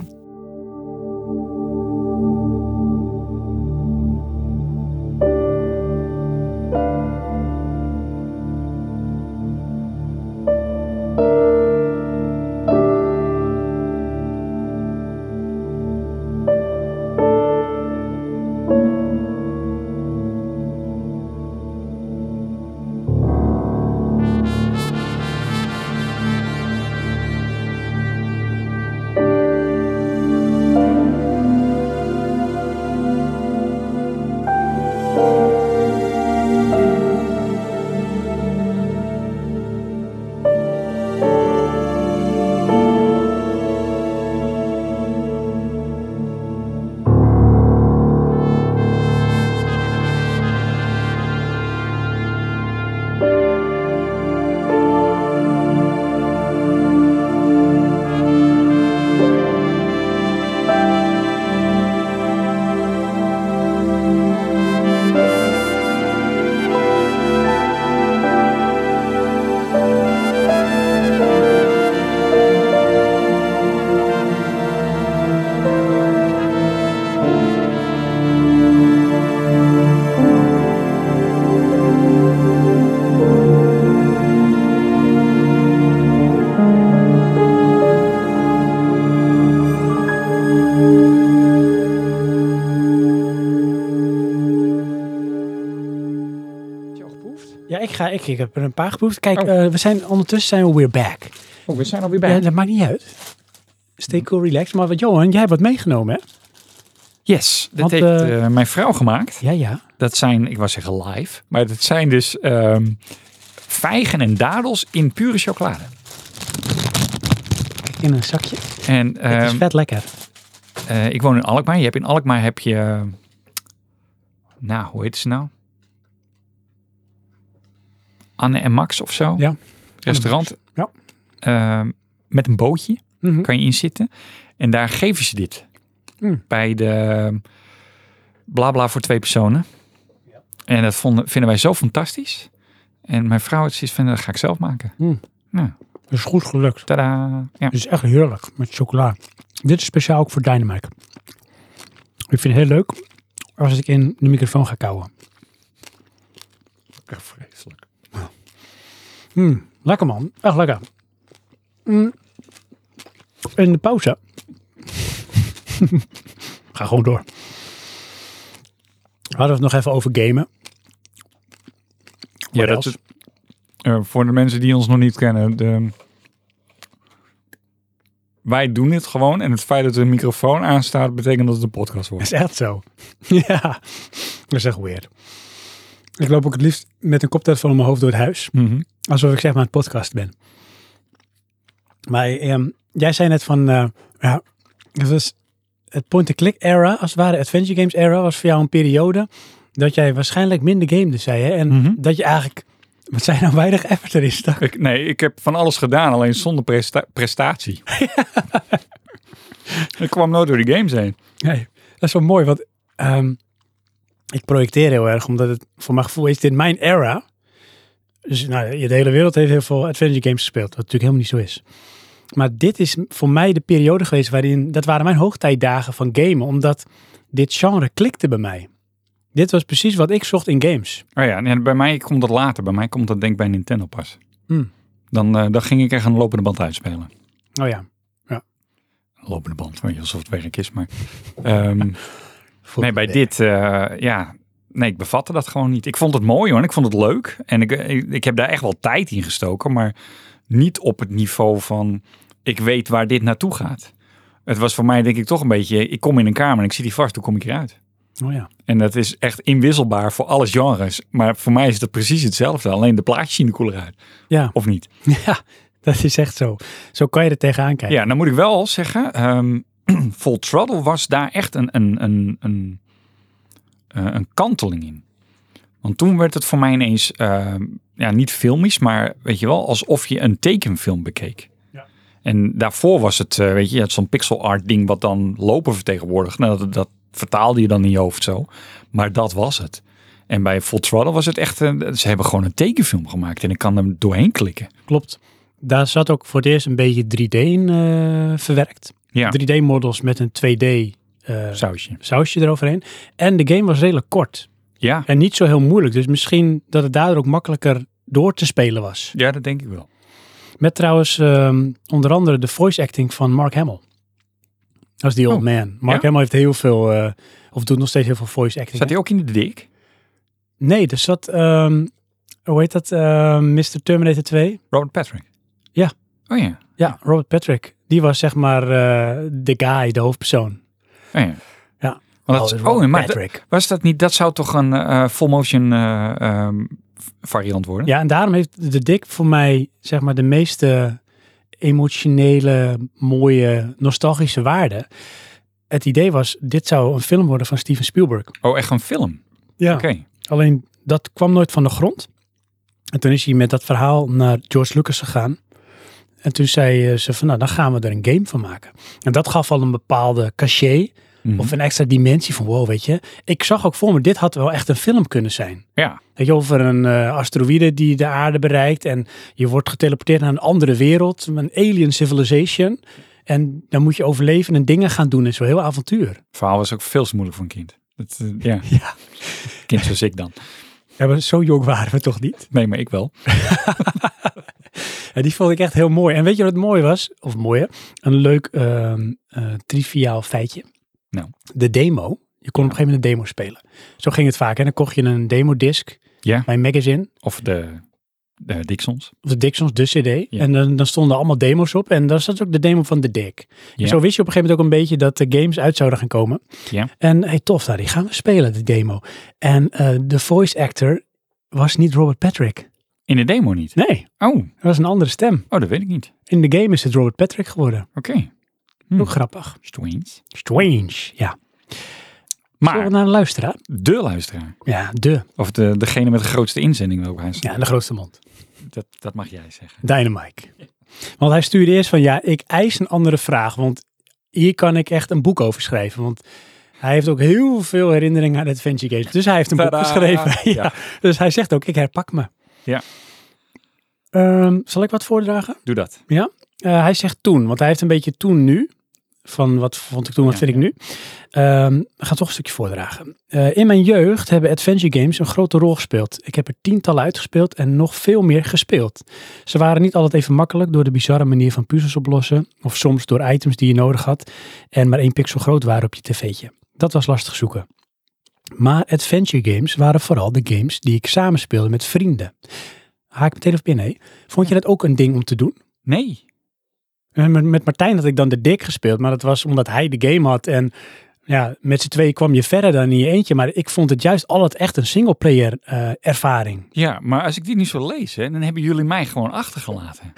Ja, ik, ga, ik, ik heb er een paar geproefd. Kijk, Oh. eh, we zijn, ondertussen zijn we weer back. Oh, we zijn alweer Ja, dat maakt niet uit. Stay cool, relax. Maar wat, Johan, jij hebt wat meegenomen, hè? Yes, dat Want, heeft eh, eh, mijn vrouw gemaakt. Ja, ja. Dat zijn, ik wou zeggen live, maar dat zijn dus ehm, vijgen en dadels in pure chocolade. Kijk, in een zakje. En Het is ehm, vet lekker. eh, ik woon in Alkmaar. Je hebt in Alkmaar heb je, eh, nou, hoe heet ze nou? Anne en Max of zo. Ja. Restaurant. Ja. Ehm, met een bootje. Mhm. kan je in zitten. En daar geven ze dit. Hmm. Bij de blabla voor twee personen. En dat vonden, vinden wij zo fantastisch. En mijn vrouw het zoiets van, dat ga ik zelf maken. Hmm. Nou, Het is goed gelukt. tada. Ja. Het is echt heerlijk met chocola. Dit is speciaal ook voor Dynamite. Ik vind het heel leuk als ik in de microfoon ga kauwen. Echt vreselijk. Mm, lekker man, echt lekker. Mm. In de pauze. Ga gewoon door. Hadden we het nog even over gamen. Ja, What dat else? is, eh, voor de mensen die ons nog niet kennen. De, wij doen dit gewoon. En het feit dat er een microfoon aan staat, betekent dat het een podcast wordt. Dat is echt zo. ja, dat is echt weird. Ik loop ook het liefst met een koptelefoon op mijn hoofd door het huis. Mhm. Alsof ik zeg maar aan het podcast ben. Maar ehm, jij zei net van, eh, ja, het was het point-and-click era, als het ware, adventure games era, was voor jou een periode dat jij waarschijnlijk minder gamede, zei je. En Mhm. dat je eigenlijk, wat zijn nou weinig effort erin stak. Ik, nee, ik heb van alles gedaan, alleen zonder presta- prestatie. Ik kwam nooit door die games heen. Nee, dat is wel mooi, want ehm, ik projecteer heel erg, omdat het voor mijn gevoel is dit mijn era. Dus nou, ja, de hele wereld heeft heel veel adventure games gespeeld, wat natuurlijk helemaal niet zo is. Maar dit is voor mij de periode geweest waarin, dat waren mijn hoogtijdagen van gamen, omdat dit genre klikte bij mij. Dit was precies wat ik zocht in games. Oh ja, nee, bij mij komt dat later. Bij mij komt dat denk ik bij Nintendo pas. Hmm. Dan, eh, dan ging ik echt een lopende band uitspelen. Oh ja, Lopende band, weet je alsof het werk is. Maar ehm, voor- nee, bij dit, eh, ja, nee, ik bevatte dat gewoon niet. Ik vond het mooi hoor, en ik vond het leuk. En ik, ik, ik heb daar echt wel tijd in gestoken, maar niet op het niveau van ik weet waar dit naartoe gaat. Het was voor mij denk ik toch een beetje, ik kom in een kamer en ik zit hier vast, hoe kom ik eruit? Oh ja. En dat is echt inwisselbaar voor alle genres. Maar voor mij is dat precies hetzelfde. Alleen de plaatjes zien er cooler uit. Ja. Of niet? ja, dat is echt zo. Zo kan je er tegenaan kijken. Ja, dan moet ik wel zeggen. ehm Full Throttle was daar echt een, een, een, een, eh, een kanteling in. Want toen werd het voor mij ineens, ehm, ja, niet filmisch, maar weet je wel, alsof je een tekenfilm bekeek. Ja. En daarvoor was het, eh, weet je, je had zo'n pixel art ding wat dan lopen vertegenwoordigt. Nou, dat, dat vertaalde je dan in je hoofd zo. Maar dat was het. En bij Full Throttle was het echt, eh, ze hebben gewoon een tekenfilm gemaakt en ik kan hem doorheen klikken. Klopt. Daar zat ook voor het eerst een beetje 3D in eh, verwerkt. Ja, 3D-models met een 2D eh, sausje. sausje eroverheen. En de game was redelijk kort. Ja. En niet zo heel moeilijk. Dus misschien dat het daardoor ook makkelijker door te spelen was. ja, dat denk ik wel. Met trouwens ehm, onder andere de voice acting van Mark Hamill. Dat is die old Oh, man. Mark ja? Hamill heeft heel veel, eh, of doet nog steeds heel veel voice acting. Zat hij ook in de dik? Nee, dus dat, ehm, hoe heet dat, Ehm Mr. Terminator 2? Robert Patrick? Ja. Oh ja. Ja, Robert Patrick. Die was zeg maar eh, de guy, de hoofdpersoon. Oh ja. Ja. Want is dat, Robert oh, maar dat- Patrick. was dat niet, dat zou toch een eh, full motion eh, ehm, variant worden? Ja, en daarom heeft de Dick voor mij zeg maar de meeste emotionele, mooie, nostalgische waarde. Het idee was, dit zou een film worden van Steven Spielberg. Oh, echt een film? Ja. Oké. Alleen dat kwam nooit van de grond. En toen is hij met dat verhaal naar George Lucas gegaan. En toen zei eh, ze van, nou dan gaan we er een game van maken. En dat gaf al een bepaalde cachet. Mhm. Of een extra dimensie van wow, weet je. Ik zag ook voor me, dit had wel echt een film kunnen zijn. Ja. Weet je, over een eh, asteroïde die de aarde bereikt en je wordt geteleporteerd naar een andere wereld, een alien civilization. En dan moet je overleven en dingen gaan doen en zo, heel avontuur. Het verhaal was ook veel te moeilijk voor een kind. Dat, eh, ja. Ja. Kind zoals ik dan. Ja, maar zo jong waren we toch niet? Nee, maar ik wel. Ja, die vond ik echt heel mooi. En weet je wat mooi was? Of mooier, een leuk ehm, eh, triviaal feitje. Nou. De demo. Je kon op een gegeven moment een demo spelen. Zo ging het vaak. En dan kocht je een demodisc Ja. bij een magazine. Of de, de Dixons. of de Dixons, de CD. Ja. En dan, dan stonden allemaal demo's op. En daar zat ook de demo van de Dick. Ja. En zo wist je op een gegeven moment ook een beetje dat de games uit zouden gaan komen. Ja. En hey, tof, nou, die gaan we spelen, de demo. En eh, de voice actor was niet Robert Patrick. In de demo niet. Nee, Oh, dat was een andere stem. oh dat weet ik niet. In de game is het Robert Patrick geworden. Oké. Ook Hm. grappig. Strange. Strange, ja. Zullen we Maar naar een luisteraar? de luisteraar. Ja, de. Of de, degene met de grootste inzending welke hij is. Ja, de grootste mond. Dat, dat mag jij zeggen. Dynamite. Want hij stuurde eerst van ja, ik eis een andere vraag. Want hier kan ik echt een boek over schrijven. Want hij heeft ook heel veel herinneringen aan Adventure Games. Dus hij heeft een boek Tadaa. geschreven. ja. Ja. Dus hij zegt ook, ik herpak me. Ja. Ehm, zal ik wat voordragen? Doe dat. Eh, hij zegt toen, want hij heeft een beetje toen nu. Van wat vond ik toen, wat Ja, vind ik nu. Ehm ga toch een stukje voordragen. Eh, in mijn jeugd hebben adventure games een grote rol gespeeld. Ik heb er tientallen uitgespeeld en nog veel meer gespeeld. Ze waren niet altijd even makkelijk door de bizarre manier van puzzels oplossen. Of soms door items die je nodig had en maar één pixel groot waren op je tv'tje. Dat was lastig zoeken. Maar adventure games waren vooral de games die ik samenspeelde met vrienden. Haak meteen op in, hé. Vond je dat ook een ding om te doen? Nee. En Eh, Met, met Martijn had ik dan de dik gespeeld, maar dat was omdat hij de game had. En ja, met z'n tweeën kwam je verder dan in je eentje. Maar ik vond het juist altijd echt een singleplayer eh ervaring. Ja, maar als ik dit niet zo lees, hè, dan hebben jullie mij gewoon achtergelaten.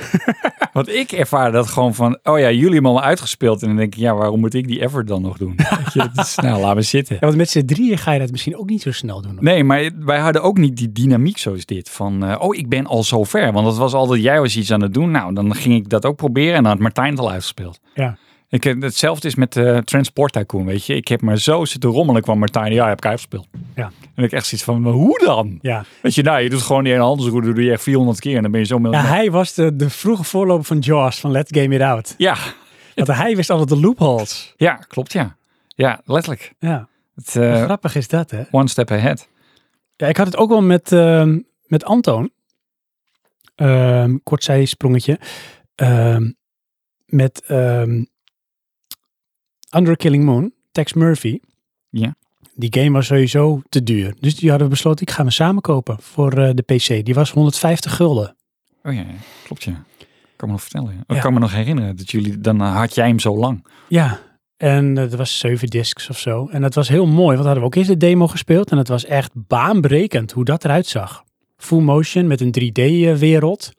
Want ik ervaar dat gewoon van, oh ja, jullie hebben al uitgespeeld. En dan denk ik, ja, waarom moet ik die effort dan nog doen? Weet je, dat is- nou, laat me zitten. Ja, want met z'n drieën ga je dat misschien ook niet zo snel doen. Nee, maar wij hadden ook niet die dynamiek zoals dit. Van, eh, oh, ik ben al zo ver. Want dat was altijd, jij was iets aan het doen. Nou, dan ging ik dat ook proberen. En dan had Martijn het al uitgespeeld. Ja. Ik, heb- hetzelfde is met eh Transport Tycoon, weet je. Ik heb maar zo zitten rommelen kwam Martijn. Ja, heb ik uitgespeeld. Ja. En ik echt zoiets van, maar hoe dan? Ja. Weet je, nou, je doet gewoon die ene handelsroute, doe je echt 400 keer en dan ben je zo... mil- ja, hij was de, de vroege voorloper van Jaws van Let's Game It Out. ja, Want hij wist altijd de loopholes. ja, klopt, ja. Ja, letterlijk. Ja, Het, eh, grappig is dat, nou- hè? one step ahead. Ja, ik had het ook wel met, ehm, met Antoon. Ehm kort zijsprongetje. Ehm, met ehm, Under Killing Moon, Tex Murphy. Ja. Die game was sowieso te duur. Dus die hadden we besloten, ik ga hem samen kopen voor eh, de PC. Die was 150 gulden. Oh ja, ja, klopt, ja. Ik kan me nog vertellen. ja. Ja. Ik kan me nog herinneren dat jullie, dan eh, had jij hem zo lang. Ja, en eh, dat was zeven discs of zo. En dat was heel mooi, want hadden we ook eerst de demo gespeeld. En het was echt baanbrekend hoe dat eruit zag. Full motion met een 3D-wereld.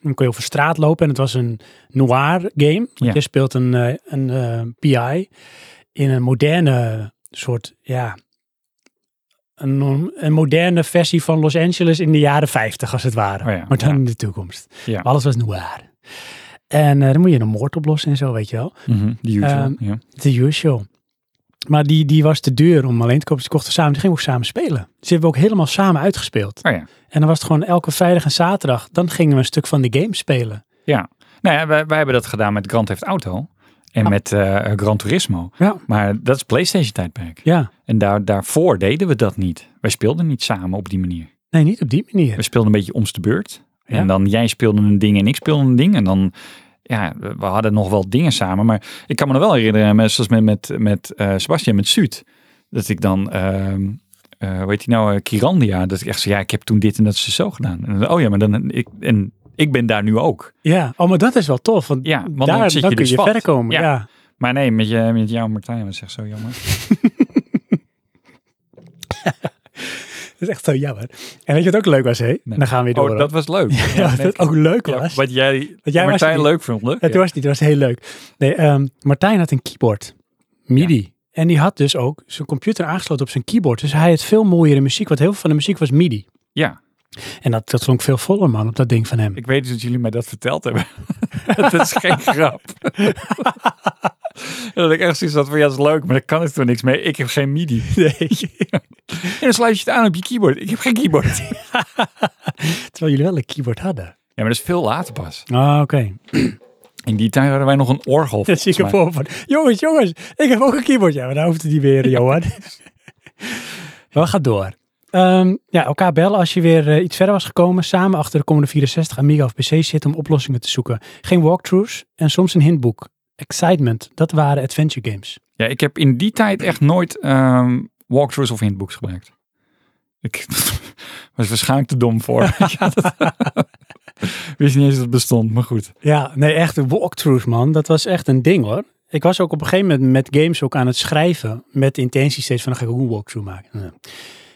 Dan kon je over straat lopen en het was een noir game. Ja. Je speelt een, eh, een eh, PI in een moderne soort, ja... Een, norm- een moderne versie van Los Angeles in de jaren 50, als het ware. Oh ja, maar dan ja. in de toekomst. Ja. Maar Alles was noir. En eh, dan moet je een moord oplossen en zo, weet je wel. Mhm, die usual, Ehm, ja. The usual. Maar die, die was te duur om alleen te kopen. Dus die kochten we samen. Die gingen we ook samen spelen. Dus die hebben we ook helemaal samen uitgespeeld. Oh ja. En dan was het gewoon elke vrijdag en zaterdag. Dan gingen we een stuk van de game spelen. Nou ja, wij, wij hebben dat gedaan met Grand Theft Auto en Ah. met eh Gran Turismo. Ja. Maar dat is PlayStation tijdperk. Ja. En daar, daarvoor deden we dat niet. Wij speelden niet samen op die manier. Nee, niet op die manier. We speelden een beetje om's de beurt. En Ja. dan jij speelde een ding en ik speelde een ding. En dan, ja, we we hadden nog wel dingen samen. Maar ik kan me nog wel herinneren, met- zoals met, met, met eh, Sebastian, met Suut. Dat ik dan, ehm eh hoe heet die nou, eh, Kirandia. Dat ik echt zei, ja, ik heb toen dit en dat zo gedaan. En, dan, oh ja, maar dan, ik, en ik ben daar nu ook. Ja. Oh, maar dat is wel tof. Want, Ja, want dan daar, zit dan je kun dus je vast. verder komen. Ja. Ja. Maar nee, met, je, met jou en Martijn was echt zo jammer. Dat is echt zo jammer. En weet je wat ook leuk was, hé? Dan gaan we weer door. Oh, dat was leuk. hoor. Ja, wat nee, ook leuk ja, was. wat jij, was er Martijn niet. leuk vond. Leuk, Het was niet, het was heel leuk. Nee, ehm, Martijn had een keyboard, MIDI. En die had dus ook zijn computer aangesloten op zijn keyboard. Dus hij had veel mooiere muziek, want heel veel van de muziek was MIDI. Ja, En dat, dat klonk veel voller, man, op dat ding van hem. ik weet dus dat jullie mij dat verteld hebben. dat is geen grap. En dat ik echt zoiets had van, ja, dat is leuk, maar daar kan ik toch niks mee. Ik heb geen MIDI. Nee. En dan sluit je het aan op je keyboard. Ik heb geen keyboard. ja, Terwijl jullie wel een keyboard hadden. maar dat is veel later pas. Ah, oké. In die tijd hadden wij nog een orgel. Dat zie ik volgens ervoor van. Jongens, jongens, ik heb ook een keyboard. Ja, maar daar hoeft het niet weer, Johan. Wel, gaat door. Ehm, ja, elkaar bellen als je weer eh, iets verder was gekomen. Samen achter de komende 64 Amiga of PC zitten om oplossingen te zoeken. Geen walkthroughs en soms een hintboek. Excitement, dat waren adventure games. mij. Ja, ik heb in die tijd echt nooit ehm, walkthroughs of hintbooks gebruikt. Ik was waarschijnlijk te dom voor. Ja, dat- Wist niet eens dat het bestond, maar goed. Ja, nee, echt walkthroughs, man. Dat was echt een ding, hoor. Ik was ook op een gegeven moment met games ook aan het schrijven. Met de intentie steeds van, dan ga ik ook een walkthrough maken. Nou,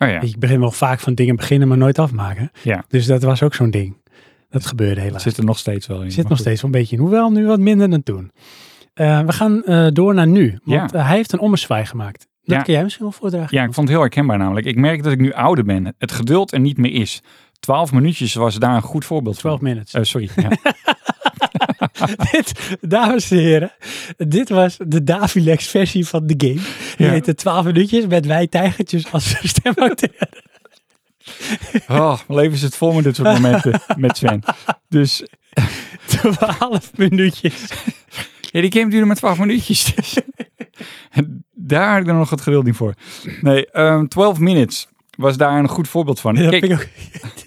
Oh ja. Ik begin wel vaak van dingen beginnen, maar nooit afmaken. Ja. Dus dat was ook zo'n ding. Dat gebeurde helaas. Zit er nog steeds wel in. Zit maar nog goed. steeds wel een beetje in. Hoewel nu wat minder dan toen. Eh, we gaan eh, door naar nu. Want eh, hij heeft een ommezwaai gemaakt. Dat Ja. kun jij misschien wel voordragen. Ja, ik vond het heel herkenbaar namelijk. Ik merk dat ik nu ouder ben. Het geduld er niet meer is. Twaalf minuutjes was daar een goed voorbeeld 12 van. minutes. Eh, sorry. Ja. dit, dames en heren, dit was de Davilex versie van de game. Die Ja. heette 12 minuutjes met wij tijgertjes als stemacteur. Oh, mijn leven zit vol met dit soort momenten met Sven. Dus 12 minuutjes. ja, die game duurde maar twaalf minuutjes. Dus. En daar had ik dan nog het geduld niet voor. Nee, ehm 12 minutes was daar een goed voorbeeld van. Dat Kijk, vind ik ook...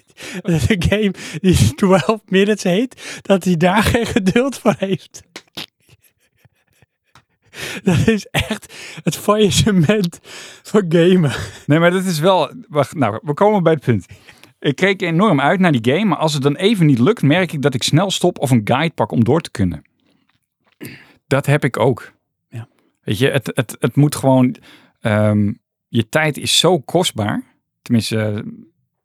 Dat de game die 12 minutes heet, dat hij daar geen geduld voor heeft. Dat is echt het faillissement van gamen. Nee, maar dat is wel... Wacht, nou, we komen bij het punt. Ik keek enorm uit naar die game, maar als het dan even niet lukt, merk ik dat ik snel stop of een guide pak om door te kunnen. Dat heb ik ook. Ja. Weet je, het, het, het moet gewoon... ehm, je tijd is zo kostbaar, tenminste eh,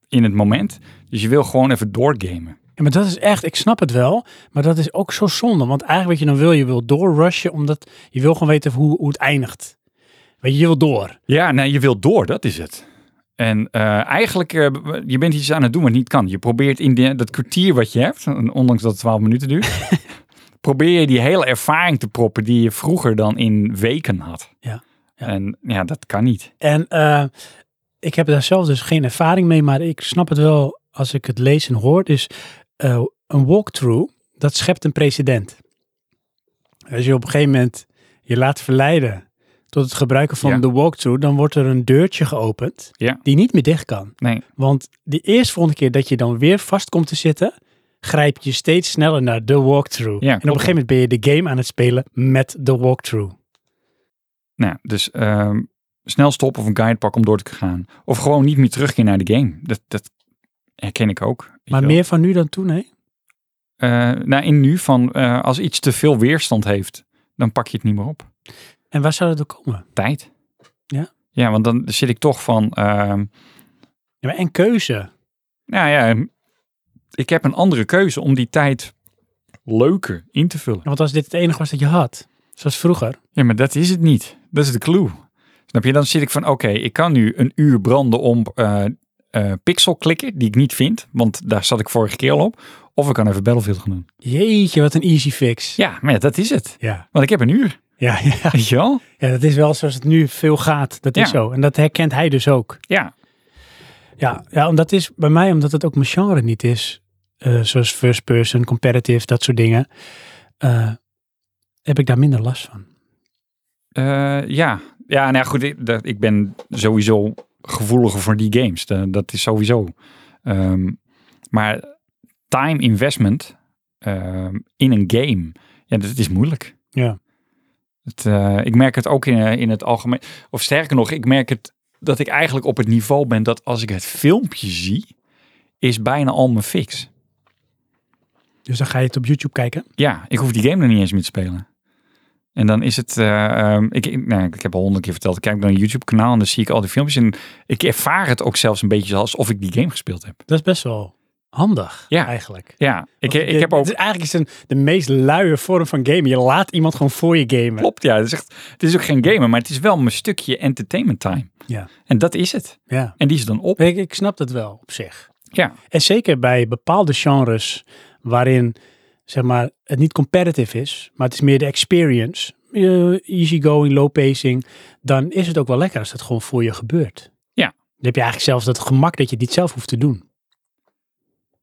in het moment, dus je wil gewoon even doorgamen. Ja, maar dat is echt, ik snap het wel, maar dat is ook zo zonde. Want eigenlijk wat je dan wil, je wil doorrushen, omdat je wil gewoon weten hoe, hoe het eindigt. Weet je, je wil door. Ja, nee, je wil door, dat is het. En eh, eigenlijk, eh, je bent iets aan het doen wat niet kan. Je probeert in de, dat kwartier wat je hebt, ondanks dat het 12 minuten duurt, probeer je die hele ervaring te proppen die je vroeger dan in weken had. Ja, ja. En ja, dat kan niet. En eh, ik heb daar zelf dus geen ervaring mee, maar ik snap het wel als ik het lees en hoor. Dus eh, een walkthrough, dat schept een precedent. Als je op een gegeven moment je laat verleiden tot het gebruiken van Ja. de walkthrough, dan wordt er een deurtje geopend Ja. die niet meer dicht kan. Nee, Want de eerstvolgende keer dat je dan weer vast komt te zitten, grijp je steeds sneller naar de walkthrough. Ja, en op een klopt. gegeven moment ben je de game aan het spelen met de walkthrough. nou, ja, dus ehm, snel stoppen of een guide pakken om door te gaan. Of gewoon niet meer terugkeren naar de game. Dat, dat herken ik ook. weet Maar je wel. meer van nu dan toen, hè? Eh, nou, in nu van eh, als iets te veel weerstand heeft, dan pak je het niet meer op. En waar zou dat door komen? Tijd. Ja? Ja, want dan zit ik toch van, ehm, Ja, maar en keuze. nou ja, ik heb een andere keuze om die tijd leuker in te vullen. Want als dit het enige was dat je had, zoals vroeger. Ja, maar dat is het niet. Dat is de clue. Snap je? Dan zit ik van, oké, ik kan nu een uur branden om eh eh, pixel klikken die ik niet vind, want daar zat ik vorige keer al op. Of ik kan even Battlefield gaan doen. Jeetje, wat een easy fix. Ja, maar ja, dat is het. Ja, Want ik heb een uur. ja, ja. Weet je wel? Ja, dat is wel zoals het nu veel gaat. Dat is Ja. zo. En dat herkent hij dus ook. Ja, Ja, ja, omdat is bij mij, omdat het ook mijn genre niet is. eh, zoals first person, competitive, dat soort dingen. eh, heb ik daar minder last van. Eh, ja. ja, nou ja, goed, ik, dat- ik ben sowieso gevoeliger voor die games. Da- dat is sowieso. Ehm, maar time investment ehm, in een game, ja, dat is moeilijk. Ja. Het, eh, ik merk het ook in, eh, in het algemeen. Of sterker nog, ik merk het dat ik eigenlijk op het niveau ben dat als ik het filmpje zie, is bijna al mijn fix. Dus dan ga je het op YouTube kijken. Ja, ik hoef die game er niet eens meer te spelen. En dan is het, eh, ehm, ik, ik, nou, ik heb al honderd keer verteld, ik kijk naar een YouTube kanaal en dan zie ik al die filmpjes en ik ervaar het ook zelfs een beetje alsof ik die game gespeeld heb. Dat is best wel handig, Ja. eigenlijk. Ja, ik, Want ik je- heb ook, Het is eigenlijk is een, de meest luie vorm van gamen. Je laat iemand gewoon voor je gamen. klopt ja, het is, echt, het is ook geen gamer, maar het is wel mijn stukje entertainment time. Ja. En dat is het. Ja. En die is dan op. Ik, ik snap dat wel op zich. Ja, En zeker bij bepaalde genres waarin zeg maar, het niet competitive is, maar het is meer de experience. easy easygoing, low pacing. Dan is het ook wel lekker als dat gewoon voor je gebeurt. Ja. Dan heb je eigenlijk zelfs dat gemak dat je dit zelf hoeft te doen.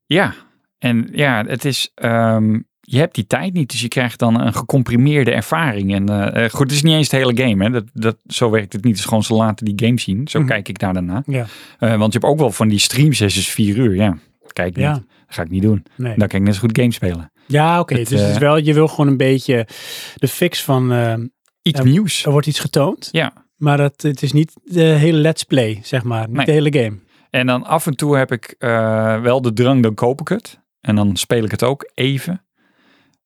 ja. En ja, het is, ehm, je hebt die tijd niet, dus je krijgt dan een gecomprimeerde ervaring. En eh, eh, goed, het is niet eens het hele game, hè. Dat, dat, zo werkt het niet. Het is gewoon ze laten die game zien. Zo Mhm. kijk ik daar daarna. Ja. Eh, want je hebt ook wel van die streamsessies 4 uur. Ja, kijk niet. Ja. Dat ga ik niet doen. Nee. Dan kan ik net zo goed games spelen. Ja, oké. Nou, Het, Dus het is eh, wel, je wil gewoon een beetje de fix van ehm, Iets Ja, nieuws. er wordt iets getoond. Ja. Maar dat, het is niet de hele let's play, zeg maar. Niet Nee. de hele game. En dan af en toe heb ik eh, wel de drang, dan koop ik het. En dan speel ik het ook even.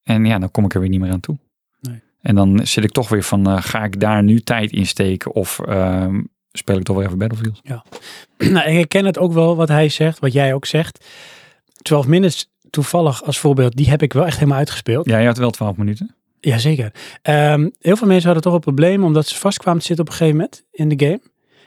En ja, dan kom ik er weer niet meer aan toe. Nee. En dan zit ik toch weer van, eh, ga ik daar nu tijd in steken? Of ehm, speel ik toch weer even Battlefield? nou, ik herken het ook wel wat hij zegt, wat jij ook zegt. 12 Minutes, toevallig als voorbeeld, die heb ik wel echt helemaal uitgespeeld. Ja, je had wel 12 minuten. Jazeker. Ehm, heel veel mensen hadden toch een probleem omdat ze vast kwamen te zitten op een gegeven moment in de game.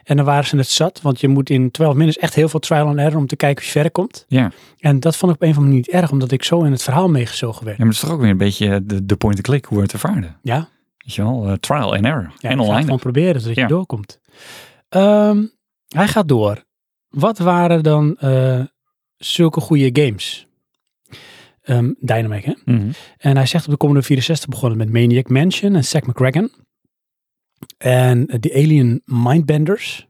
En dan waren ze het zat, want je moet in 12 minutes echt heel veel trial and error om te kijken of je verder komt. Ja. En dat vond ik op een of andere manier niet erg, omdat ik zo in het verhaal meegezogen ja, werd. maar het is toch ook weer een beetje eh, de, de point-and-click, hoe we het ervaarde. Ja, Weet je wel, eh, trial and error. ja en je gaat online. gewoon proberen zodat Ja. je doorkomt. Ehm, hij gaat door. Wat waren dan eh, zulke goede games? Ehm Dynamic, hè? Mhm. En hij zegt op de Commodore 64 begonnen met Maniac Mansion en Zack McCracken. En eh, de Alien Mindbenders.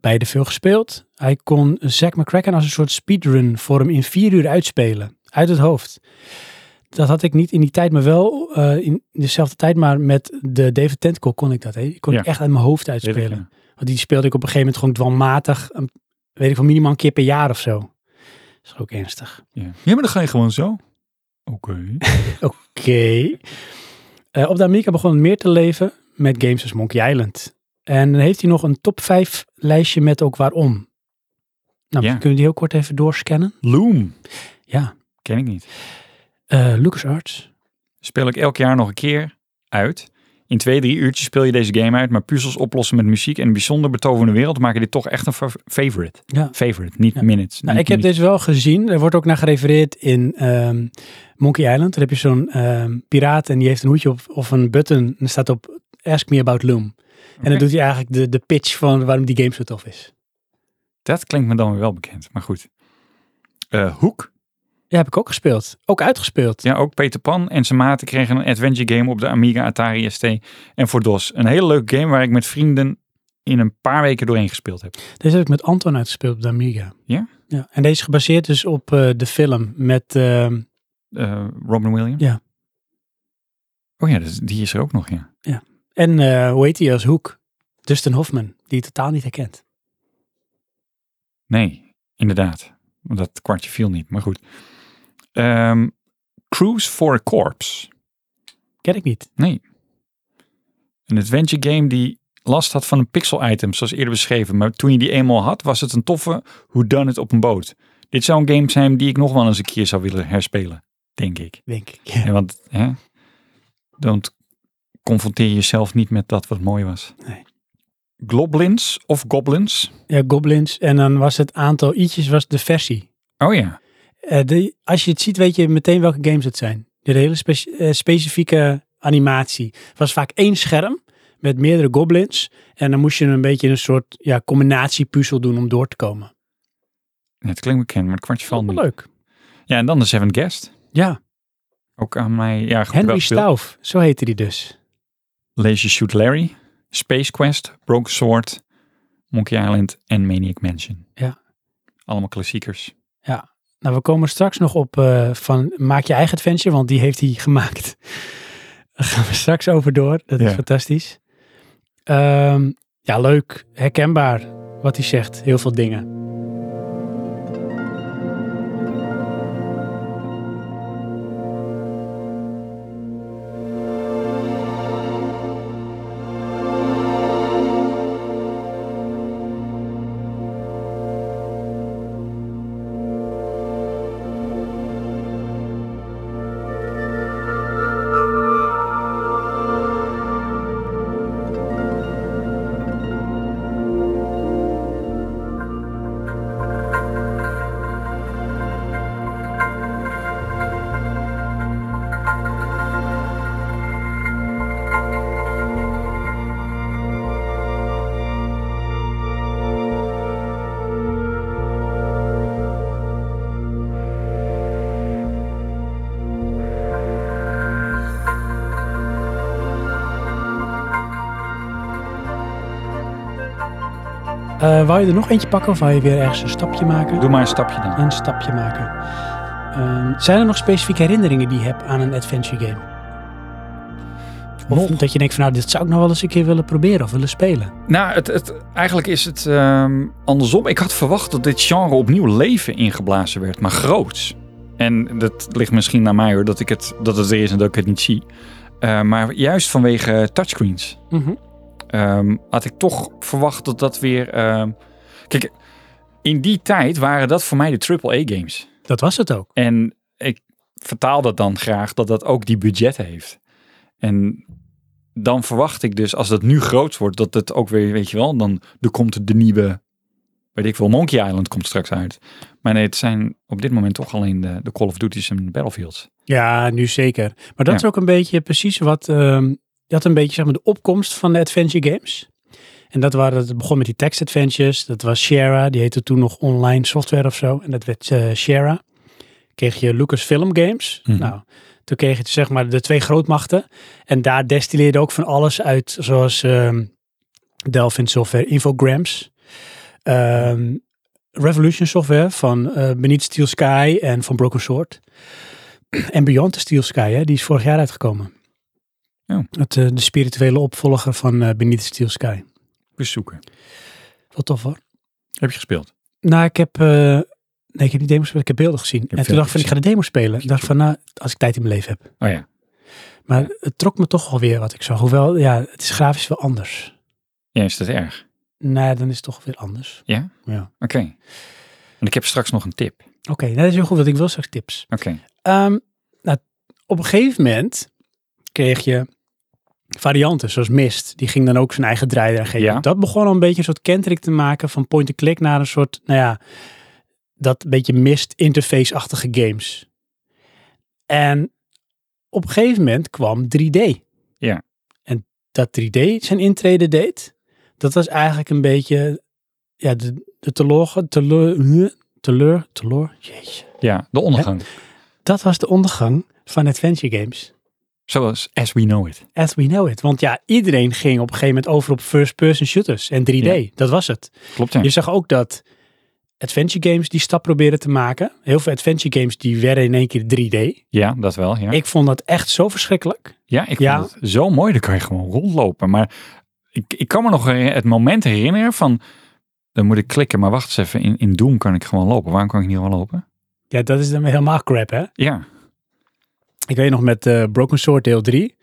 Beide veel gespeeld. Hij kon Zack McCracken als een soort speedrun vorm in vier uur uitspelen. Uit het hoofd. Dat had ik niet in die tijd, maar wel eh, in dezelfde tijd. Maar met de David Tentacle kon ik dat. Hè? Ik kon Ja. ik echt uit mijn hoofd Weet ik, uitspelen. ja. Want die speelde ik op een gegeven moment gewoon dwangmatig. een- Weet ik wel, minimaal een keer per jaar of zo. Dat is ook ernstig. Ja. maar dan ga je gewoon zo. Oké. Oké. Eh, op de Amiga begon het meer te leven met games als Monkey Island. En dan heeft hij nog een top 5 lijstje met ook waarom. Nou, misschien kunnen we die heel kort even doorscannen. Loom. Ja. Ken ik niet. Eh LucasArts. Speel ik elk jaar nog een keer uit. In twee, drie uurtjes speel je deze game uit, maar puzzels oplossen met muziek en een bijzonder betoverende wereld maken dit toch echt een fa- favorite. Ja. Favorite, niet Ja. minutes. Nou, niet ik heb minuten. deze wel gezien. Er wordt ook naar gerefereerd in ehm, Monkey Island. Daar heb je zo'n ehm, piraat en die heeft een hoedje op of een button. En er staat op Ask Me About Loom. En dan doet hij eigenlijk de, de pitch van waarom die game zo tof is. Dat klinkt me dan weer wel bekend, maar goed. Eh, Hoek. Ja, heb ik ook gespeeld. Ook uitgespeeld. Ja, ook Peter Pan en zijn maten kregen een adventure game op de Amiga Atari ST en voor DOS. Een hele leuke game waar ik met vrienden in een paar weken doorheen gespeeld heb. Deze heb ik met Anton uitgespeeld op de Amiga. Ja? ja. En deze is gebaseerd dus op eh, de film met... ehm, Eh, Robin Williams? Ja. Oh ja, dus die is er ook nog, ja. en eh, hoe heet hij als hoek? Dustin Hoffman, die je totaal niet herkent. Nee, inderdaad. Want Dat kwartje viel niet, maar goed. Ehm, Cruise for a Corpse. Ken ik niet. Een adventure game die last had van een pixel item, zoals eerder beschreven. Maar toen je die eenmaal had, was het een toffe hoe dan het op een boot. Dit zou een game zijn die ik nog wel eens een keer zou willen herspelen, denk ik. denk ik. Ja, want hè, don't confronteer jezelf niet met dat wat mooi was. Nee. Globlins of goblins? Ja, Goblins. En dan was het aantal i'tjes was de versie. Oh ja, Eh, de, als je het ziet, weet je meteen welke games het zijn. De hele spe- eh, specifieke animatie. Het was vaak één scherm met meerdere goblins. En dan moest je een beetje een soort ja, combinatiepuzzel doen om door te komen. het klinkt bekend, maar het kwartje valt Wel niet. leuk. Ja, en dan de Seven Guest. Ja, Ook aan mij. Ja, goed, Henry wel gespeeld. Stauff, zo heette die dus. Lazy Shoot Larry, Space Quest, Broken Sword, Monkey Island en Maniac Mansion. Ja. Allemaal klassiekers. Nou, we komen straks nog op eh, van maak je eigen adventure, want die heeft hij gemaakt. Daar gaan we straks over door. Dat is Ja. fantastisch. Ehm, ja, leuk. Herkenbaar wat hij zegt. Heel veel dingen. Eh, wou je er nog eentje pakken of wou je weer ergens een stapje maken? Doe maar een stapje dan. Een stapje maken. Ehm, zijn er nog specifieke herinneringen die je hebt aan een adventure game? Of Nog. dat je denkt van nou, dit zou ik nog wel eens een keer willen proberen of willen spelen. Nou, het, het, eigenlijk is het ehm, andersom. Ik had verwacht dat dit genre opnieuw leven ingeblazen werd, maar groots. En dat ligt misschien naar mij hoor, dat, ik het, dat het er is en dat ik het niet zie. Eh, maar juist vanwege eh, touchscreens. ehm, had ik toch verwacht dat dat weer... ehm, kijk, in die tijd waren dat voor mij de AAA-games. Dat was het ook. En ik vertaal dat dan graag dat dat ook die budget heeft. En dan verwacht ik dus, als dat nu groot wordt, dat het ook weer, weet je wel, dan er komt de nieuwe, weet ik veel, Monkey Island komt straks uit. Maar nee, het zijn op dit moment toch alleen de, de Call of Duty's en Battlefields. Ja, nu zeker. Maar dat is ook een beetje precies wat. ehm dat een beetje zeg maar de opkomst van de adventure games. En dat waren, het begon met die text adventures. Dat was Shara, die heette toen nog online software of zo. En dat werd eh, Shara. Kreeg je Lucasfilm Games. Mhm. Nou, toen kreeg je zeg maar de twee grootmachten. En daar destilleerde ook van alles uit, zoals ehm Delphin Software, Infograms. ehm, Revolution Software van eh Beneath Steel Sky en van Broken Sword. En Beyond the Steel Sky, hè, die is vorig jaar uitgekomen. Ja. Het, eh, de spirituele opvolger van eh Beneath the Steel Sky. Bezoeken. Wat tof hoor. Heb je gespeeld? Nou, ik heb, eh, nee, ik heb niet demos gespeeld, ik heb beelden gezien. en toen filmpjes dacht ik van, ik ga de demo spelen. Ik dacht van, nou, als ik tijd in mijn leven heb. Oh ja. Maar het trok me toch alweer wat ik zag. Hoewel, ja, het is grafisch wel anders. Ja, is dat erg? Nou, dan is het toch weer anders. Ja? Ja. Oké. En ik heb straks nog een tip. Oké, nou, dat is heel goed, want ik wil straks tips. Oké. Ehm, nou, op een gegeven moment kreeg je varianten zoals Mist. Die ging dan ook zijn eigen draai eraan geven. Ja. Dat begon al een beetje een soort kentrick te maken van point-and-click naar een soort, nou ja, dat beetje Mist interface-achtige games. En op een gegeven moment kwam 3D. Ja. En dat 3D zijn intrede deed, dat was eigenlijk een beetje ja, de, de teleur, teleur, teleur, teleur, jeetje. Ja, de ondergang. Dat was de ondergang van Adventure Games. Zoals As We Know It. As we know it. Want ja, iedereen ging op een gegeven moment over op first-person shooters en 3D. Ja. Dat was het. Klopt, ja. Je zag ook dat adventure games die stap probeerden te maken. Heel veel adventure games die werden in één keer 3D. Ja, dat wel. Ja, ik, Ik vond dat echt zo verschrikkelijk. ja, ik ja. vond het zo mooi. Dan kan je gewoon rondlopen. Maar ik, ik kan me nog her- het moment herinneren van... Dan moet ik klikken, maar wacht eens even. In, in Doom kan ik gewoon lopen. Waarom kan ik niet gewoon lopen? Ja, dat is dan weer helemaal crap, hè? Ja, Ik weet nog met eh, Broken Sword deel 3.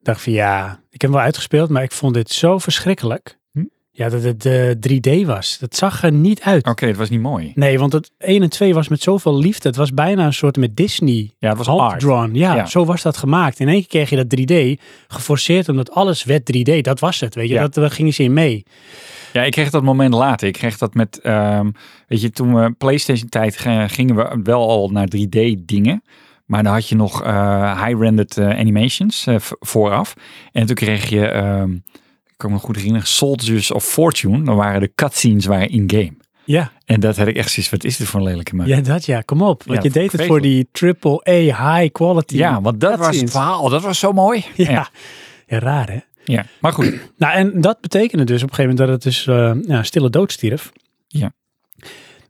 Dacht ik van ja, ik heb hem wel uitgespeeld, maar ik vond dit zo verschrikkelijk. Hm? Ja, dat het eh, 3D was. Dat zag er niet uit. oké, het was niet mooi. Nee, want het 1 en 2 was met zoveel liefde. Het was bijna een soort met Disney Ja, het was art. hand-drawn. Ja, Ja. zo was dat gemaakt. In één keer kreeg je dat 3D geforceerd, omdat alles werd 3D. Dat was het, weet je. Ja. Dat, daar gingen ze in mee. Ja, ik kreeg dat moment later. Ik kreeg dat met, ehm, weet je, toen we PlayStation tijd ge- gingen we wel al naar 3D dingen. Maar dan had je nog eh, high-rendered eh, animations eh, v- vooraf. En toen kreeg je, ehm ik kan me nog goed herinneren, Soldiers of Fortune. Dan waren de cutscenes waren in-game. Ja, En dat had ik echt zoiets, wat is dit voor een lelijke man? ja dat ja. Kom op. Want Ja, je deed het voor die AAA high quality. Ja, want dat was het cutscenes. verhaal. Dat was zo mooi. Ja. ja, raar hè? ja. Maar goed, Nou, en dat betekende dus op een gegeven moment dat het dus eh, ja, stille dood stierf. Ja.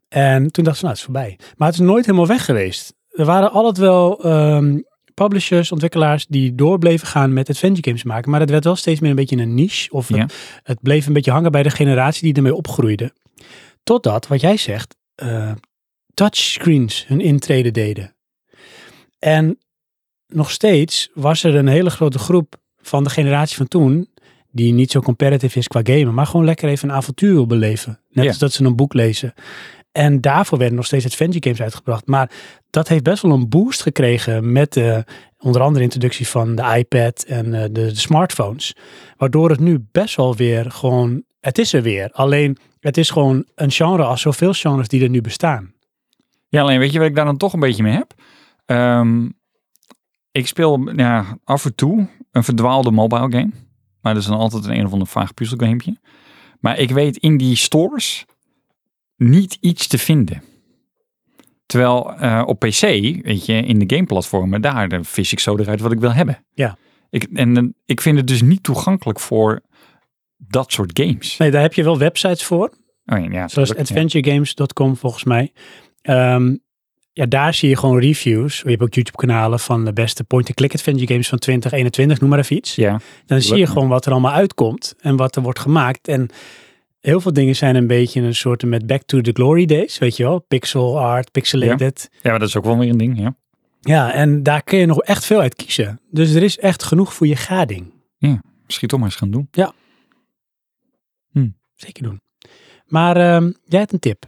En toen dacht ze, nou, het is voorbij. Maar het is nooit helemaal weg geweest. Er waren altijd wel ehm, publishers, ontwikkelaars die door bleven gaan met adventure games maken. Maar het werd wel steeds meer een beetje een niche. Of het- Ja. het bleef een beetje hangen bij de generatie die ermee opgroeide. Totdat, wat jij zegt, eh, touchscreens hun intrede deden. En nog steeds was er een hele grote groep van de generatie van toen die niet zo competitive is qua gamen, maar gewoon lekker even een avontuur wil beleven. Net Ja. als dat ze een boek lezen. En daarvoor werden nog steeds adventure games uitgebracht. Maar dat heeft best wel een boost gekregen met eh, onder andere de introductie van de iPad en eh, de, de smartphones. Waardoor het nu best wel weer gewoon, het is er weer. Alleen het is gewoon een genre als zoveel genres die er nu bestaan. Ja, alleen weet je wat ik daar dan toch een beetje mee heb? Ehm, ik speel ja, af en toe een verdwaalde mobile game. Maar dat is dan altijd een, een of ander vaag puzzelgamepje. Maar ik weet in die stores niet iets te vinden. Terwijl eh, op PC, weet je, in de gameplatformen, daar eh, vis ik zo eruit wat ik wil hebben. Ja. Ik, en eh, ik vind het dus niet toegankelijk voor dat soort games. Nee, daar heb je wel websites voor. Oh, ja, ja, Zoals tuurlijk, ja. adventuregames.com volgens mij. Ehm, ja, daar zie je gewoon reviews. Je hebt ook YouTube-kanalen van de beste point-and-click adventure games van 2021, noem maar even iets. Ja, Dan zie je tuurlijk. gewoon wat er allemaal uitkomt en wat er wordt gemaakt. En heel veel dingen zijn een beetje een soort met back to the glory days, weet je wel. Pixel art, pixelated. Ja, ja, maar dat is ook wel weer een ding, ja. en daar kun je nog echt veel uit kiezen. Dus er is echt genoeg voor je gading. Misschien toch maar eens gaan doen. Zeker doen. Maar ehm, jij hebt een tip.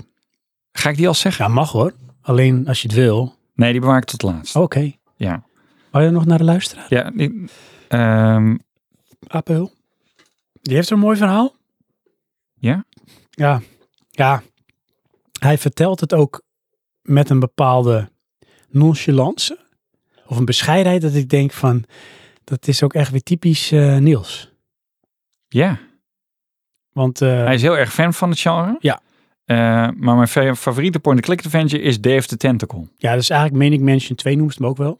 Ga ik die al zeggen? Ja, mag hoor. Alleen als je het wil. Nee, die bewaar ik tot laatst. Oké. Ja. Wou je nog naar de luisteraar? Ja, die- ehm, Apel. Die heeft een mooi verhaal. Ja? Ja. Ja. Hij vertelt het ook met een bepaalde nonchalance. Of een bescheidenheid dat ik denk van... Dat is ook echt weer typisch eh, Niels. ja. Want eh, hij is heel erg fan van het genre. Ja. Eh, maar mijn fa- favoriete point-and-click adventure is Dave the Tentacle. ja, dus eigenlijk Manic Mansion 2 noemt hem ook wel.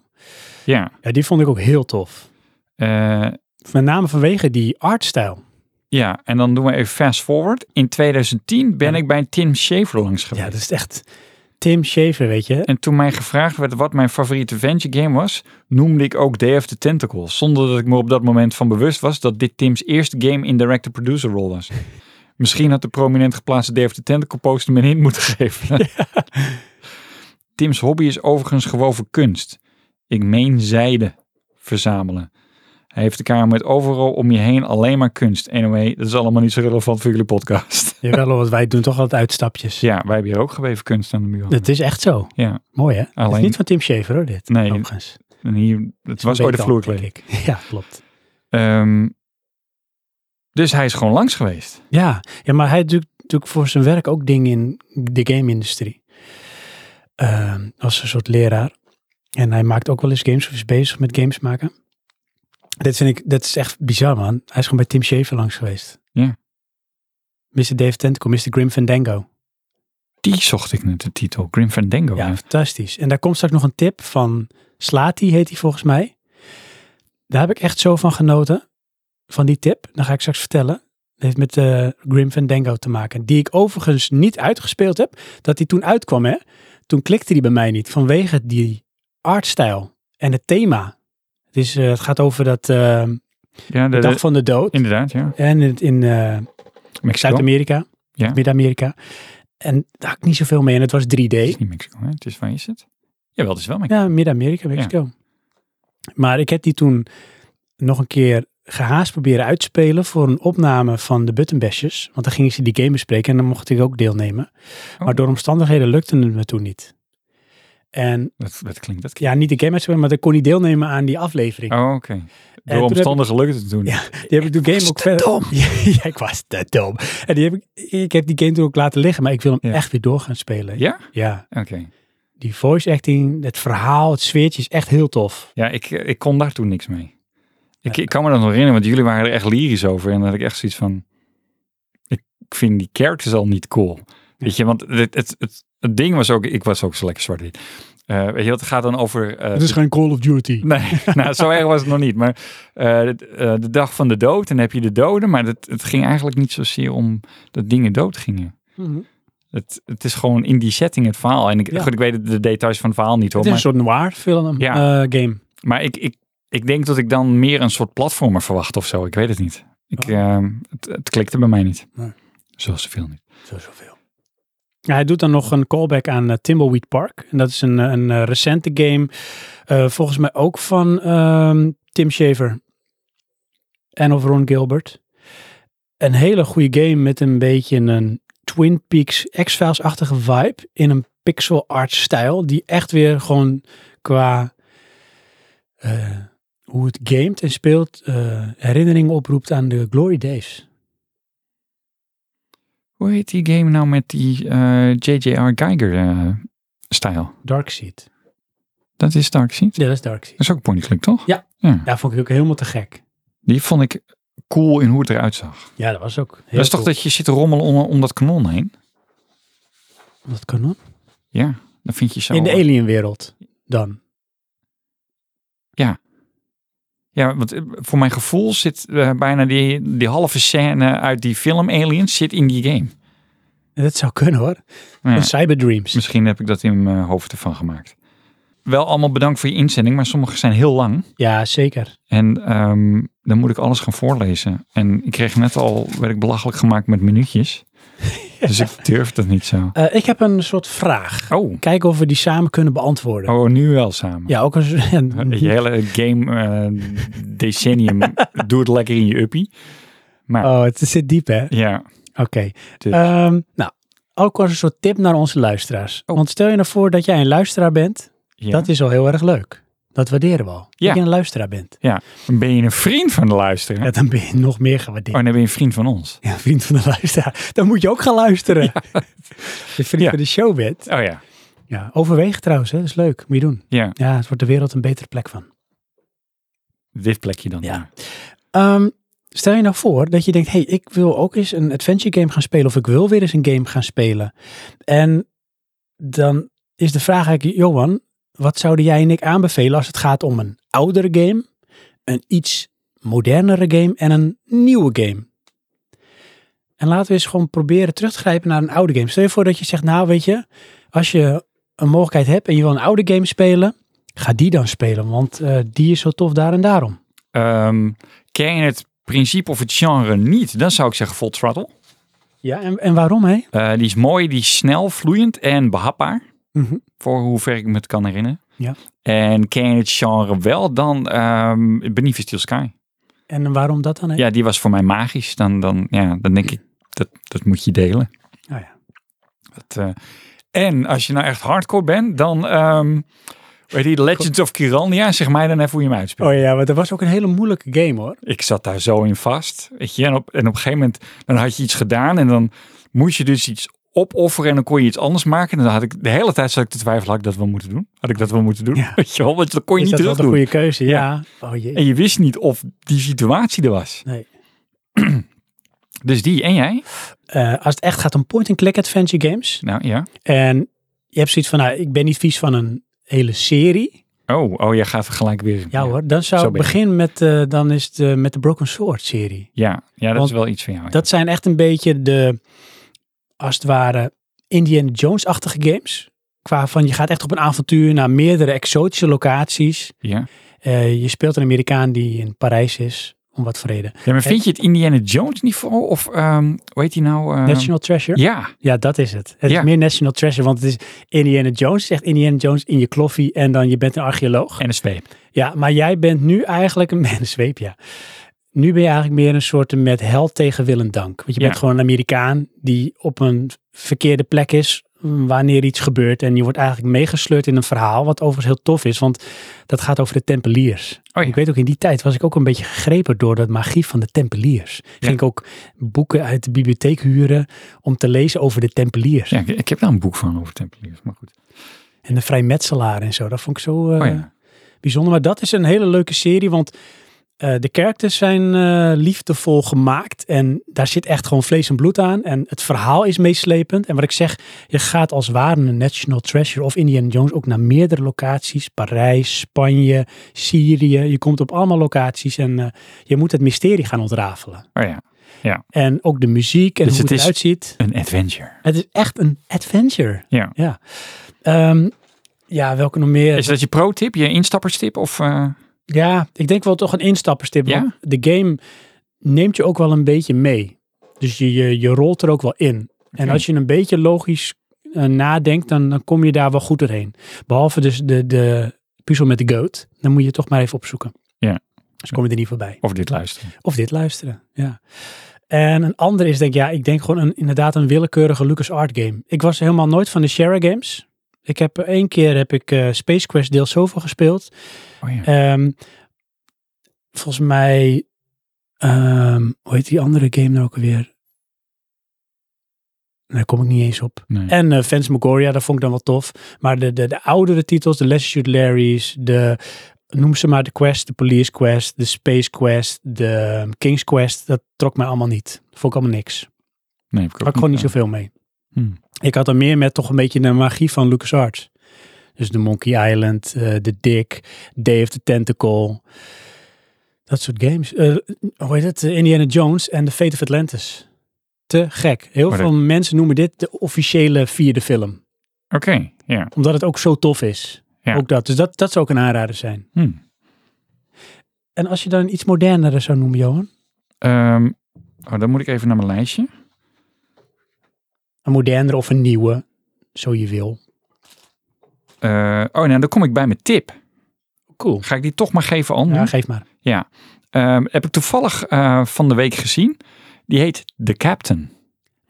Ja. Ja, die vond ik ook heel tof. Eh, Met name vanwege die artstijl. ja, en dan doen we even fast forward. In 2010 ben Ja. ik bij Tim Schafer langs Ja, geweest. dat is echt Tim Schafer, weet je. En toen mij gevraagd werd wat mijn favoriete adventure game was, noemde ik ook Dave the Tentacle. Zonder dat ik me op dat moment van bewust was dat dit Tim's eerste game in director-producer rol was. Misschien had de prominent geplaatste Dave the Tentacle poster me een hint moeten geven. Tim's hobby is overigens gewoven kunst. Ik meen zijde verzamelen. Hij heeft de kamer met overal om je heen alleen maar kunst. Anyway, dat is allemaal niet zo relevant voor jullie podcast. Jawel, hoor, want wij doen toch altijd uitstapjes. Ja, wij hebben hier ook geweven kunst aan de muur. Dat is echt zo. Oh. Ja. Mooi hè? Het is Alleen- niet van Tim Schafer hoor dit. Nee. Overigens. En hier, het was ooit de Weet ik al, vloerkleed. denk ik. Ja, klopt. Ehm, dus hij is gewoon langs geweest. Ja, ja maar hij doet natuurlijk voor zijn werk ook dingen in de game-industrie. Ehm, als een soort leraar. En hij maakt ook wel eens games of is bezig met games maken. Dit vind ik, dat is echt bizar man. Hij is gewoon bij Tim Schafer langs geweest. Ja. Mr. Dave Tentacle, Mr. Grim Fandango. Die zocht ik net de titel. Grim Fandango. Ja, Ja. fantastisch. En daar komt straks nog een tip van Slati, heet hij volgens mij. Daar heb ik echt zo van genoten, van die tip. Dan ga ik straks vertellen. Dat heeft met eh Grim Fandango te maken. Die ik overigens niet uitgespeeld heb. Dat die toen uitkwam, hè. Toen klikte die bij mij niet. Vanwege die artstijl en het thema. Het, is, eh, het gaat over dat eh, Ja, de- de dag de- van de dood. inderdaad, ja. En in, in eh, Mexico. Het Zuid-Amerika. Ja. Midden-Amerika. En daar had ik niet zoveel mee. En het was 3D. is niet Mexico, hè? Het is, waar is het? Jawel, het is wel Mexico. Ja, Midden-Amerika, Mexico. Maar ik heb die toen nog een keer gehaast proberen uit te spelen voor een opname van de Buttonbashers. Want dan gingen ze die game bespreken en dan mocht ik ook deelnemen. Oh. Maar door omstandigheden lukte het me toen niet. En Dat, dat klinkt, dat ja, niet de game uitspelen, maar ik kon niet deelnemen aan die aflevering. Oh, oké. toen Door heb omstandig gelukt te doen. Ja, Die heb ik toen game ook verder. ja, ik was te dom. En die heb ik, ik heb die game toen ook laten liggen, maar ik wil hem Ja. echt weer door gaan spelen. Ja? Ja, Oké. die voice acting, het verhaal, het sfeertje is echt heel tof. Ja, ik, eh, ik kon daar toen niks mee. Ik, ik kan me dat nog herinneren, want jullie waren er echt lyrisch over. En dan had ik echt zoiets van... Ik vind die characters al niet cool. Weet je, want het, het, het, het ding was ook... Ik was ook zo lekker zwart-wit. Eh, weet je, wat, het gaat dan over... eh, Het is geen Call of Duty. Nee, nou, zo erg was het nog niet. Maar eh, het, eh, de dag van de dood, en dan heb je de doden. Maar het, het ging eigenlijk niet zozeer om dat dingen dood gingen. Mhm. Het, het is gewoon in die setting het verhaal. En ik, Ja. goed, ik weet de details van het verhaal niet hoor. Het is een Maar, soort noir film, Ja. eh, game. maar ik, ik, ik denk dat ik dan meer een soort platformer verwacht of zo. Ik weet het niet. Ik, eh, het, het klikte bij mij niet. Oh. Nee. Zoals zoveel niet. Zo zoveel. Ja, hij doet dan nog een callback aan eh, Timbleweed Park. En dat is een, eh, een eh, recente game. eh, volgens mij ook van ehm, Tim Shaver. En of Ron Gilbert. Een hele goede game met een beetje een Twin Peaks X-Files-achtige vibe. In een pixel art stijl. Die echt weer gewoon qua eh, hoe het gamet en speelt. eh, herinneringen oproept aan de Glory Days. Hoe heet die game nou met die eh, J.J.R. Geiger-stijl? Darkseid. eh, dat is Dark Seed. Ja, dat is Darkseid. Dat is ook point-click, toch? Ja. ja. Ja, vond ik ook helemaal te gek. Die vond ik cool in hoe het eruit zag. Ja, dat was ook. Heel dat is toch cool. dat je zit te rommelen om, om dat kanon heen? dat kanon? Ja, dan vind je zo... In de e- alienwereld dan. ja, want eh, voor mijn gevoel zit eh, bijna die, die halve scène uit die film Aliens zit in die game. Dat zou kunnen hoor. Nou ja, Van Cyberdreams. misschien heb ik dat in mijn hoofd ervan gemaakt. Wel allemaal bedankt voor je inzending, maar sommige zijn heel lang. Ja, zeker. En ehm, dan moet ik alles gaan voorlezen. En ik kreeg net al, werd ik belachelijk gemaakt met minuutjes. Dus ik durf dat niet zo. Eh, ik heb een soort vraag. Oh, Kijken of we die samen kunnen beantwoorden. oh nu wel samen. Ja, ook een soort- Je hele game eh, decennium doe het lekker in je uppie. Maar Oh, het zit diep hè? Oké. ja, dus. Ehm, nou, ook als een soort tip naar onze luisteraars. Oh. Want stel je nou voor dat jij een luisteraar bent. ja. Dat is al heel erg leuk. Dat waarderen we al. Ja. Dat je een luisteraar bent. ben je een vriend van de luisteraar? Ja, dan ben je nog meer gewaardeerd. Oh, dan ben je een vriend van ons. Ja, vriend van de luisteraar. Dan moet je ook gaan luisteren. Als je vriend Ja. van de show bent. Oh ja, Ja, overweeg trouwens, hè. dat is leuk. Moet je doen. ja. Ja, het wordt de wereld een betere plek van. Dit plekje dan. Ja. Ehm, stel je nou voor dat je denkt, hey, ik wil ook eens een adventure game gaan spelen. Of ik wil weer eens een game gaan spelen. En dan is de vraag eigenlijk, Johan, wat zouden jij en ik aanbevelen als het gaat om een oudere game, een iets modernere game en een nieuwe game? En laten we eens gewoon proberen terug te grijpen naar een oude game. Stel je voor dat je zegt, nou weet je, als je een mogelijkheid hebt en je wil een oude game spelen, ga die dan spelen, want eh, die is zo tof daar en daarom. Ehm, ken je het principe of het genre niet? Dan zou ik zeggen Full Throttle. Ja, en, en waarom hè? Eh, die is mooi, die is snel, vloeiend en behapbaar. Voor hoever ik me het kan herinneren. Ja. En ken je het genre wel? Dan ehm Beneath the Steel Sky. En waarom dat dan hè? Ja, die was voor mij magisch. Dan, dan, ja, dan denk ik, dat, dat moet je delen. Oh ja. Dat, eh, en als je nou echt hardcore bent, dan... ehm weet je, Legends of Kirania, zeg mij dan even hoe je hem uitspreekt. Oh ja, want dat was ook een hele moeilijke game hoor. Ik zat daar zo in vast. Weet je, en, op, en op een gegeven moment dan had je iets gedaan en dan moest je dus iets opofferen en dan kon je iets anders maken. En dan had ik de hele tijd zat ik te twijfelen, had ik dat wel moeten doen? Had ik dat wel moeten doen? Ja. Weet je wel, want dat kon je Is niet dat terug wel de doen. goede keuze? Ja. Oh jee. En je wist niet of die situatie er was. Nee. Dus die en jij? Eh, als het echt gaat om point-and-click adventure games. Nou ja. En je hebt zoiets van, nou, ik ben niet vies van een hele serie. Oh, oh, jij gaat gelijk weer. Ja, hoor, dan zou Zo ik ben ik. beginnen met, eh, dan is het, eh, met de Broken Sword serie. Ja, ja dat Want is wel iets van jou. Dat zijn echt een beetje de, als het ware, Indiana Jones-achtige games. Qua van, je gaat echt op een avontuur naar meerdere exotische locaties. Ja. Eh, je speelt een Amerikaan die in Parijs is, om wat voor reden. ja, maar vind je het Indiana Jones niveau of ehm hoe heet die nou? ehm, National Treasure? Ja, Ja, dat is het. Het Ja. is meer National Treasure, want het is Indiana Jones. Zegt Indiana Jones in je kloffie en dan je bent een archeoloog. en een zweep. Ja, maar jij bent nu eigenlijk een met een zweep, ja. Nu ben je eigenlijk meer een soort met held tegen wil en dank. Want je Ja. bent gewoon een Amerikaan die op een verkeerde plek is mm, wanneer iets gebeurt. En je wordt eigenlijk meegesleurd in een verhaal, wat overigens heel tof is. Want dat gaat over de Tempeliers. Oh ja. Ik weet ook, in die tijd was ik ook een beetje gegrepen door de magie van de Tempeliers. Ging ik ook boeken uit de bibliotheek huren om te lezen over de Tempeliers. Ja, ik, ik heb daar een boek van over Tempeliers, maar goed. En de vrijmetselaar en zo. Dat vond ik zo... eh, Oh ja. bijzonder. Maar dat is een hele leuke serie, want eh, de characters zijn eh, liefdevol gemaakt. En daar zit echt gewoon vlees en bloed aan. En het verhaal is meeslepend. En wat ik zeg, je gaat als ware een National Treasure of Indiana Jones ook naar meerdere locaties. Parijs, Spanje, Syrië. Je komt op allemaal locaties en eh, je moet het mysterie gaan ontrafelen. Oh ja, En ook de muziek en Dus hoe het het, is- eruit ziet. een adventure. Het is echt een adventure. Ja. Ja, Ehm, ja welke nog meer? Is dat je pro-tip, je instapperstip? Of, eh, Ja, ik denk wel toch een instapperstip. Ja? want De game neemt je ook wel een beetje mee. Dus je, je, je rolt er ook wel in. En Oké. als je een beetje logisch eh, nadenkt, dan, dan kom je daar wel goed doorheen. Behalve dus de, de puzzel met de goat. Dan moet je het toch maar even opzoeken. Ja. Dus kom je er niet voorbij. of dit luisteren? Of dit luisteren, ja. En een ander is denk ik, ja, ik denk gewoon een, inderdaad een willekeurige LucasArts game. Ik was helemaal nooit van de Share games. Ik heb één keer heb ik eh, Space Quest deel zoveel gespeeld. Oh ja. Ehm, volgens mij, ehm, hoe heet die andere game nou ook alweer? Daar kom ik niet eens op. Nee. En eh Fantasmagoria, dat vond ik dan wel tof. Maar de, de, de oudere titels, de Let's Shoot Larry's, de, noem ze maar de Quest, de Police Quest, de Space Quest, de ehm, King's Quest, dat trok mij allemaal niet. Vond ik allemaal niks. nee, heb ik ook Had ik gewoon niet gedaan. zoveel mee. Hmm. Ik had er meer met toch een beetje de magie van LucasArts. Dus de Monkey Island, eh, de Dick, Day of the Tentacle. Dat soort games. Eh, hoe heet het? Eh, Indiana Jones en The Fate of Atlantis. Te gek. Heel Maar dat- veel mensen noemen dit de officiële vierde film. Oké, ja. Omdat het ook zo tof is. Ja. Ook dat. Dus dat, dat zou ook een aanrader zijn. Hm. En als je dan iets modernere zou noemen, Johan? Ehm, oh, dan moet ik even naar mijn lijstje. Een modernere of een nieuwe, zo je wil. Eh, oh, nou, dan kom ik bij mijn tip. Cool. Ga ik die toch maar geven aan? nu? Ja, geef maar. Ehm, heb ik toevallig eh, van de week gezien. Die heet The Captain.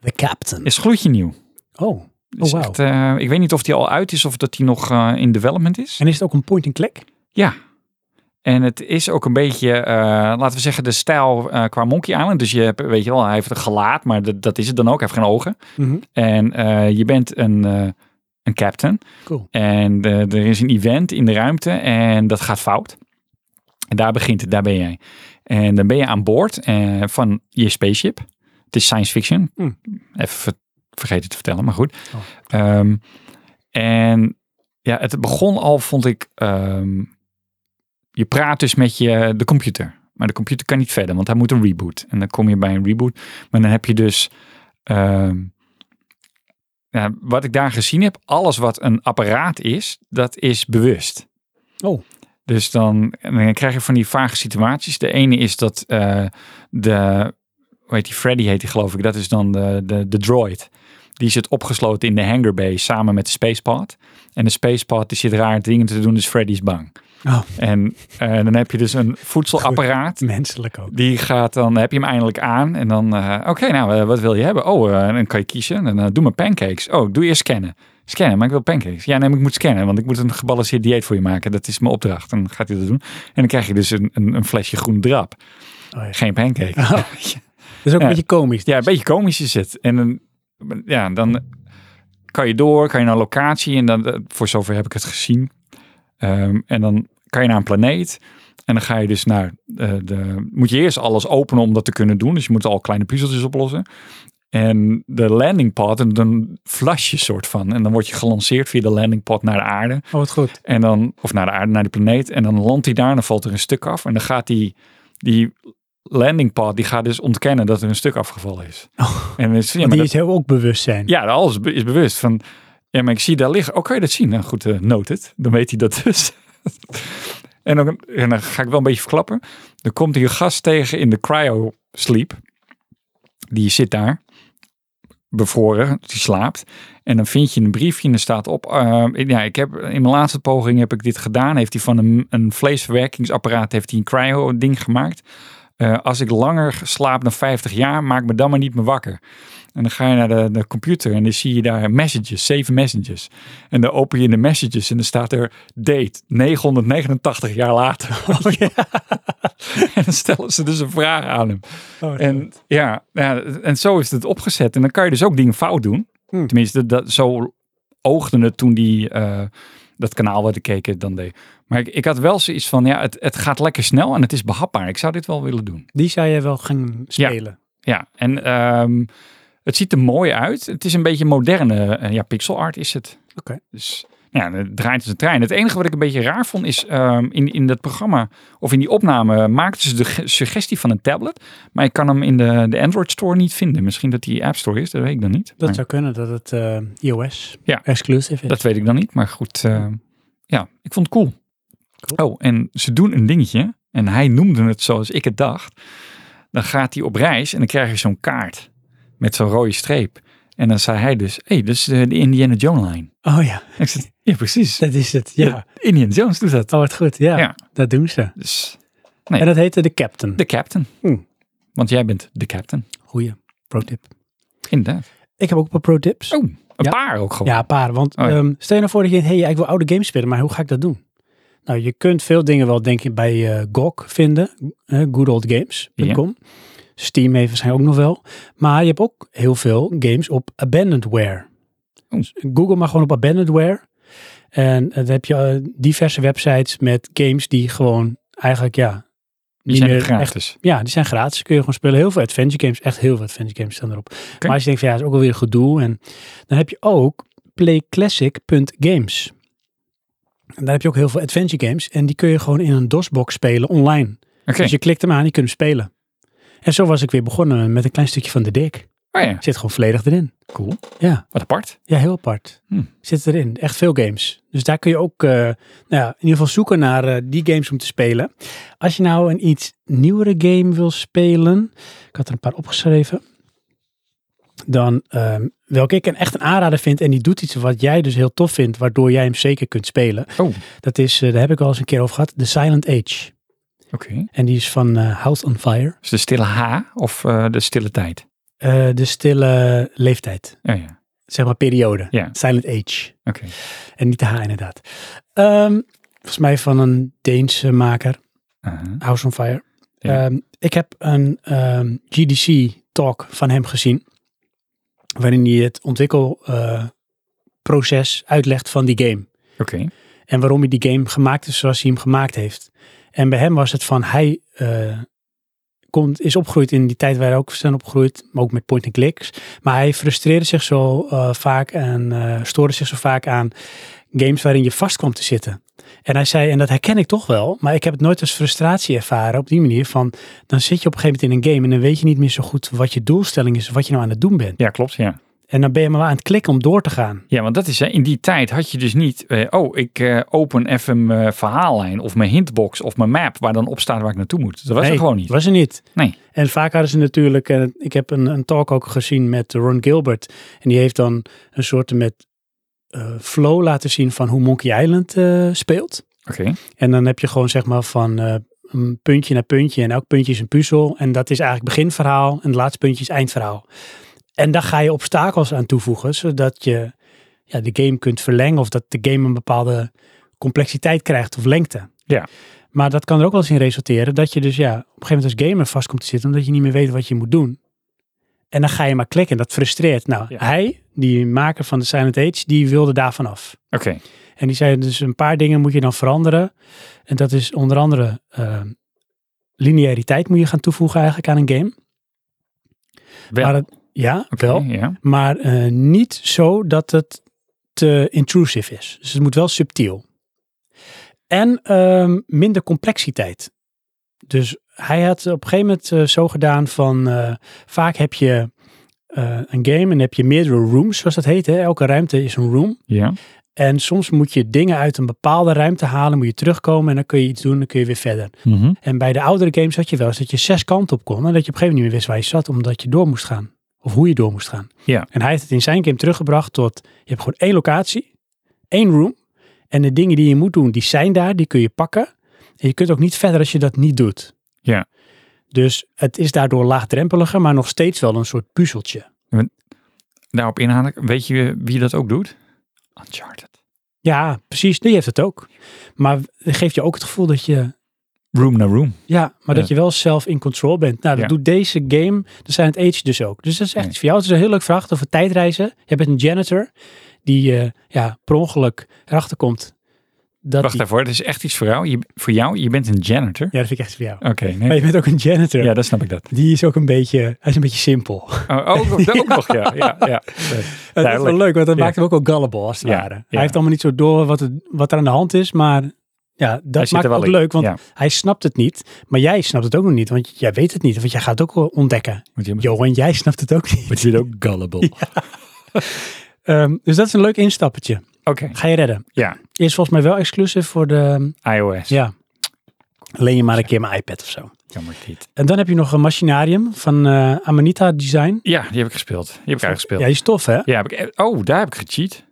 The Captain. Is gloedje nieuw. Oh. Is wauw. echt, eh, ik weet niet of die al uit is of dat die nog eh, in development is. En is het ook een point-and-click? Ja. En het is ook een beetje, eh, laten we zeggen, de stijl eh, qua Monkey Island. Dus je hebt, weet je wel, hij heeft een gelaat, maar dat, dat is het dan ook. Hij heeft geen ogen. Mhm. En eh, je bent een, eh, een captain. Cool. En eh, er is een event in de ruimte en dat gaat fout. En daar begint het, daar ben jij. En dan ben je aan boord eh, van je spaceship. Het is science fiction. Hmm. Even ver- vergeten te vertellen, maar goed. Oh. Ehm, en ja, het begon al, vond ik. ehm, je praat dus met je, de computer. Maar de computer kan niet verder, want hij moet een reboot. En dan kom je bij een reboot. Maar dan heb je dus. ehm, ja, wat ik daar gezien heb, alles wat een apparaat is, dat is bewust. Oh. Dus dan, en dan krijg je van die vage situaties. De ene is dat eh, de, hoe heet die, Freddy heet die geloof ik, dat is dan de, de, de droid. Die zit opgesloten in de hangar bay samen met de spacepod. En de spacepod die zit raar dingen te doen, dus Freddy is bang. Oh. En eh, dan heb je dus een voedselapparaat Menselijk ook. die gaat dan, heb je hem eindelijk aan. En dan, eh, oké, nou, eh, wat wil je hebben? Oh, eh, dan kan je kiezen. En dan doe maar pancakes. Oh, ik doe eerst scannen. Scannen, maar ik wil pancakes. Ja, nee, maar ik moet scannen, want ik moet een gebalanceerd dieet voor je maken. Dat is mijn opdracht. En dan gaat hij dat doen. En dan krijg je dus een, een, een flesje groen drap. Oh, ja. Geen pancake. Oh. Dat is ook Ja. een beetje komisch. ja, een beetje komisch is het. En dan ja, dan kan je door, kan je naar locatie. En dan, eh, voor zover heb ik het gezien. Ehm, en dan kan je naar een planeet. En dan ga je dus naar eh, de. Moet je eerst alles openen om dat te kunnen doen. Dus je moet al kleine puzzeltjes oplossen. En de landing pad, en dan flash je soort van. En dan word je gelanceerd via de landing pad naar de aarde. Oh, wat goed. En dan, of naar de aarde, naar de planeet. En dan landt hij daar en dan valt er een stuk af. En dan gaat die, die landing pad, die gaat dus ontkennen dat er een stuk afgevallen is. En dan is, ja, maar die dat, is heel ook bewust zijn. ja, alles be- is bewust van, ja, maar ik zie daar liggen. Oh, kan je dat zien? Nou goed, eh noted. Dan weet hij dat dus. en, dan, en dan ga ik wel een beetje verklappen. Er komt hier gast tegen in de cryo sleep. Die zit daar bevroren, die slaapt. En dan vind je een briefje en er staat op... eh, ja, ik heb, in mijn laatste poging heb ik dit gedaan. Heeft hij van een, een vleesverwerkingsapparaat heeft hij een cryo-ding gemaakt. Eh, als ik langer slaap dan 50 jaar, maak me dan maar niet meer wakker. En dan ga je naar de, de computer en dan zie je daar messages, zeven messages. En dan open je de messages en dan staat er date, 989 jaar later. Oh, en dan stellen ze dus een vraag aan hem. Oh, En ja, ja, en zo is het opgezet. En dan kan je dus ook dingen fout doen. Hmm. Tenminste, dat, zo oogde het toen die, eh, dat kanaal wat ik keek het dan deed. Maar ik, ik had wel zoiets van, ja, het, het gaat lekker snel en het is behapbaar. Ik zou dit wel willen doen. die zou je wel gaan spelen. Ja, en ehm, het ziet er mooi uit. Het is een beetje moderne eh, ja, pixel art is het. Oké. Dus ja, het draait als een trein. Het enige wat ik een beetje raar vond is ehm, in, in dat programma of in die opname maakten ze de ge- suggestie van een tablet. Maar ik kan hem in de, de Android Store niet vinden. Misschien dat die App Store is, dat weet ik dan niet. Dat Maar zou kunnen, dat het eh, iOS Ja. exclusive is. dat weet ik dan niet. Maar goed, ehm, ja, ik vond het cool. Cool. Oh, en ze doen een dingetje. En hij noemde het zoals ik het dacht. Dan gaat hij op reis en dan krijg je zo'n kaart met zo'n rode streep. En dan zei hij dus, hé, hey, dat is eh, de Indiana Jones line. Oh ja, En ik zei, ja, precies. dat is het. Ja. Ja, Indiana Jones doet dat. Oh, wat goed. Ja, Ja. dat doen ze. Dus En dat heette de Captain. de captain. Hmm. Want jij bent de captain. Goeie pro tip. Inderdaad. Ik heb ook een paar pro tips. Oh, een Ja. paar ook gewoon. Ja, een paar. Want Oh ja. ehm, stel je nou voor dat je denkt, hey, ja, ik wil oude games spelen, maar hoe ga ik dat doen? Nou, je kunt veel dingen wel denk ik bij eh, GOG vinden, eh, goodoldgames.com. Steam heeft waarschijnlijk ook nog wel. Maar je hebt ook heel veel games op Abandonedware. Oh. Dus Google maar gewoon op Abandonedware. En eh, dan heb je eh, diverse websites met games die gewoon eigenlijk, ja... Die niet zijn dus. meer niet echt- gratis. ja, die zijn gratis. Kun je gewoon spelen. Heel veel adventure games, echt heel veel adventure games staan erop. Maar als je denkt van ja, dat is ook alweer gedoe. En dan heb je ook playclassic.games. En daar heb je ook heel veel adventure games. En die kun je gewoon in een DOS-box spelen online. Oké. Dus je klikt hem aan, je kunt hem spelen. En zo was ik weer begonnen met een klein stukje van de dik. Oh ja, Zit gewoon volledig erin. cool. Ja, Wat apart. ja heel apart. Hm. Zit erin. Echt veel games. Dus daar kun je ook eh, nou ja, in ieder geval zoeken naar eh, die games om te spelen. Als je nou een iets nieuwere game wil spelen. Ik had er een paar opgeschreven. Dan ehm, welke ik een echt een aanrader vind. En die doet iets wat jij dus heel tof vindt. Waardoor jij hem zeker kunt spelen. Oh, Dat is, eh, daar heb ik al eens een keer over gehad. The Silent Age. oké. En die is van eh, House on Fire. Dus de stille H of eh, de stille tijd? Eh, de stille leeftijd. Oh ja, Zeg maar periode. Ja. Silent Age. oké. En niet de H inderdaad. Ehm, volgens mij van een Deense maker, Aha. House on Fire. Ja. Ehm, ik heb een ehm, GDC talk van hem gezien. Waarin hij het ontwikkelproces uitlegt van die game. Oké, En waarom hij die game gemaakt is zoals hij hem gemaakt heeft. En bij hem was het van hij eh, komt, is opgegroeid in die tijd waar wij ook zijn opgegroeid. Maar ook met point and clicks. Maar hij frustreerde zich zo eh, vaak en eh, stoorde zich zo vaak aan games waarin je vast kwam te zitten. En hij zei, en dat herken ik toch wel, maar ik heb het nooit als frustratie ervaren op die manier van, dan zit je op een gegeven moment in een game en dan weet je niet meer zo goed wat je doelstelling is, of wat je nou aan het doen bent. ja, klopt, ja. En dan ben je maar aan het klikken om door te gaan. Ja, want dat is, hè, in die tijd had je dus niet, eh, oh, ik eh, open even mijn verhaallijn of mijn hintbox of mijn map waar dan op staat waar ik naartoe moet. Dat was Nee, er gewoon niet. Was er niet. Nee. En vaak hadden ze natuurlijk, en ik heb een, een talk ook gezien met Ron Gilbert. En die heeft dan een soort met eh, flow laten zien van hoe Monkey Island eh, speelt. Oké, En dan heb je gewoon zeg maar van eh, een puntje naar puntje. En elk puntje is een puzzel. En dat is eigenlijk beginverhaal. En het laatste puntje is eindverhaal. En daar ga je obstakels aan toevoegen. Zodat je ja, de game kunt verlengen. Of dat de game een bepaalde complexiteit krijgt of lengte. Ja. Maar dat kan er ook wel eens in resulteren dat je dus ja, op een gegeven moment als gamer vast komt te zitten. Omdat je niet meer weet wat je moet doen. En dan ga je maar klikken. Dat frustreert. Nou, Ja. hij, die maker van de Silent Age, die wilde daarvan af. Oké. En die zei dus een paar dingen moet je dan veranderen. En dat is onder andere eh, lineariteit moet je gaan toevoegen eigenlijk aan een game. Wel. Maar het- ja, Oké, wel. ja. Maar eh, niet zo dat het te intrusive is. Dus het moet wel subtiel. En ehm, minder complexiteit. Dus hij had op een gegeven moment eh, zo gedaan van... eh, vaak heb je eh, een game en dan heb je meerdere rooms, zoals dat heet. Hè? Elke ruimte is een room. Ja. En soms moet je dingen uit een bepaalde ruimte halen, moet je terugkomen en dan kun je iets doen, dan kun je weer verder. Mhm. En bij de oudere games had je wel eens dat je zes kanten op kon en dat je op een gegeven moment niet meer wist waar je zat, omdat je door moest gaan. Of hoe je door moest gaan. Ja. En hij heeft het in zijn game teruggebracht tot, je hebt gewoon één locatie, één room en de dingen die je moet doen, die zijn daar, die kun je pakken. En je kunt ook niet verder als je dat niet doet. Ja. Dus het is daardoor laagdrempeliger, maar nog steeds wel een soort puzzeltje. Daarop inhaken. Weet je wie dat ook doet? Uncharted. Ja, precies. Die heeft het ook. Maar het geeft je ook het gevoel dat je Room naar room. Ja, maar dat Ja. je wel zelf in control bent. Nou, dat Ja. doet deze game, de Silent Age dus ook. Dus dat is echt Ja. iets voor jou. Het is een heel leuk vraag over tijdreizen. Je bent een janitor die eh, ja, per ongeluk erachter komt. Dat Wacht die- daarvoor. Het is echt iets voor jou. Je, voor jou, je bent een janitor. Ja, dat vind ik echt voor jou. Oké, nee. Maar je bent ook een janitor. Ja, dat snap ik dat. Die is ook een beetje, hij is een beetje simpel. Oh, ook, ook nog, ja. ja, ja. Dat is wel Duidelijk. leuk, want dat Ja. maakt hem ook wel gullible als het Ja, ware. Hij ja. heeft allemaal niet zo door wat, het, wat er aan de hand is, maar ja, Hij dat zit maakt er het wel ook in. leuk, want Ja, hij snapt het niet. Maar jij snapt het ook nog niet, want jij weet het niet, want jij gaat het ook ontdekken. want je, Johan, jij snapt het ook niet. want je bent ook gullible. Ehm, dus dat is een leuk instappetje. Oké, Ga je redden. Ja. Is volgens mij wel exclusief voor de... iOS. Ja. Leen je maar een keer mijn iPad of zo. Jammer niet. En dan heb je nog een machinarium van eh, Amanita Design. Ja, die heb ik gespeeld. Die heb ik uitgespeeld. Ja, Ja, die is tof hè? heb ik, eh, oh, daar heb ik gecheat.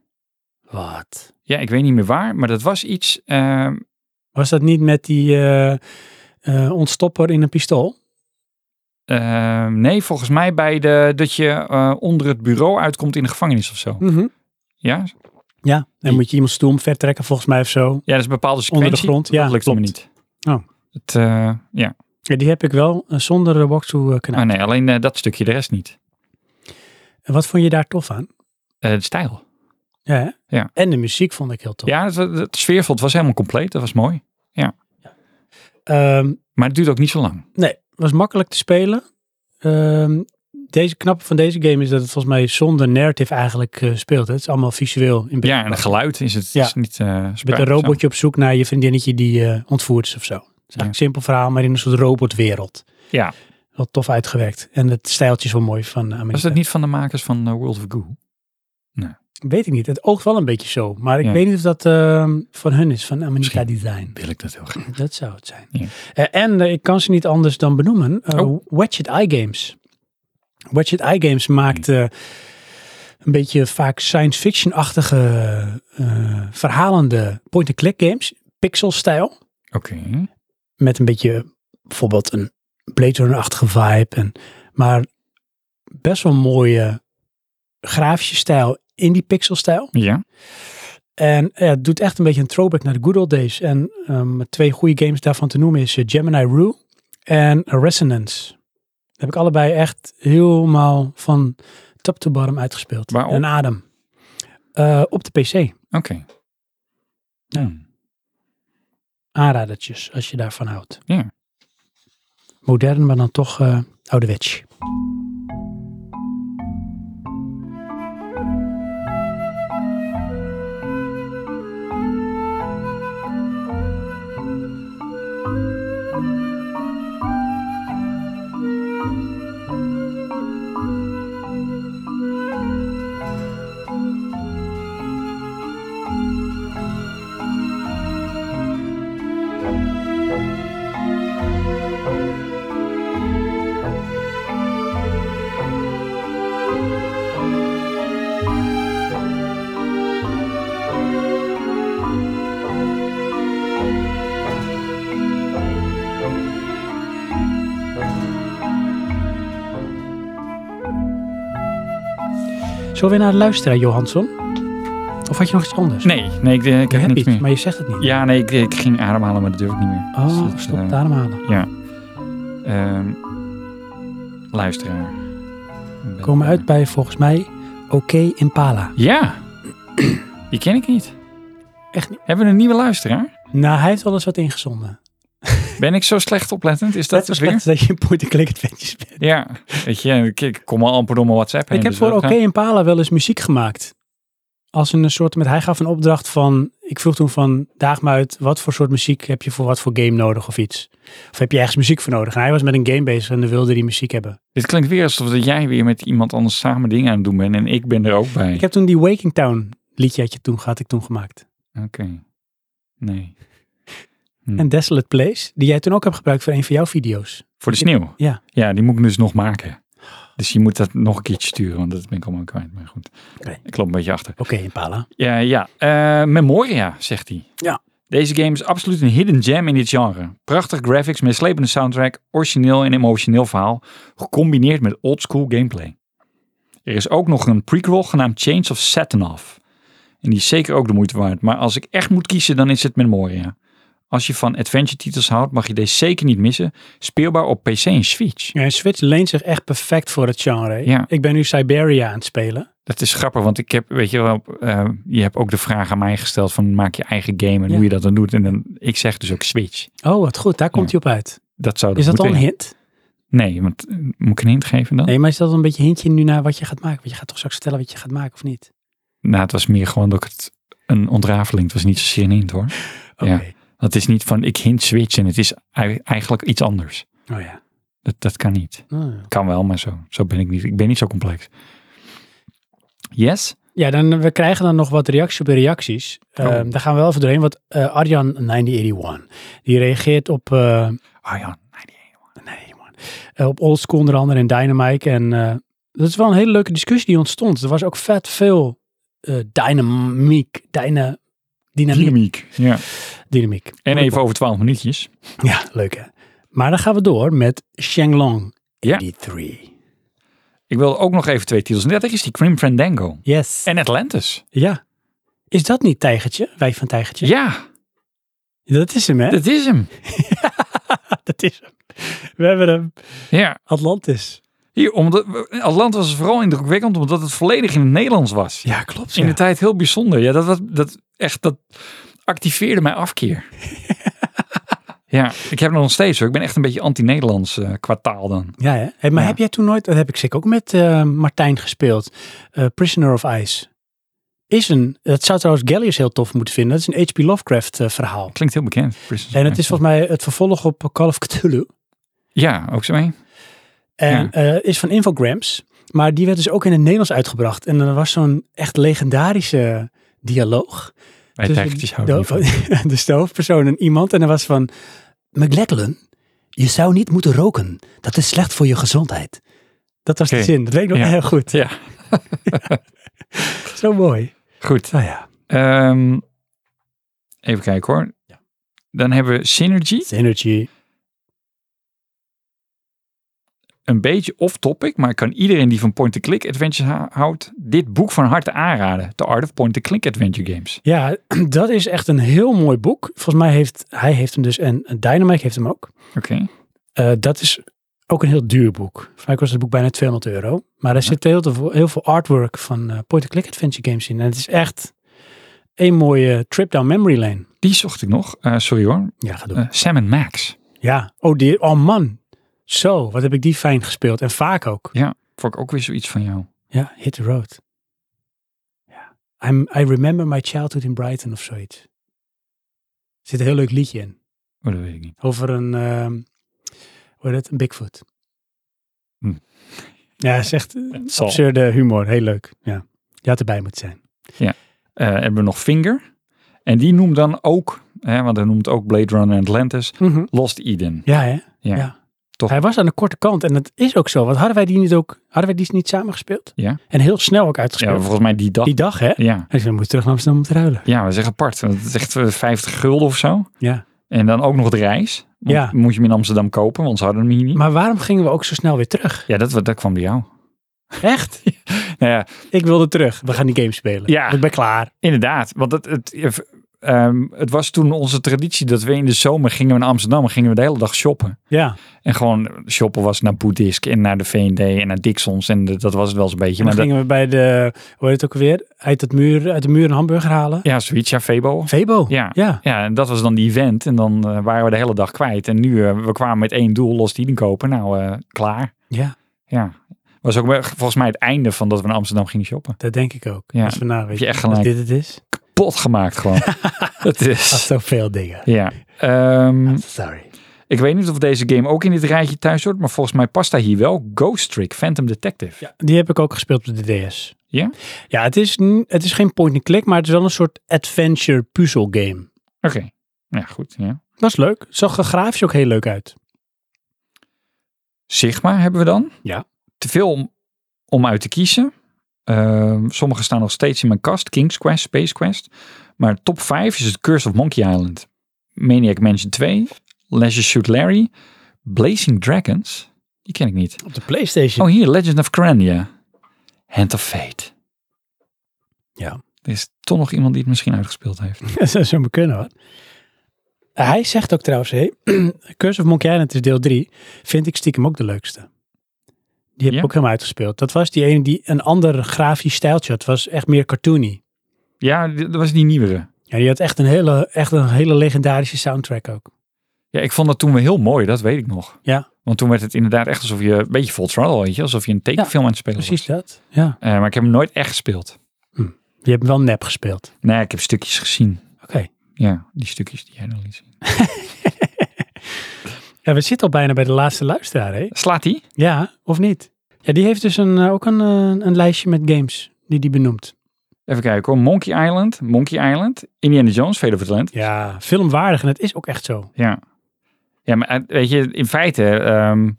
Wat? Ja, ik weet niet meer waar, maar dat was iets... ehm, Was dat niet met die eh, eh, ontstopper in een pistool? ehm, nee, volgens mij bij de, dat je eh, onder het bureau uitkomt in de gevangenis of zo. Ja, Ja, dan Die- moet je iemand stoel vertrekken volgens mij of zo. ja dat is een bepaalde sequentie. Onder de grond, ja, Dat lukt me klopt. niet. Oh. Het, eh, ja. Ja, die heb ik wel eh, zonder de walkthrough eh, kanaal. Ah, nee, alleen eh, dat stukje, de rest niet. En wat vond je daar tof aan? Eh, de stijl. Ja, hè? Ja. En de muziek vond ik heel tof. Ja, het, het sfeervol, het was helemaal compleet. Dat was mooi. Ehm, Maar het duurt ook niet zo lang. Nee, was makkelijk te spelen. Ehm, deze knappe van deze game is dat het volgens mij zonder narrative eigenlijk eh, speelt. hè. Het is allemaal visueel. In Ja, en het geluid is het Ja. is niet... eh Je bent een robotje op zoek naar je vriendinnetje die eh, ontvoerd is of zo. Het is eigenlijk Ja. een simpel verhaal, maar in een soort robotwereld. Ja. Wel tof uitgewerkt. En het stijltje is wel mooi van Amerika. Was dat niet van de makers van eh, World of Goo? Weet ik niet. Het oogt wel een beetje zo. Maar ik Ja. weet niet of dat ehm, van hun is, van Amerika Misschien. Design. Wil ik dat heel graag. Dat zou het zijn. Ja. Eh, en eh, ik kan ze niet anders dan benoemen. eh Oh. Gadget Eye Games. Gadget Eye Games maakt eh, een beetje vaak science fiction-achtige eh, verhalende point-and-click games. Pixel-stijl. Oké. Met een beetje bijvoorbeeld een Blade Runner-achtige vibe. En, maar best wel mooie grafische stijl in die pixel-stijl. Ja. En ja, het doet echt een beetje een throwback naar de good old days. En ehm, twee goede games daarvan te noemen is eh, Gemini Rue en Resonance. Daar heb ik allebei echt helemaal van top to bottom uitgespeeld. Waarop? En adem. Eh, op de PC. Oké. Ja. Hmm. Aanradertjes, als je daarvan houdt. Ja. Modern, maar dan toch eh ouderwets. Zullen we weer naar de luisteraar, Johansson? Of had je nog iets anders? Nee, nee, ik, eh, ik je hebt heb niks iets, meer. maar je zegt het niet. Ja, nee, ik, ik ging ademhalen, maar dat durf ik niet meer. Dus Oh, dat, stop eh, het ademhalen. Ja. Ehm, luisteraar. ben- Komen uit bij volgens mij Oké Impala. Ja, die ken ik niet. Echt niet. Hebben we een nieuwe luisteraar? Nou, hij heeft wel eens wat ingezonden. Ben ik zo slecht oplettend? Is dat Dat het is weer? slecht dat je een point-and-click adventures bent. Ja, weet je, ik kom al amper door mijn WhatsApp heen. Ik heb dus voor dat- Oké Impala wel eens muziek gemaakt. Als een soort met, hij gaf een opdracht van, ik vroeg toen van, daag me uit, wat voor soort muziek heb je voor wat voor game nodig of iets? Of heb je ergens muziek voor nodig? En hij was met een game bezig en dan wilde hij muziek hebben. Dit klinkt weer alsof dat jij weer met iemand anders samen dingen aan het doen bent en ik ben er ook bij. Ik heb toen die Waking Town liedje had je toen, had ik toen gemaakt. Oké. Nee. Hm. En Desolate Place, die jij toen ook hebt gebruikt voor een van jouw video's. Voor de sneeuw? Ja. Ja, die moet ik dus nog maken. Dus je moet dat nog een keertje sturen, want dat ben ik allemaal kwijt. Maar goed, Oké. ik loop een beetje achter. Oké Impala. Ja, ja. Eh, Memoria, zegt hij. Ja. Deze game is absoluut een hidden gem in dit genre. Prachtig graphics, meeslepende soundtrack, origineel en emotioneel verhaal, gecombineerd met oldschool gameplay. Er is ook nog een prequel genaamd Chains of Satanoff. En die is zeker ook de moeite waard, maar als ik echt moet kiezen, dan is het Memoria. Als je van adventure titels houdt, mag je deze zeker niet missen. Speelbaar op PC en Switch. Ja, en Switch leent zich echt perfect voor het genre. hè? Ja. Ik ben nu Siberia aan het spelen. Dat is grappig, want ik heb, weet je wel, eh, je hebt ook de vraag aan mij gesteld van maak je eigen game en Ja. hoe je dat dan doet. En dan, ik zeg dus ook Switch. Oh, wat goed, daar komt hij op uit. Dat zou Is dat al moeten- een hint? Nee, want eh, moet ik een hint geven dan? Nee, maar is dat al een beetje een hintje nu naar wat je gaat maken? Want je gaat toch straks vertellen wat je gaat maken of niet? Nou, het was meer gewoon dat ik het een ontrafeling. Het was niet zozeer een hint hoor. Oké. Dat is niet van ik hint Switch en het is ei- eigenlijk iets anders. Oh ja. Dat, dat kan niet. Oh. Kan wel, maar zo. Zo ben ik niet. Ik ben niet zo complex. Yes? Ja, dan, eh, we krijgen dan nog wat reacties op de reacties. Ehm, daar gaan we wel even doorheen. Want eh, Arjan 1981, die reageert op, eh Ah ja. Nee, die- nee, man. Eh, op Old School onder andere en Dynamite. En eh, dat is wel een hele leuke discussie die ontstond. Er was ook vet veel eh, dynamiek, dyna, dynamiek, Dynamiek. Ja. dynamiek. En even over 12 minuutjes. Ja, leuk hè. Maar dan gaan we door met Shenglong Ja. 83. Ik wil ook nog even twee titels. En dat is die Crim Fandango. Yes. En Atlantis. Ja. Is dat niet Tijgertje? Wij van Tijgertje? Ja, Dat is hem, hè? dat is hem. Dat is hem. We hebben hem. Ja. Atlantis. Hier, omdat, Atlantis was vooral indrukwekkend omdat het volledig in het Nederlands was. Ja, klopt. in de tijd heel bijzonder. Ja, dat, dat, dat, echt, dat activeerde mijn afkeer. ja, ik heb nog steeds hoor. Ik ben echt een beetje anti-Nederlands eh, qua taal dan. Ja, hè? Hey, maar Ja. heb jij toen nooit, dat heb ik zeker ook met eh, Martijn gespeeld, eh, Prisoner of Ice. Is een, dat zou trouwens Gallius heel tof moeten vinden, dat is een H.P. Lovecraft eh, verhaal. Klinkt heel bekend. Prison En het is Strike. volgens mij het vervolg op Call of Cthulhu. Ja, ook zo mee. En Ja. eh, is van Infograms. Maar die werd dus ook in het Nederlands uitgebracht. En er was zo'n echt legendarische dialoog. Wij tussen tijgertjes houden niet van. de, dus de hoofdpersoon en iemand. En er was van, McLachlan, je zou niet moeten roken. Dat is slecht voor je gezondheid. Dat was Oké. de zin. Dat weet ik nog Ja. heel goed. Ja, Zo mooi. goed. Nou ja, Ehm, even kijken hoor. Ja. Dan hebben we Synergy. Synergy. Een beetje off-topic, maar ik kan iedereen die van point-and-click adventures ha- houdt, dit boek van harte aanraden. The Art of Point-and-Click Adventure Games. Ja, dat is echt een heel mooi boek. Volgens mij heeft hij heeft hem dus en Dynamite heeft hem ook. Oké. Eh, dat is ook een heel duur boek. Volgens mij kost het boek bijna 200 euro. Maar er zit heel veel, heel veel artwork van eh, point-and-click adventure games in. En het is echt een mooie trip down memory lane. Die zocht ik nog. Eh, sorry hoor. Ja, ga doen. Eh, Sam en Max. Ja. Oh, die, oh man. Zo, wat heb ik die fijn gespeeld. En vaak ook. Ja, vond ik ook weer zoiets van jou. Ja, hit the road. Ja. I'm, I remember my childhood in Brighton of zoiets. Er zit een heel leuk liedje in. Oh, dat weet ik niet. Over een, ehm, hoe heet het, een Bigfoot. Hm. Ja, het is echt eh, zal. absurde humor. Heel leuk. Ja. Je had erbij moeten zijn. Eh, hebben we nog Finger. En die noemt dan ook, hè, want hij noemt ook Blade Runner en Atlantis, Lost Eden. Ja, hè? Ja. Toch. Hij was aan de korte kant en dat is ook zo. Want hadden wij die niet ook, hadden wij die niet samen gespeeld? Ja. En heel snel ook Ja, uitgespeeld. volgens mij die dag. die dag, hè? Ja. En ze moet terug naar Amsterdam om te ruilen. ja, dat is echt apart. want Het is echt eh, 50 gulden of zo. Ja. En dan ook nog de reis. Want Ja. Moet je hem in Amsterdam kopen, want ze hadden hem hier niet. Maar waarom gingen we ook zo snel weer terug? Ja, dat, dat kwam bij jou. Echt? Nou ja, Ik wilde terug. We gaan die game spelen. Ja. Ik ben klaar. inderdaad. Want het, het, ehm, het was toen onze traditie dat we in de zomer gingen we naar Amsterdam en gingen we de hele dag shoppen. Ja, En gewoon shoppen was naar Boeddhisk en naar de V&D en naar Dixons. En de- dat was het wel eens een beetje. en dan Maar dat, gingen we bij de, hoe heet het ook weer, uit, het muur, uit de muur een hamburger halen. ja, zoiets. Ja, Febo. Vebo. Ja. Ja. Ja, en dat was dan die event. En dan eh, waren we de hele dag kwijt. En nu, eh, we kwamen met één doel, los die kopen. Nou, eh, klaar. Ja, Ja. Was ook wel- volgens mij het einde van dat we in Amsterdam gingen shoppen. dat denk ik ook. Ja, Als we nou je weten echt als gelijk. dit het is. Pot gemaakt gewoon. het Als is... zoveel dingen. Ja. Ehm, Sorry. ik weet niet of deze game ook in dit rijtje thuis hoort. Maar volgens mij past hij hier wel. Ghost Trick, Phantom Detective. Ja, die heb ik ook gespeeld op de DS. Ja? Ja, het is, n- het is geen point-and-click, maar het is wel een soort adventure puzzel game. Oké. Ja, goed. Ja. Dat is leuk. Zag er grafisch ook heel leuk uit. Sigma hebben we dan. Ja. Te veel om, om uit te kiezen. Ehm, sommige staan nog steeds in mijn kast. King's Quest, Space Quest. Maar top 5 is het Curse of Monkey Island. Maniac Mansion 2. Leisure Shoot Larry. Blazing Dragons. Die ken ik niet. Op de PlayStation. Oh, hier. Legend of Crania. Hand of Fate. Ja. Er is toch nog iemand die het misschien uitgespeeld heeft. Oh, Dat zou zo maar kunnen hoor. Hij zegt ook trouwens, hey, Curse of Monkey Island is deel 3, vind ik stiekem ook de leukste. Die heb Ja? ik ook helemaal uitgespeeld. Dat was die ene die een ander grafisch stijltje had. Het was echt meer cartoony. Ja, d- dat was die nieuwere. Ja, die had echt een hele, echt een hele legendarische soundtrack ook. Ja, ik vond dat toen wel heel mooi. Dat weet ik nog. Ja. Want toen werd het inderdaad echt alsof je een beetje full throttle, weet je. Alsof je een tekenfilm aan het spelen was. Precies dat. Ja. Eh, maar ik heb hem nooit echt gespeeld. Je hebt hem wel nep gespeeld. Nee, ik heb stukjes gezien. Oké. Ja, die stukjes die jij dan liet zien. Ja, we zitten al bijna bij de laatste luisteraar, hè? Slaat die? Ja, of niet? Ja, die heeft dus een, eh, ook een, eh, een lijstje met games die die benoemt. Even kijken hoor. Monkey Island, Monkey Island, Indiana Jones, Fate of Atlantis. Ja, filmwaardig en het is ook echt zo. Ja. Ja, maar eh, weet je, in feite, ehm,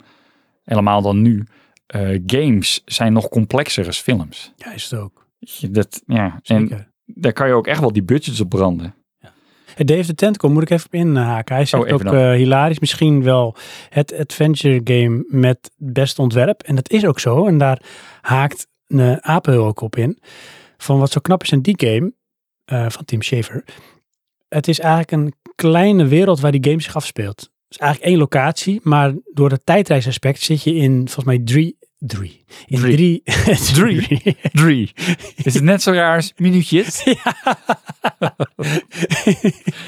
helemaal dan nu, eh, games zijn nog complexer als films. Ja, is het ook. Weet je, Dat, ja, Zeker. en daar kan je ook echt wel die budgets op branden. Hey, Dave de Tentcom moet ik even op inhaken. Hij zegt Oh, even ook dan. eh, hilarisch, misschien wel het adventure game met best ontwerp. En dat is ook zo. En daar haakt eh Apel ook op in. Van wat zo knap is aan die game, eh, van Tim Schafer. Het is eigenlijk een kleine wereld waar die game zich afspeelt. Het is eigenlijk één locatie, maar door het tijdreisaspect zit je in volgens mij drie... Drie. In Drie. drie. Drie. Drie. Is het net zo raar als minuutjes?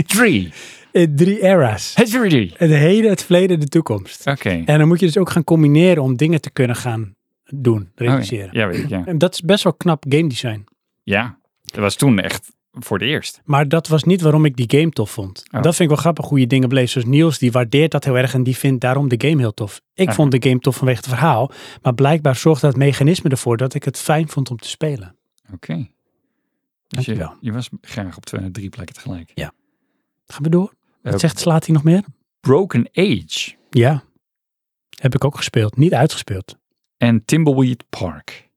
Drie. in drie eras. Het is weer drie. Het heden, het verleden, de toekomst. Oké. En dan moet je dus ook gaan combineren om dingen te kunnen gaan doen, realiseren. Oké, Oh Ja, weet ik, ja. En dat is best wel knap game design. Ja, dat was toen echt voor het eerst. Maar dat was niet waarom ik die game tof vond. Oh. Dat vind ik wel grappig hoe je dingen beleeft. Zoals Niels, die waardeert dat heel erg en die vindt daarom de game heel tof. Ik Ja. vond de game tof vanwege het verhaal. Maar blijkbaar zorgde dat mechanisme ervoor dat ik het fijn vond om te spelen. Oké. Dus je, Dankjewel. je was graag op twee, drie plekken tegelijk. Gaan we door? Wat Eh, zegt Slaat hij nog meer? Broken Age Ja. Heb ik ook gespeeld. Niet uitgespeeld. en Timbleweed Park.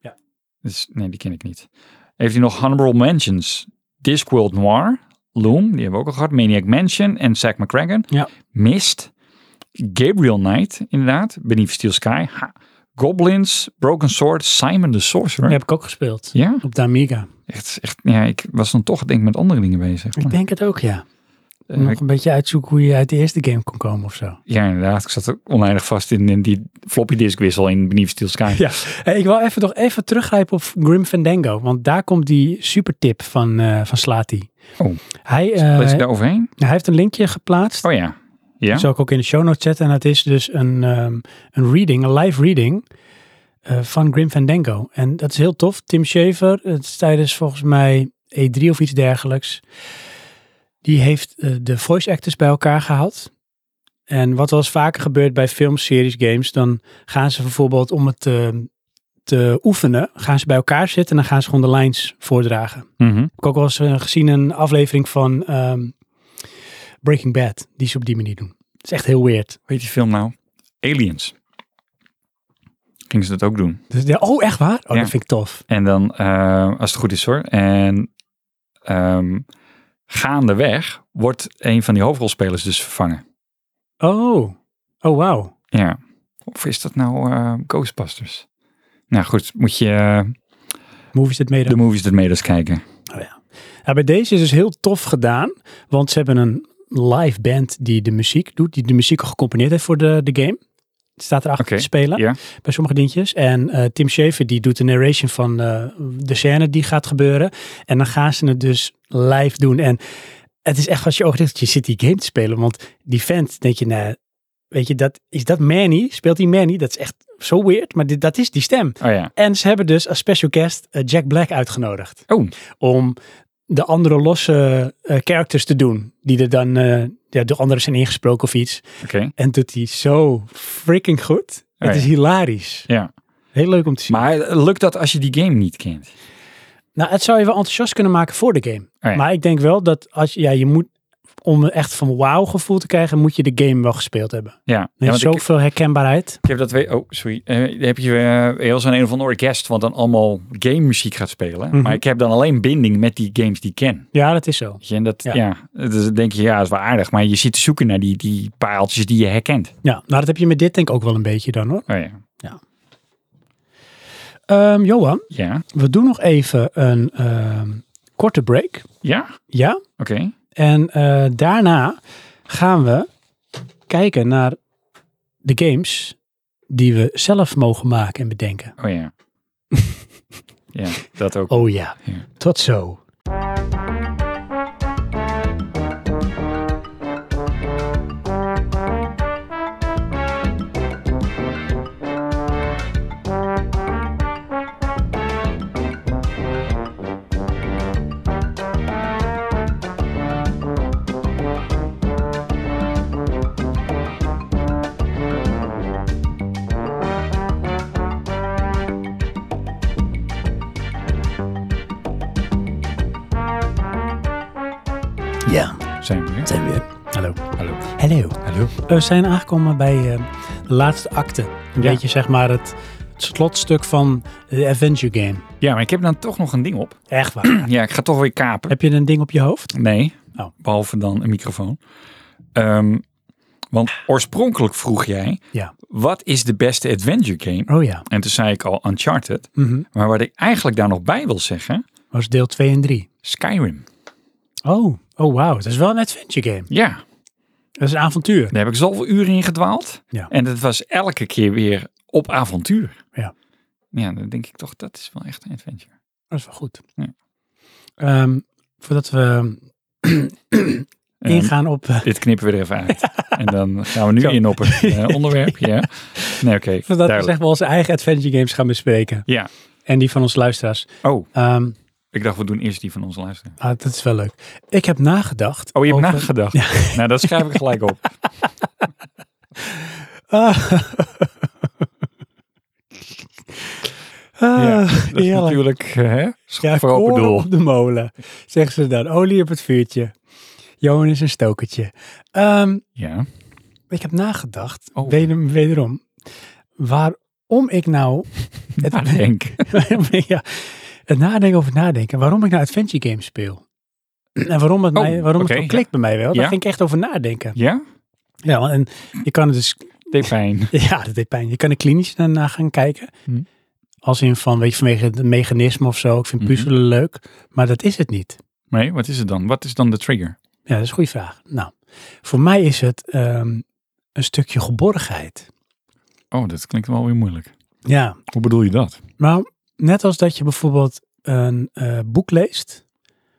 Ja. Dus, nee, die ken ik niet. Heeft hij nog Honorable Mansions, Discworld Noir, Loom, die hebben we ook al gehad, Maniac Mansion en Zack McCracken. Ja. Mist, Gabriel Knight, inderdaad, Beneath Steel Sky, Ha, Goblins, Broken Sword, Simon the Sorcerer. Die heb ik ook gespeeld. Ja, Op de Amiga. echt, echt, ja, ik was dan toch denk ik met andere dingen bezig. Ik Maar, denk het ook, ja. eh, Nog een beetje uitzoeken hoe je uit de eerste game kon komen of zo. Ja, inderdaad. Ik zat ook oneindig vast in, in die floppy disk wissel in Beneath Steel Sky. Ja, Hey, ik wil even nog even teruggrijpen op Grim Fandango. Want daar komt die supertip van, eh van Slati. Oh. Hij, eh, Lees je daar overheen? hij heeft een linkje geplaatst. Oh ja. Ja? Dat zal ik ook in de show notes zetten. En het is dus een, ehm, een reading, een live reading eh, van Grim Fandango. En dat is heel tof. Tim Schafer, het is tijdens volgens mij E3 of iets dergelijks. Die heeft eh, de voice actors bij elkaar gehaald. En wat wel eens vaker gebeurt bij films, series, games, dan gaan ze bijvoorbeeld om het eh, te oefenen, gaan ze bij elkaar zitten en dan gaan ze gewoon de lines voordragen. Mhm. Ik heb ook wel eens eh, gezien een aflevering van ehm, Breaking Bad, die ze op die manier doen. Het is echt heel weird. Hoe heet die film nou? Aliens. Gingen ze dat ook doen. Dus, ja, oh, echt waar? Oh, Ja. dat vind ik tof. En dan, eh, als het goed is hoor. En ehm, gaandeweg wordt een van die hoofdrolspelers dus vervangen. Oh, oh wauw. Ja. Of is dat nou eh, Ghostbusters? Nou goed, moet je eh, Movies dat mede. de movies dat mee dus kijken. Oh ja. Ja, bij deze is dus heel tof gedaan, want ze hebben een live band die de muziek doet, die de muziek al gecomponeerd heeft voor de, de game. Het staat erachter Oké, te spelen ja. bij sommige dingetjes. En eh, Tim Schafer die doet de narration van eh, de scène die gaat gebeuren. En dan gaan ze het dus live doen. En het is echt als je oog dicht doet, je zit die game te spelen. Want die vent, denk je, nou, weet je, dat, is dat Manny? Speelt die Manny? Dat is echt zo weird, maar dit, dat is die stem. Oh ja. En ze hebben dus als special guest eh, Jack Black uitgenodigd. Oh. Om de andere losse eh, characters te doen. Die er dan eh, ja, door anderen zijn ingesproken of iets. Oké. En doet hij zo freaking goed. Oh, het ja. is hilarisch. Ja. Heel leuk om te zien. Maar lukt dat als je die game niet kent? nou, het zou je wel enthousiast kunnen maken voor de game. Oh, ja. Maar ik denk wel dat als je, ja, je moet, om echt van wauw gevoel te krijgen, moet je de game wel gespeeld hebben. Ja. Er ja is want ik, zoveel herkenbaarheid. ik heb dat weer. Oh, sorry. Eh, dan heb je eh, heel zo'n een of andere guest, want dan allemaal game muziek gaat spelen. Mhm. Maar ik heb dan alleen binding met die games die ik ken. Ja, dat is zo. Weet je, En dat, Ja. ja. dus dan denk je, ja, dat is wel aardig. Maar je zit te zoeken naar die, die paaltjes die je herkent. Ja, nou dat heb je met dit denk ik ook wel een beetje dan hoor. Oh ja. Ehm, Johan, Ja. we doen nog even een ehm, korte break. Ja? Ja, Oké. en eh, daarna gaan we kijken naar de games die we zelf mogen maken en bedenken. Oh ja. ja, dat ook. Oh ja, Ja. tot zo. Ja, Zijn we weer. zijn we weer. Hallo. Hallo. Hallo. Hallo. We zijn aangekomen bij eh, de laatste acte. Een Ja. beetje zeg maar het slotstuk van de Adventure Game. Ja, maar ik heb dan toch nog een ding op. Echt waar. Ja, ik ga toch weer kapen. Heb je een ding op je hoofd? Nee, Oh. behalve dan een microfoon. Ehm, want oorspronkelijk vroeg jij, Ja. wat is de beste adventure game? Oh ja. En toen zei ik al Uncharted. Mhm. Maar wat ik eigenlijk daar nog bij wil zeggen, Was deel 2 en 3. Skyrim. Oh, oh wauw. Dat is wel een adventure game. Ja, Dat is een avontuur. daar heb ik zoveel uren in gedwaald. Ja. En het was elke keer weer op avontuur. Ja. Ja, dan denk ik toch, dat is wel echt een adventure. Dat is wel goed. Ja. Ehm, voordat we Ehm, ingaan op... eh, Dit knippen we er even uit. En dan gaan we nu Zo. in op het eh, onderwerp. Ja. Nee, oké. voordat we duidelijk. zeg maar onze eigen adventure games gaan bespreken. Ja. En die van onze luisteraars. Oh, Ehm, ik dacht we doen eerst die van onze luisteraars. ah, dat is wel leuk. Ik heb nagedacht. Oh, je hebt over- nagedacht. Nou, dat schrijf ik gelijk op. Ah. Ja, Ah, dat is heerlijk. natuurlijk eh, hè, schop Ja, voor open koren doel. op de molen. Zeggen ze dan. Olie op het vuurtje. Johan is een stokertje. Ehm, Ja. ik heb nagedacht, Oh. weder- wederom, waarom ik nou... Het, Denk. ja, het nadenken over het nadenken. Waarom ik nou adventure games speel. En waarom het, Oh, mij, waarom oké, het wel ja. klikt bij mij wel. Daar Ja. ging ik echt over nadenken. Ja? Ja, want- en je kan het dus Deed pijn. Ja, dat deed pijn. Je kan er klinisch naar- naar gaan kijken. Hm. Als in van, weet je, vanwege het mechanisme of zo. Ik vind Mhm. puzzelen leuk, maar dat is het niet. Nee, wat is het dan? Wat is dan de trigger? Ja, dat is een goede vraag. Nou, voor mij is het ehm, een stukje geborgenheid. Oh, dat klinkt wel weer moeilijk. Ja, Hoe bedoel je dat? maar net als dat je bijvoorbeeld een eh, boek leest.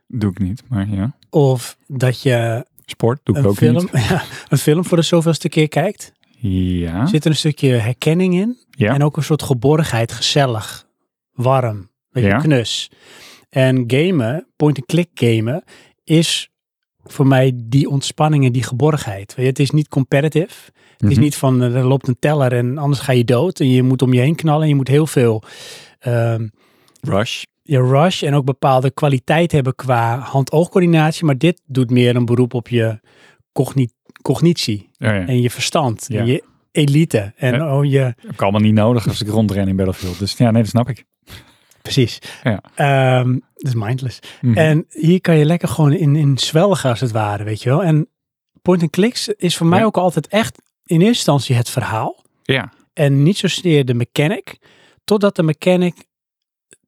Doe ik niet, maar ja. Of dat je Sport doe ik een ook film, niet. ja, een film voor de zoveelste keer kijkt. Ja. Zit er een stukje herkenning in. Ja. En ook een soort geborgenheid, gezellig, warm, weet je, Ja. knus. En gamen, point-and-click gamen, is voor mij die ontspanning en die geborgenheid. Weet je, het is niet competitive. Het is Mhm. niet van eh, er loopt een teller en anders ga je dood. En je moet om je heen knallen en je moet heel veel ehm, Rush. je rush en ook bepaalde kwaliteit hebben qua hand-oogcoördinatie. Maar dit doet meer een beroep op je cogni- cognitie Oh, ja. en je verstand en Ja. je elite en oh, je Heb ik allemaal niet nodig als ik rondren in Battlefield. Dus ja, nee, dat snap ik. Precies. Ja. Ehm, dat is mindless. Mhm. En hier kan je lekker gewoon in, in zwelgen als het ware, weet je wel. En point and clicks is voor mij Ja. ook altijd echt in eerste instantie het verhaal. Ja. En niet zozeer de mechanic. Totdat de mechanic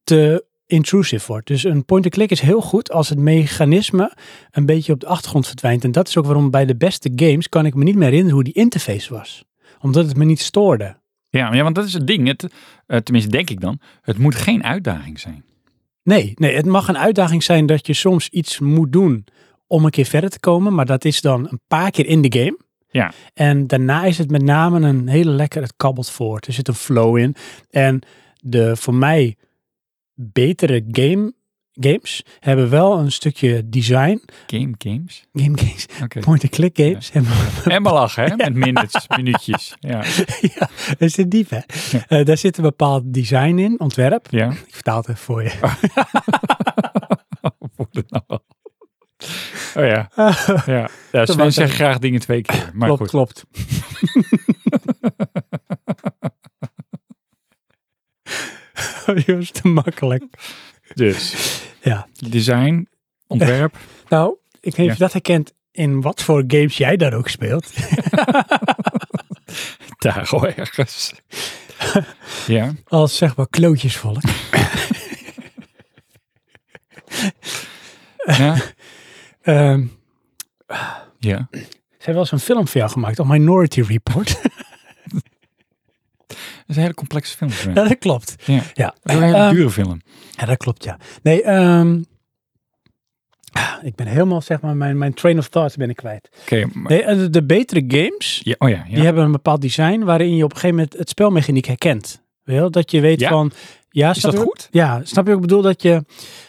te intrusive wordt. Dus een point-and-click is heel goed als het mechanisme een beetje op de achtergrond verdwijnt. En dat is ook waarom bij de beste games kan ik me niet meer herinneren hoe die interface was. Omdat het me niet stoorde. Ja, maar ja, want dat is het ding. Het, eh, tenminste, denk ik dan. Het moet geen uitdaging zijn. Nee, nee, het mag een uitdaging zijn dat je soms iets moet doen om een keer verder te komen. Maar dat is dan een paar keer in de game. Ja. En daarna is het met name een hele lekker, het kabbelt voort. Er zit een flow in. En de voor mij betere game, games hebben wel een stukje design. Game games. Game games, Oké. point-and-click games. hebben En maar lachen, hè? Met minutes, minuutjes. Ja. ja, dat zit diep, hè? Eh, daar zit een bepaald design in, ontwerp. ja. Ik vertaal het even voor je. Voor de nou. Oh ja. Ja, ja Sven was zegt graag dingen twee keer. Maar klopt, goed. klopt. Oh, joh, dat is te makkelijk. Dus Ja. design, ontwerp. Nou, ik weet niet of Ja. je dat herkent in wat voor games jij daar ook speelt. Daar al ergens. Ja. Als zeg maar klootjesvolk. Ja. Ehm, ja. ze hebben wel eens een film voor jou gemaakt, op Minority Report. Dat is een hele complexe film. Sven. ja, dat klopt. Ja. Ja. Dat is een hele Ehm, dure film. Ja, dat klopt, ja. Nee, ehm, ah, ik ben helemaal, zeg maar, mijn, mijn train of thought ben ik kwijt. Oké. maar- Nee, eh, de, de betere games, ja, oh ja. ja. die hebben een bepaald design waarin je op een gegeven moment het spelmechaniek herkent. Weet je wel? Dat je weet Ja? van, ja, Is snap dat je- goed? Ja, snap je wat ik bedoel? Dat je,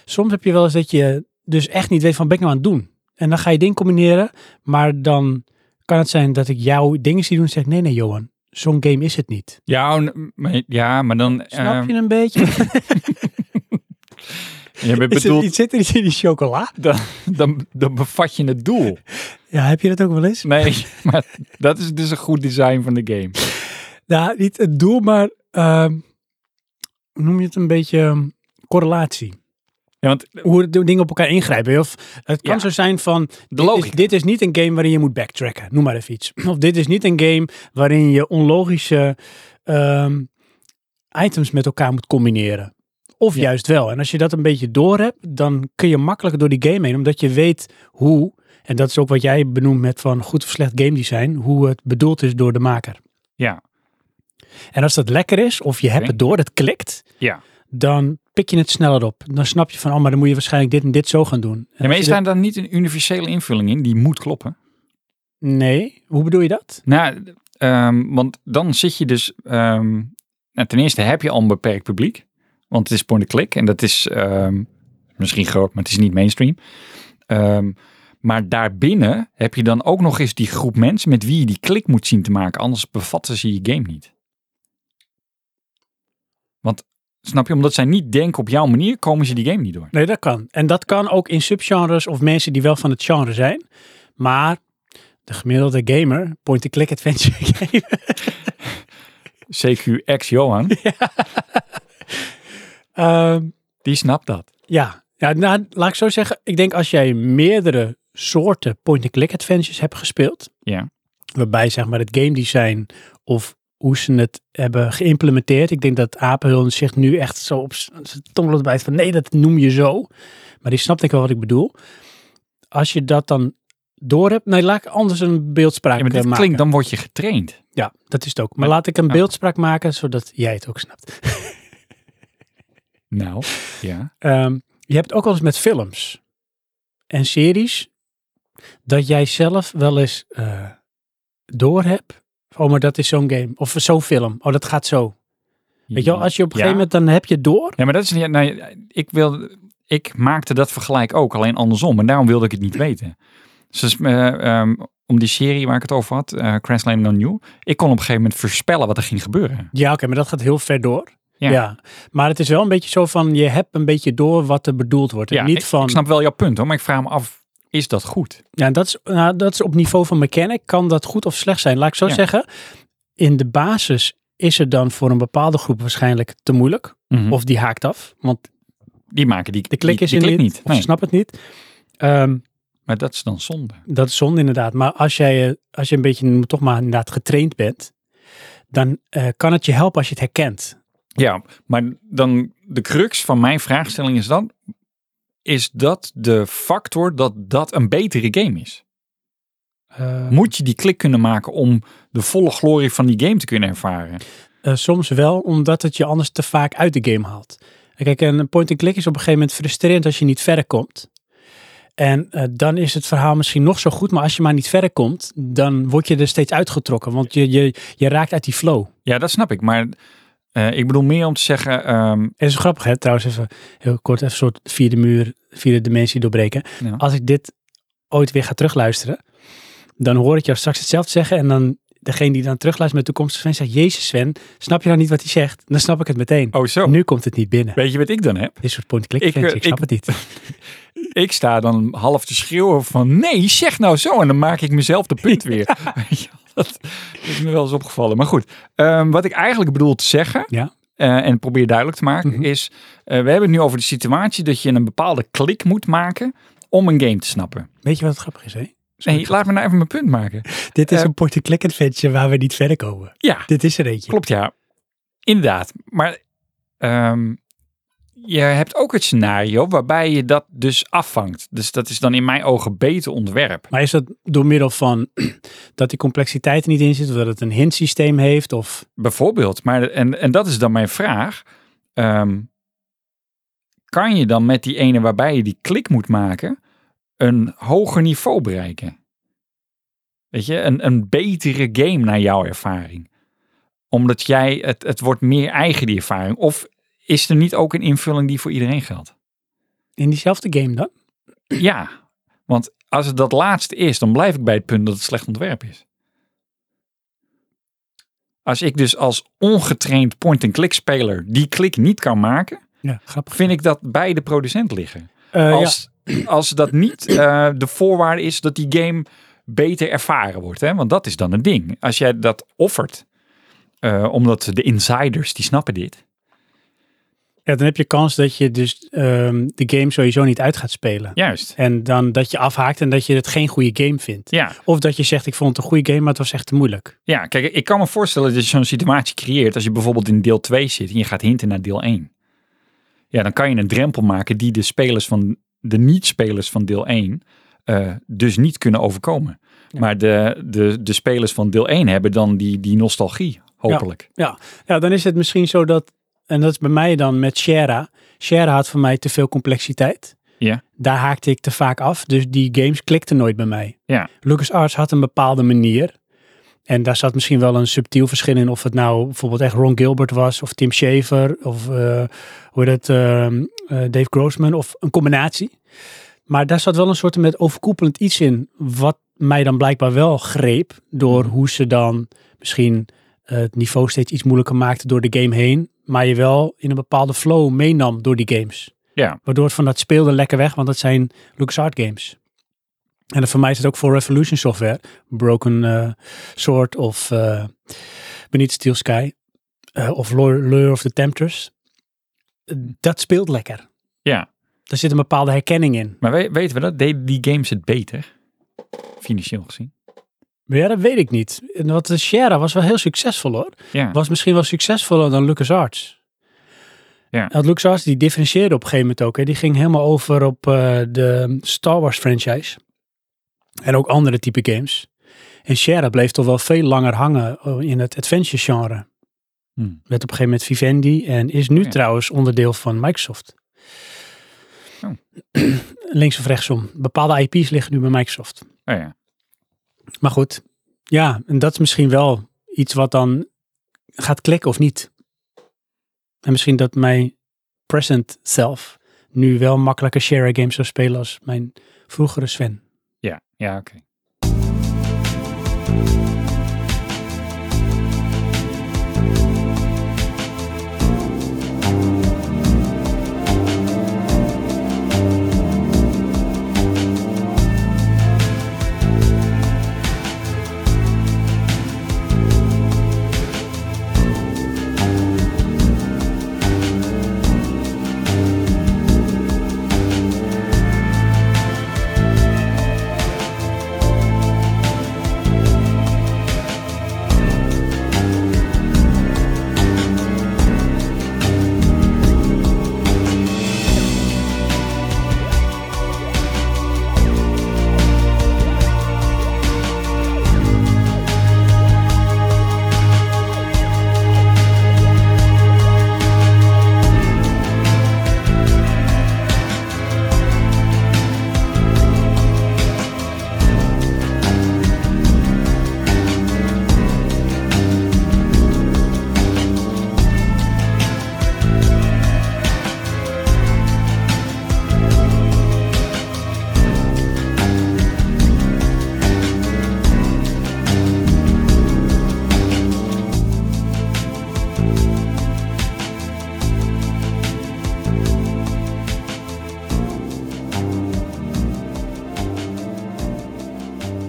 soms heb je wel eens dat je dus echt niet weet van, ben ik nou aan het doen? En dan ga je ding combineren, maar dan kan het zijn dat ik jouw dingen zie doen en zeg, nee, nee, Johan, zo'n game is het niet. Ja, oh, maar, ja, maar dan... Snap ehm, je een beetje? je bent Is er bedoeld, iets- Zit er iets in die chocola? dan, dan, dan bevat je het doel. Ja, heb je dat ook wel eens? Nee, maar dat is dus een goed design van de game. Nou, niet het doel, maar ehm, hoe noem je het een beetje ehm, correlatie. Ja, want Hoe de dingen op elkaar ingrijpen. Of het kan Ja. zo zijn van, de dit is, logica. dit is niet een game waarin je moet backtracken. Noem maar even iets. Of dit is niet een game waarin je onlogische ehm, items met elkaar moet combineren. Of Ja. juist wel. En als je dat een beetje door hebt, dan kun je makkelijker door die game heen. Omdat je weet hoe, en dat is ook wat jij benoemt met van goed of slecht game design, hoe het bedoeld is door de maker. Ja, En als dat lekker is, of je hebt Oké. het door, het klikt, ja. dan pik je het sneller op. Dan snap je van, oh, maar dan moet je waarschijnlijk dit en dit zo gaan doen. En Ja, maar als is je daar dan niet een universele invulling in? Die moet kloppen. dat- Nee, hoe bedoel je dat? Nou, ehm, want dan zit je dus... ehm, nou, ten eerste heb je al een beperkt publiek. Want het is point-and-click. En dat is ehm, misschien groot, maar het is niet mainstream. Ehm, maar daarbinnen heb je dan ook nog eens die groep mensen... met wie je die klik moet zien te maken. Anders bevatten ze je game niet. Want, snap je? Omdat zij niet denken op jouw manier... komen ze die game niet door. Nee, dat kan. En dat kan ook in subgenres of mensen die wel van het genre zijn. Maar de gemiddelde gamer, point-and-click adventure gamer, CQX Johan, ehm, die snapt dat. ja. ja nou, laat ik zo zeggen. Ik denk als jij meerdere soorten point-and-click adventures hebt gespeeld. Ja. Waarbij zeg maar het game design of hoe ze het hebben geïmplementeerd. Ik denk dat Apenhulden zich nu echt zo op z- zijn tong loopt bij het van nee, dat noem je zo. Maar die snapt ik wel wat ik bedoel. Als je dat dan door hebt, nee, laat ik anders een beeldspraak Ja, maar eh, dit maken. klinkt, dan word je getraind. Ja, dat is het ook. Maar Maar- laat ik een oh. beeldspraak maken, zodat jij het ook snapt. Nou, ja. Ehm, je hebt ook wel eens met films en series dat jij zelf wel eens eh door hebt. Oh, maar dat is zo'n game. Of zo'n film. Oh, dat gaat zo. Weet je wel, als je op een Ja. gegeven moment, dan heb je door. Ja, maar dat is... Ja, nou, ik, wil, ik maakte dat vergelijk ook, alleen andersom. En daarom wilde ik het niet weten. Dus dat is, eh, ehm, om die serie waar ik het over had, eh Crash Landing on You. Ik kon op een gegeven moment voorspellen wat er ging gebeuren. Ja, oké, maar dat gaat heel ver door. Ja. Ja. Maar het is wel een beetje zo van, je hebt een beetje door wat er bedoeld wordt. En Ja, niet ik, van, ik snap wel jouw punt hoor, maar ik vraag me af, is dat goed? Ja, dat is, nou, dat is op niveau van mechanic. Kan dat goed of slecht zijn? Laat ik zo Ja. zeggen. In de basis is het dan voor een bepaalde groep waarschijnlijk te moeilijk. Of Of die haakt af. Want die maken die, Mhm. de klik die, is die er klik niet. niet. Of ze Nee, snappen het niet. Ehm, maar dat is dan zonde. dat is zonde inderdaad. Maar als jij, eh, als je een beetje mm, toch maar inderdaad getraind bent. Dan eh, kan het je helpen als je het herkent. Ja, maar dan de crux van mijn vraagstelling is dan: is dat de factor dat dat een betere game is? Eh, Moet je die klik kunnen maken om de volle glorie van die game te kunnen ervaren? eh, soms wel, omdat het je anders te vaak uit de game haalt. En Kijk, een point-and-click is op een gegeven moment frustrerend als je niet verder komt. En eh, dan is het verhaal misschien nog zo goed, maar als je maar niet verder komt, dan word je er steeds uitgetrokken. Want je, je, je raakt uit die flow. Ja, dat snap ik. Maar eh, ik bedoel meer om te zeggen: ehm, En het is grappig, hè? Trouwens, even heel kort, even een soort vierde muur, vierde dimensie doorbreken. Ja. Als ik dit ooit weer ga terugluisteren, dan hoor ik jou straks hetzelfde zeggen. En dan degene die dan terugluistert met toekomstig Sven zegt, Jezus Sven, snap je nou niet wat hij zegt? Dan snap ik het meteen. oh zo. Nu komt het niet binnen. Weet je wat ik dan heb? Dit soort point-click Ik, ik, ik eh, snap het ik- niet. Ik sta dan half te schreeuwen van nee, zeg nou zo. En dan maak ik mezelf de punt weer. Ja, dat is me wel eens opgevallen. Maar goed, ehm, wat ik eigenlijk bedoel te zeggen, Ja. eh, en probeer duidelijk te maken, Mhm. is eh, we hebben het nu over de situatie dat je een bepaalde klik moet maken om een game te snappen. Weet je wat het grappig is, hè? Nee, laat me nou even mijn punt maken. Dit is eh, een point-and-click adventure waar we niet verder komen. Ja, Dit is er eentje. Klopt, ja. Inderdaad. Maar ehm, je hebt ook het scenario waarbij je dat dus afvangt. Dus dat is dan in mijn ogen beter ontwerp. Maar is dat door middel van dat die complexiteit er niet in zit, of dat het een hint systeem heeft, of... Bijvoorbeeld, maar en, en dat is dan mijn vraag. Ehm, kan je dan met die ene waarbij je die klik moet maken, een hoger niveau bereiken? Weet je, een, een betere game naar jouw ervaring. Omdat jij, het, het wordt meer eigen die ervaring. Of is er niet ook een invulling die voor iedereen geldt? In diezelfde game dan? Ja, want als het dat laatste is, dan blijf ik bij het punt dat het slecht ontwerp is. Als ik dus als ongetraind point-and-click speler die klik niet kan maken, Ja, grappig. vind ik dat bij de producent liggen. Eh, ja. Als, als dat niet eh, de voorwaarde is dat die game beter ervaren wordt. Hè? Want dat is dan een ding. Als jij dat offert, eh, omdat de insiders, die snappen dit. Ja, dan heb je kans dat je dus ehm, de game sowieso niet uit gaat spelen. Juist. En dan dat je afhaakt en dat je het geen goede game vindt. Ja, Of dat je zegt, ik vond het een goede game, maar het was echt te moeilijk. Ja, kijk, ik kan me voorstellen dat je zo'n situatie creëert als je bijvoorbeeld in deel 2 zit en je gaat hinten naar deel 1. Ja, dan kan je een drempel maken die de spelers van de niet-spelers van deel 1 eh, dus niet kunnen overkomen. Maar de, de, de spelers van deel 1 hebben dan die, die nostalgie, hopelijk. Ja, dan is het misschien zo dat, en dat is bij mij dan met Shara. Shara had voor mij te veel complexiteit. Ja. Daar haakte ik te vaak af, dus die games klikten nooit bij mij. Ja. LucasArts had een bepaalde manier. En daar zat misschien wel een subtiel verschil in of het nou bijvoorbeeld echt Ron Gilbert was of Tim Schafer of eh, hoe heet het, ehm, eh, Dave Grossman of een combinatie. Maar daar zat wel een soort met overkoepelend iets in wat mij dan blijkbaar wel greep Mm. door hoe ze dan misschien eh, het niveau steeds iets moeilijker maakten door de game heen, maar je wel in een bepaalde flow meenam door die games. Ja. Waardoor het van dat speelde lekker weg, want dat zijn LucasArts games. En dat voor mij is het ook voor Revolution Software. Broken eh, Sword of eh Beneath Steel Sky. eh, of Lure, Lure of the Tempters. Dat speelt lekker. Ja. Daar zit een bepaalde herkenning in. Maar we- weten we dat? Deden die games het beter? Financieel gezien. Maar ja, dat weet ik niet. En Want de Sierra was wel heel succesvol hoor. Ja. Was misschien wel succesvoller dan LucasArts. Ja. Want LucasArts die differentieerde op een gegeven moment ook. Hè. Die ging helemaal over op eh, de Star Wars franchise. En ook andere type games. En Sierra bleef toch wel veel langer hangen eh, in het adventure genre. Hmm. Werd op een gegeven moment Vivendi en is nu Oh ja. trouwens onderdeel van Microsoft. Oh. Links of rechtsom. Bepaalde IP's liggen nu bij Microsoft. Oh ja. Maar goed, ja, en dat is misschien wel iets wat dan gaat klikken of niet. En misschien dat mijn present self nu wel makkelijker share games zou spelen als mijn vroegere Sven. Ja, ja oké.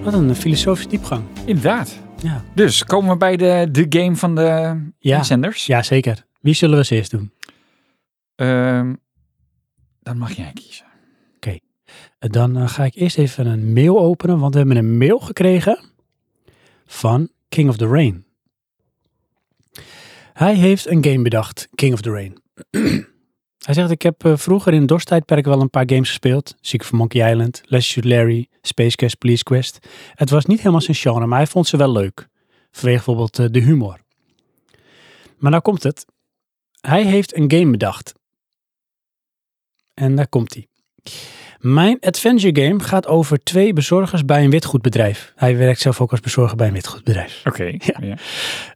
Wat een filosofische diepgang. Inderdaad. Ja. Dus komen we bij de, de game van de Ja. inzenders. ja, zeker. Wie zullen we als eerst doen? Ehm, dan mag jij kiezen. Eh, Dan eh, ga ik eerst even een mail openen, want we hebben een mail gekregen van King of the Rain. Hij heeft een game bedacht, King of the Rain. Hij zegt, ik heb eh, vroeger in het dorstijdperk wel een paar games gespeeld. Secret of Monkey Island, Let's Shoot Larry, Space Quest, Police Quest. Het was niet helemaal zijn genre, maar hij vond ze wel leuk. Vanwege bijvoorbeeld eh, de humor. Maar nou komt het. Hij heeft een game bedacht. En daar komt hij. Mijn adventure game gaat over twee bezorgers bij een witgoedbedrijf. Hij werkt zelf ook als bezorger bij een witgoedbedrijf. Oké. Ja.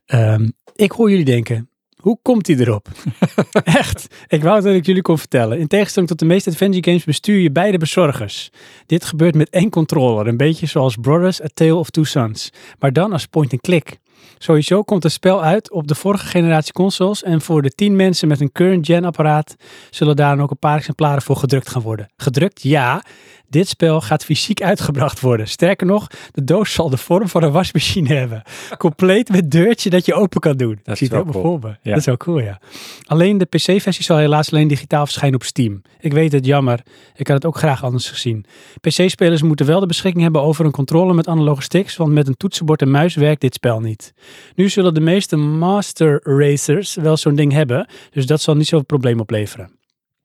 Ehm, ik hoor jullie denken, hoe komt hij erop? Echt, ik wou dat ik jullie kon vertellen. In tegenstelling tot de meeste adventure games bestuur je beide bezorgers. Dit gebeurt met één controller, een beetje zoals Brothers A Tale of Two Sons. Maar dan als point-and-click. Sowieso komt het spel uit op de vorige generatie consoles en voor de 10 mensen met een current-gen apparaat zullen daar dan ook een paar exemplaren voor gedrukt gaan worden. Gedrukt, ja. Dit spel gaat fysiek uitgebracht worden. Sterker nog, de doos zal de vorm van een wasmachine hebben. Compleet met deurtje dat je open kan doen. is Ik zie het wel helemaal cool. voor me. Ja. Dat is wel cool, ja. Alleen de PC-versie zal helaas alleen digitaal verschijnen op Steam. Ik weet het, jammer. Ik had het ook graag anders gezien. PC-spelers moeten wel de beschikking hebben over een controller met analoge sticks, want met een toetsenbord en muis werkt dit spel niet. Nu zullen de meeste Master Racers wel zo'n ding hebben, dus dat zal niet zoveel probleem opleveren.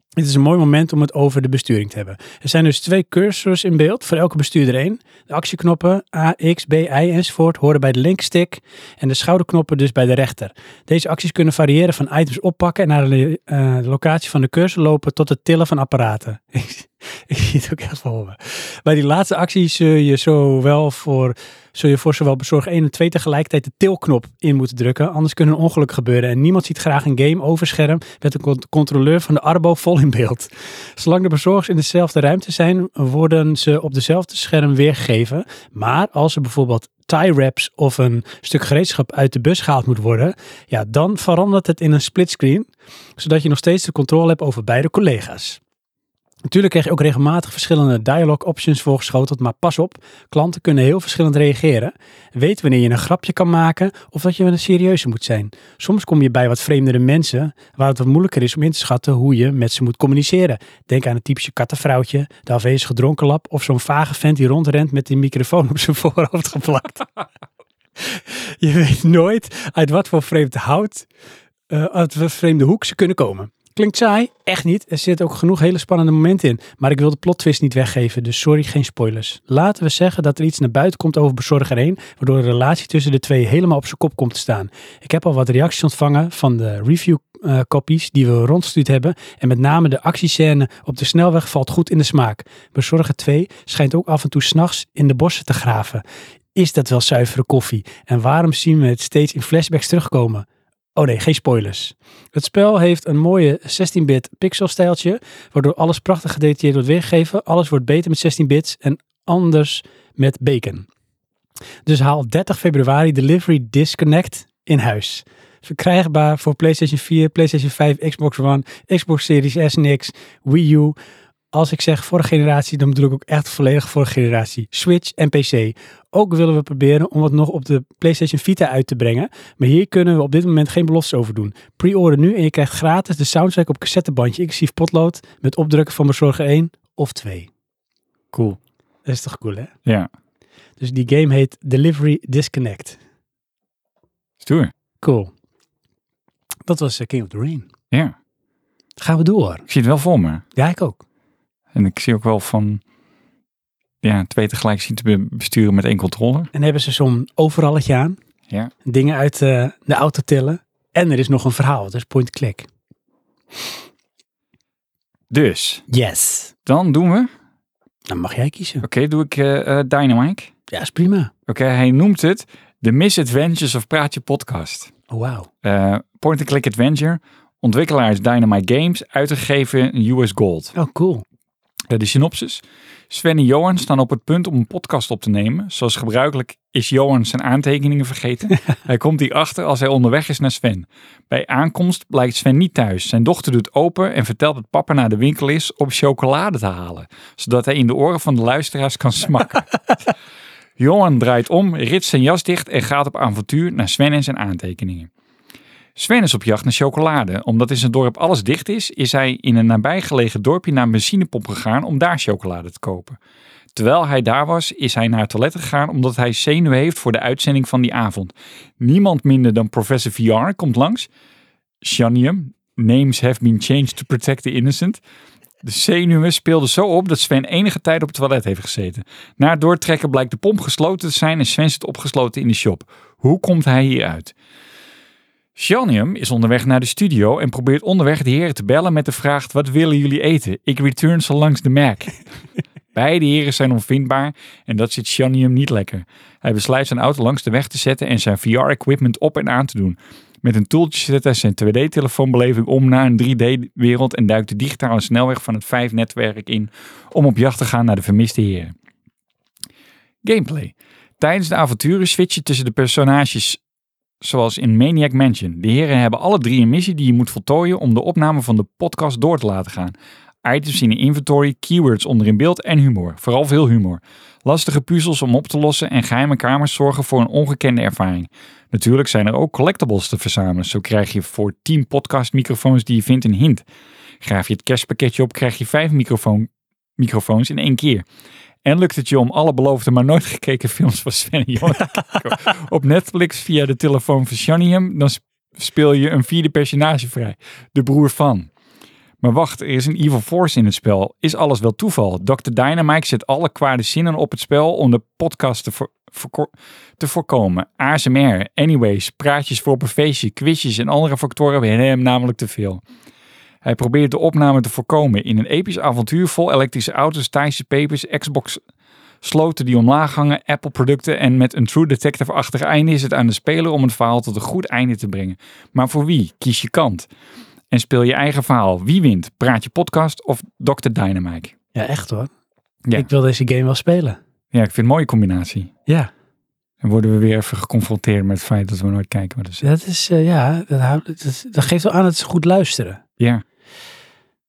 Het is een mooi moment om het over de besturing te hebben. Er zijn dus twee cursors in beeld, voor elke bestuurder één. De actieknoppen A, X, B, I enzovoort horen bij de linkstick en de schouderknoppen dus bij de rechter. Deze acties kunnen variëren van items oppakken en naar de, eh, de locatie van de cursor lopen tot het tillen van apparaten. Ik, ik zie het ook echt voor me. Bij die laatste acties zul je, zowel voor, zul je voor zowel bezorg 1 en 2 tegelijkertijd de tilknop in moeten drukken. Anders kunnen ongelukken gebeuren en niemand ziet graag een game overscherm met een con- controleur van de Arbo vol in beeld. Zolang de bezorgers in dezelfde ruimte zijn, worden ze op dezelfde scherm weergegeven. Maar als er bijvoorbeeld tie wraps of een stuk gereedschap uit de bus gehaald moet worden, ja, dan verandert het in een splitscreen, zodat je nog steeds de controle hebt over beide collega's. Natuurlijk krijg je ook regelmatig verschillende dialog options voorgeschoteld, maar pas op, klanten kunnen heel verschillend reageren. Weet wanneer je een grapje kan maken of dat je wel een serieuze moet zijn. Soms kom je bij wat vreemdere mensen waar het wat moeilijker is om in te schatten hoe je met ze moet communiceren. Denk aan het typische kattenvrouwtje, de afwezige dronkenlap of zo'n vage vent die rondrent met die microfoon op zijn voorhoofd geplakt. je weet nooit uit wat voor vreemd hout, eh, uit wat vreemde hoek ze kunnen komen. Klinkt saai, echt niet. Er zitten ook genoeg hele spannende momenten in. Maar ik wil de plot twist niet weggeven, dus sorry, geen spoilers. Laten we zeggen dat er iets naar buiten komt over bezorger 1, waardoor de relatie tussen de twee helemaal op zijn kop komt te staan. Ik heb al wat reacties ontvangen van de review eh, copies die we rondgestuurd hebben. En met name de actiescène op de snelweg valt goed in de smaak. Bezorger 2 schijnt ook af en toe s'nachts in de bossen te graven. Is dat wel zuivere koffie? En waarom zien we het steeds in flashbacks terugkomen? Oh nee, geen spoilers. Het spel heeft een mooie 16-bit pixelstijltje, waardoor alles prachtig gedetailleerd wordt weergegeven. Alles wordt beter met 16 bits en anders met bacon. Dus haal 30 februari Delivery Disconnect in huis. Verkrijgbaar voor PlayStation 4, PlayStation 5, Xbox One, Xbox Series S en X, Wii U. Als ik zeg vorige generatie, dan bedoel ik ook echt volledig vorige generatie. Switch en PC. Ook willen we proberen om het nog op de PlayStation Vita uit te brengen. Maar hier kunnen we op dit moment geen beloftes over doen. Pre-order nu en je krijgt gratis de soundtrack op cassettebandje, inclusief potlood, met opdrukken van bezorger 1 of 2. Cool. Dat is toch cool, hè? Ja. Dus die game heet Delivery Disconnect. Stoer. Cool. Dat was eh, King of the Rain. Ja. Gaan we door. Ik zie het wel voor me. Ja, ik ook. En ik zie ook wel van... Ja, twee tegelijk zien te be- besturen met één controller. En hebben ze zo'n overalletje aan. Ja. Dingen uit eh, de auto tillen. En er is nog een verhaal, dat is point-click. Dus, Yes. dan doen we... Oké, Dan mag jij kiezen. doe ik eh, eh, Dynamite. Ja, is prima. Oké, hij noemt het The Misadventures of Praatje Podcast. Oh, wauw. Eh, Point-and-click adventure. Ontwikkelaar is Dynamite Games, uitgegeven in US Gold. Oh, cool. Eh, de synopsis. Sven en Johan staan op het punt om een podcast op te nemen. Zoals gebruikelijk is Johan zijn aantekeningen vergeten. hij komt die achter als hij onderweg is naar Sven. Bij aankomst blijkt Sven niet thuis. Zijn dochter doet open en vertelt dat papa naar de winkel is om chocolade te halen. Zodat hij in de oren van de luisteraars kan smakken. Johan draait om, rit zijn jas dicht en gaat op avontuur naar Sven en zijn aantekeningen. Sven is op jacht naar chocolade. Omdat in zijn dorp alles dicht is, is hij in een nabijgelegen dorpje naar een benzinepomp gegaan om daar chocolade te kopen. Terwijl hij daar was, is hij naar het toilet gegaan omdat hij zenuwen heeft voor de uitzending van die avond. Niemand minder dan professor VR komt langs. Shanium, names have been changed to protect the innocent. De zenuwen speelden zo op dat Sven enige tijd op het toilet heeft gezeten. Na het doortrekken blijkt de pomp gesloten te zijn en Sven zit opgesloten in de shop. Hoe komt hij hieruit? Shanium is onderweg naar de studio en probeert onderweg de heren te bellen met de vraag: Wat willen jullie eten? Ik return zo langs de Mac. Beide heren zijn onvindbaar en dat zit Shanium niet lekker. Hij besluit zijn auto langs de weg te zetten en zijn VR-equipment op en aan te doen. Met een toeltje zet hij zijn 2D-telefoonbeleving om naar een 3D-wereld en duikt de digitale snelweg van het 5-netwerk in om op jacht te gaan naar de vermiste heren. Gameplay. Tijdens de avonturen switch je tussen de personages zoals in Maniac Mansion. De heren hebben alle drie een missie die je moet voltooien om de opname van de podcast door te laten gaan. Items in de inventory, keywords onder in beeld en humor. Vooral veel humor. Lastige puzzels om op te lossen en geheime kamers zorgen voor een ongekende ervaring. Natuurlijk zijn er ook collectibles te verzamelen. Zo krijg je voor 10 podcastmicrofoons die je vindt een hint. Graaf je het kerstpakketje op, krijg je 5 microfoon, microfoons in één keer. En lukt het je om alle beloofde, maar nooit gekeken films van Sven en Johan te kijken op Netflix via de telefoon van Shanium, dan sp- speel je een vierde personage vrij. De broer van. Maar wacht, er is een evil force in het spel. Is alles wel toeval? Dr. Dynamite zet alle kwade zinnen op het spel om de podcast te, vo- voorko- te voorkomen. ASMR, anyways, praatjes voor op een feestje, quizjes en andere factoren werden hem namelijk te veel. Hij probeert de opname te voorkomen in een episch avontuur vol elektrische auto's, Thaise papers, Xbox sloten die omlaag hangen, Apple producten en met een True Detective-achtig einde is het aan de speler om het verhaal tot een goed einde te brengen. Maar voor wie? Kies je kant. En speel je eigen verhaal. Wie wint? Praat je podcast of Dr. Dynamite? Ja, echt hoor. Ja. Ik wil deze game wel spelen. Ja, ik vind het een mooie combinatie. Ja, En worden we weer even geconfronteerd met het feit dat we nooit kijken wat er zit. dat is, eh, ja, dat, houdt- dat, dat geeft wel aan dat ze goed luisteren. Ja,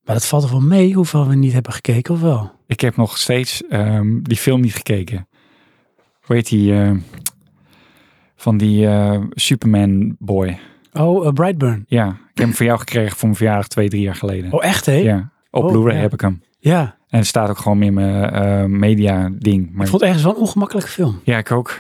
Maar dat valt er wel mee hoeveel we niet hebben gekeken, of wel? ik heb nog steeds ehm, die film niet gekeken. Hoe heet die? eh, van die eh, Superman boy. Oh, eh, Brightburn. Ja, ik heb hem voor jou gekregen voor mijn verjaardag twee, drie jaar geleden. Oh, echt hè? Ja. Ja, op Oh, Blu-ray ja. heb ik hem. ja. En het staat ook gewoon in mijn eh, media ding. Maar Ik vond het ergens wel een ongemakkelijke film. Ja, ik ook.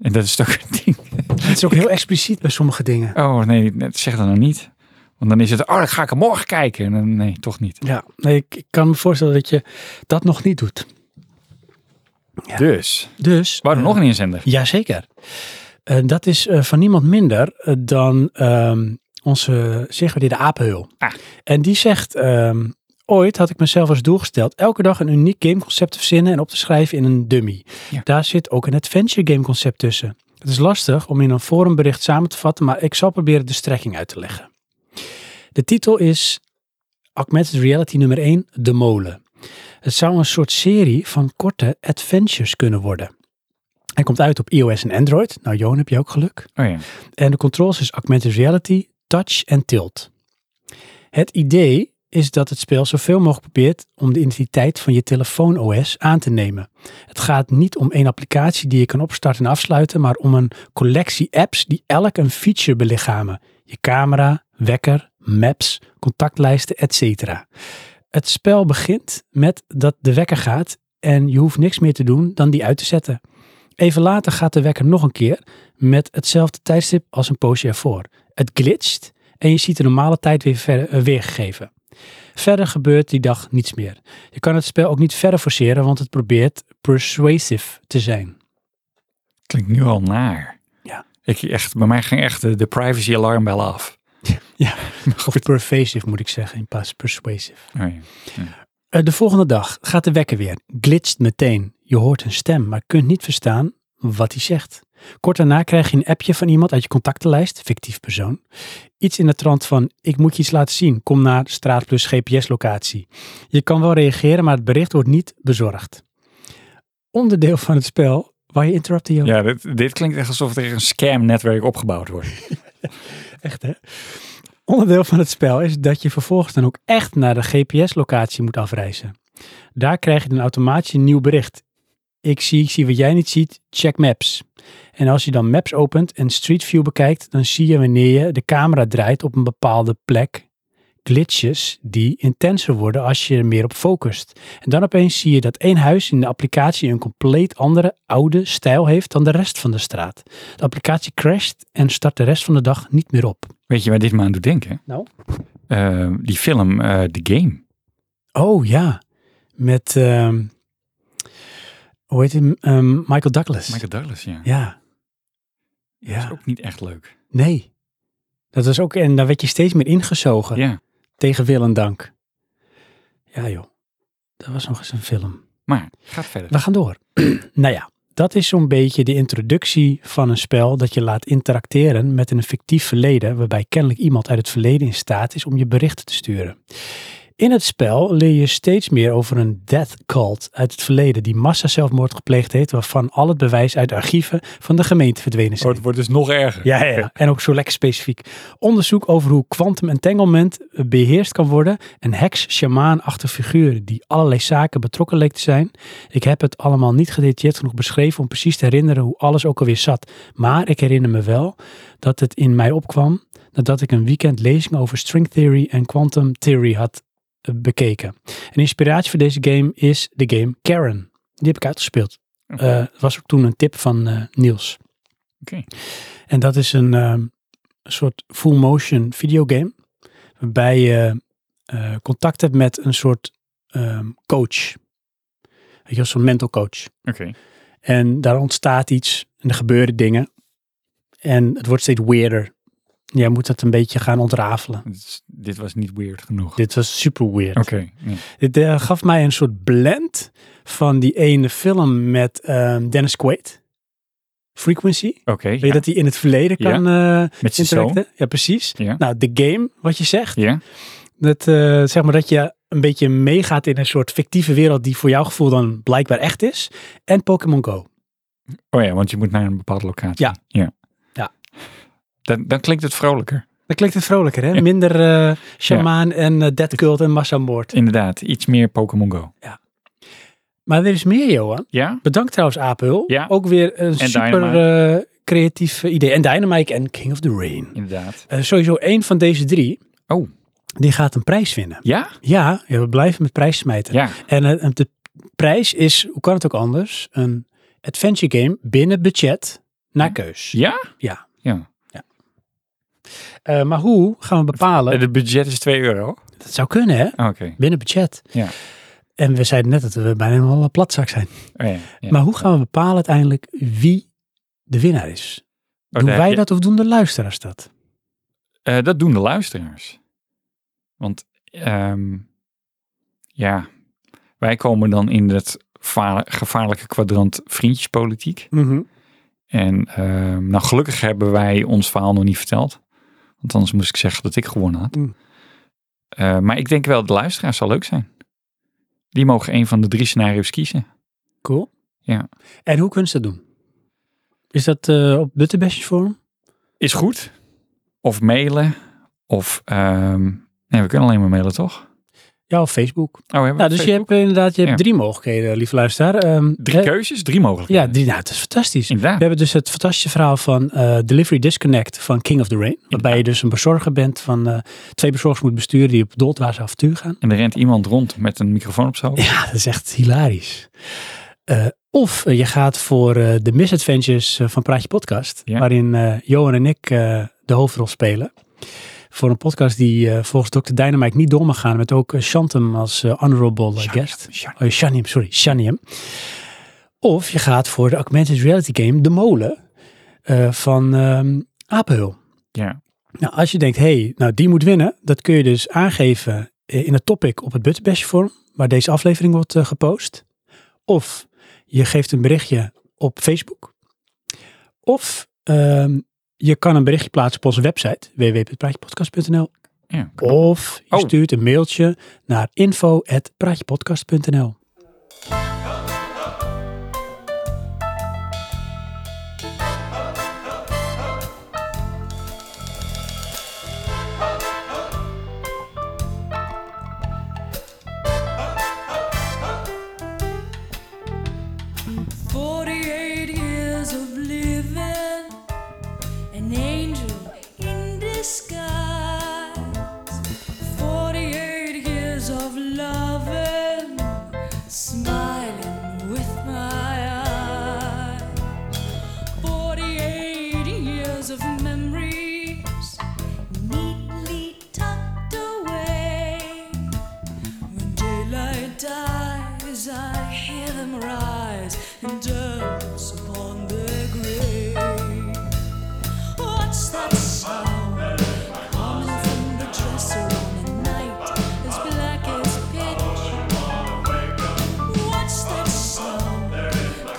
En dat is toch een ding. Het is ook heel expliciet bij sommige dingen. Oh nee, net- zeg dat nou niet. Want dan is het, oh, dan ga ik hem morgen kijken. En dan, nee, toch niet. Ja, nee, ik, ik kan me voorstellen dat je dat nog niet doet. Dus, Dus. we hadden eh, nog een inzender. Jazeker. Eh, dat is eh, van niemand minder eh, dan ehm, onze Sigrid de Apenhul. Ah. En die zegt, ehm, ooit had ik mezelf als doel gesteld elke dag een uniek gameconcept te verzinnen en op te schrijven in een dummy. Ja. Daar zit ook een adventure game concept tussen. Het is lastig om in een forumbericht samen te vatten, maar ik zal proberen de strekking uit te leggen. De titel is Augmented Reality nummer 1, De Molen. Het zou een soort serie van korte adventures kunnen worden. Hij komt uit op iOS en Android. Nou, Johan, heb je ook geluk. Oh ja. En de controls is augmented reality, touch en tilt. Het idee is dat het spel zoveel mogelijk probeert om de identiteit van je telefoon OS aan te nemen. Het gaat niet om één applicatie die je kan opstarten en afsluiten, maar om een collectie apps die elk een feature belichamen. Je camera, wekker, maps, contactlijsten, etc. Het spel begint met dat de wekker gaat en je hoeft niks meer te doen dan die uit te zetten. Even later gaat de wekker nog een keer met hetzelfde tijdstip als een poosje ervoor. Het glitcht en je ziet de normale tijd weer ver- eh, weergegeven. Verder gebeurt die dag niets meer. Je kan het spel ook niet verder forceren, want het probeert persuasive te zijn. Klinkt nu al naar. Ja. Ik echt, bij mij ging echt de, de privacy alarmbel af. Of pervasive moet ik zeggen in plaats van persuasive. Oh ja. Eh, de volgende dag gaat de wekker weer. Glitst meteen. Je hoort een stem, maar kunt niet verstaan wat hij zegt. Kort daarna krijg je een appje van iemand uit je contactenlijst, fictief persoon. Iets in de trant van, ik moet je iets laten zien, kom naar straat plus gps locatie. Je kan wel reageren, maar het bericht wordt niet bezorgd. Onderdeel van het spel, waar je interrupte je Ja, dit, dit klinkt echt alsof er een scam-netwerk opgebouwd wordt. Echt hè? Onderdeel van het spel is dat je vervolgens dan ook echt naar de GPS-locatie moet afreizen. Daar krijg je dan automatisch een nieuw bericht. ik zie, ik zie wat jij niet ziet, check maps. En als je dan maps opent en Street View bekijkt, dan zie je wanneer je de camera draait op een bepaalde plek glitches die intenser worden als je er meer op focust. En dan opeens zie je dat één huis in de applicatie een compleet andere, oude stijl heeft dan de rest van de straat. De applicatie crasht en start de rest van de dag niet meer op. Weet je waar dit me aan doet denken? Nou? Eh, die film eh, The Game. Oh ja, met, ehm, hoe heet hij? Ehm, Michael Douglas. Michael Douglas, ja. Ja. Dat is Ja, ook niet echt leuk. nee. Dat was ook, en daar werd je steeds meer ingezogen. Ja. Tegen wil en dank. Ja joh, dat was nog eens een film. Maar, gaat verder. We gaan door. nou ja, dat is zo'n beetje de introductie van een spel dat je laat interacteren met een fictief verleden, waarbij kennelijk iemand uit het verleden in staat is om je berichten te sturen. In het spel leer je steeds meer over een death cult uit het verleden die massa zelfmoord gepleegd heeft, waarvan al het bewijs uit de archieven van de gemeente verdwenen zijn. wordt dus nog erger. Ja, ja, ja. en ook zo lekker specifiek. Onderzoek over hoe quantum entanglement beheerst kan worden. Een heks, shamaanachtige figuren die allerlei zaken betrokken leek te zijn. Ik heb het allemaal niet gedetailleerd genoeg beschreven om precies te herinneren hoe alles ook alweer zat. Maar ik herinner me wel dat het in mij opkwam nadat ik een weekend lezing over string theory en quantum theory had eh, bekeken. En inspiratie voor deze game is de game Karen. Die heb ik uitgespeeld. Oké. Eh, was ook toen een tip van eh, Niels. Oké. En dat is een ehm, soort full motion videogame. Waarbij je eh, contact hebt met een soort ehm, coach. Weet je, wel, zo'n mental coach. Oké. En daar ontstaat iets en er gebeuren dingen. En het wordt steeds weirder. Jij moet dat een beetje gaan ontrafelen. Dit is- Dit was niet weird genoeg. Dit was super weird. Oké. ja. Dit eh, gaf mij een soort blend van die ene film met ehm, Dennis Quaid. Frequency. Oké. Weet je ja. dat hij in het verleden Ja. kan eh, Met zijn zoon. interacten? Ja, precies. Ja. Nou, de game, wat je zegt. Ja. Dat, eh, zeg maar dat je een beetje meegaat in een soort fictieve wereld die voor jouw gevoel dan blijkbaar echt is. En Pokémon Go. Oh ja, want je moet naar een bepaalde locatie. Ja. Ja. Ja. Dan, dan klinkt het vrolijker. Dan klinkt het vrolijker, hè? Ja. Minder eh shamaan en eh dead cult en massamoord. Inderdaad, iets meer Pokémon Go. Maar er is meer, Johan. Ja? Bedankt trouwens, Apel. Ja. Ook weer een En super eh, creatief eh, idee. En Dynamite en King of the Rain. Inderdaad. Eh, sowieso één van deze drie. Oh. Die gaat een prijs winnen. Ja? Ja, ja, we blijven met prijs smijten. Ja. En eh, en de prijs is, hoe kan het ook anders, een adventure game binnen budget naar keus. Ja? Ja. Ja. Eh, maar hoe gaan we bepalen? Het budget is 2 euro. Oké. Dat zou kunnen, hè? Binnen budget. Ja. En we zeiden net dat we bijna helemaal een platzak zijn. Oh ja. ja. Maar hoe gaan we bepalen uiteindelijk wie de winnaar is? Oh, doen daar- wij ja, dat of doen de luisteraars dat? eh, dat doen de luisteraars. Want ehm, ja, wij komen dan in het va- gevaarlijke kwadrant vriendjespolitiek. Mhm, En ehm, nou, gelukkig hebben wij ons verhaal nog niet verteld. Want anders moest ik zeggen dat ik gewonnen had. Mm. Eh, maar ik denk wel, de luisteraars zal leuk zijn. Die mogen een van de drie scenario's kiezen. Cool. Ja. En hoe kunnen ze dat doen? Is dat eh op Butterbestje vorm? Is goed. Of mailen. Of, ehm, nee, we kunnen alleen maar mailen, toch? Ja, of Facebook. Oh, hebben we Nou, dus je Facebook? hebt eh, inderdaad je hebt Ja. drie mogelijkheden, lieve luisteraar. Ehm, Drie eh, keuzes, drie mogelijkheden. Ja, drie, nou, het is fantastisch. Inderdaad. We hebben dus het fantastische verhaal van eh, Delivery Disconnect van King of the Rain. Waarbij je dus een bezorger bent van eh, twee bezorgers moet besturen die op doldwaze avontuur gaan. En er rent iemand rond met een microfoon op zijn hoofd. Ja, dat is echt hilarisch. Eh, of eh, je gaat voor eh, de Misadventures eh, van Praatje Podcast. Ja. Waarin eh, Johan en ik eh, de hoofdrol spelen. Voor een podcast die eh, volgens Dr. Dynamite niet door mag gaan. Met ook eh, Shantem als eh, honorable eh, guest. Shiny. Oh, Shanium, sorry. Shanium. Of je gaat voor de augmented reality game De Molen eh, van ehm Apenhul. Ja. Nou, als je denkt, hey, nou die moet winnen, dat kun je dus aangeven eh, in het topic op het Butterbestje forum, waar deze aflevering wordt eh, gepost. Of je geeft een berichtje op Facebook. Of ehm, je kan een berichtje plaatsen op onze website www.praatjepodcast.nl ja. of je Oh. stuurt een mailtje naar info.praatjepodcast.nl Dance upon the grave. What's that sound coming from the dresser on the night as black as pitch? What's that sound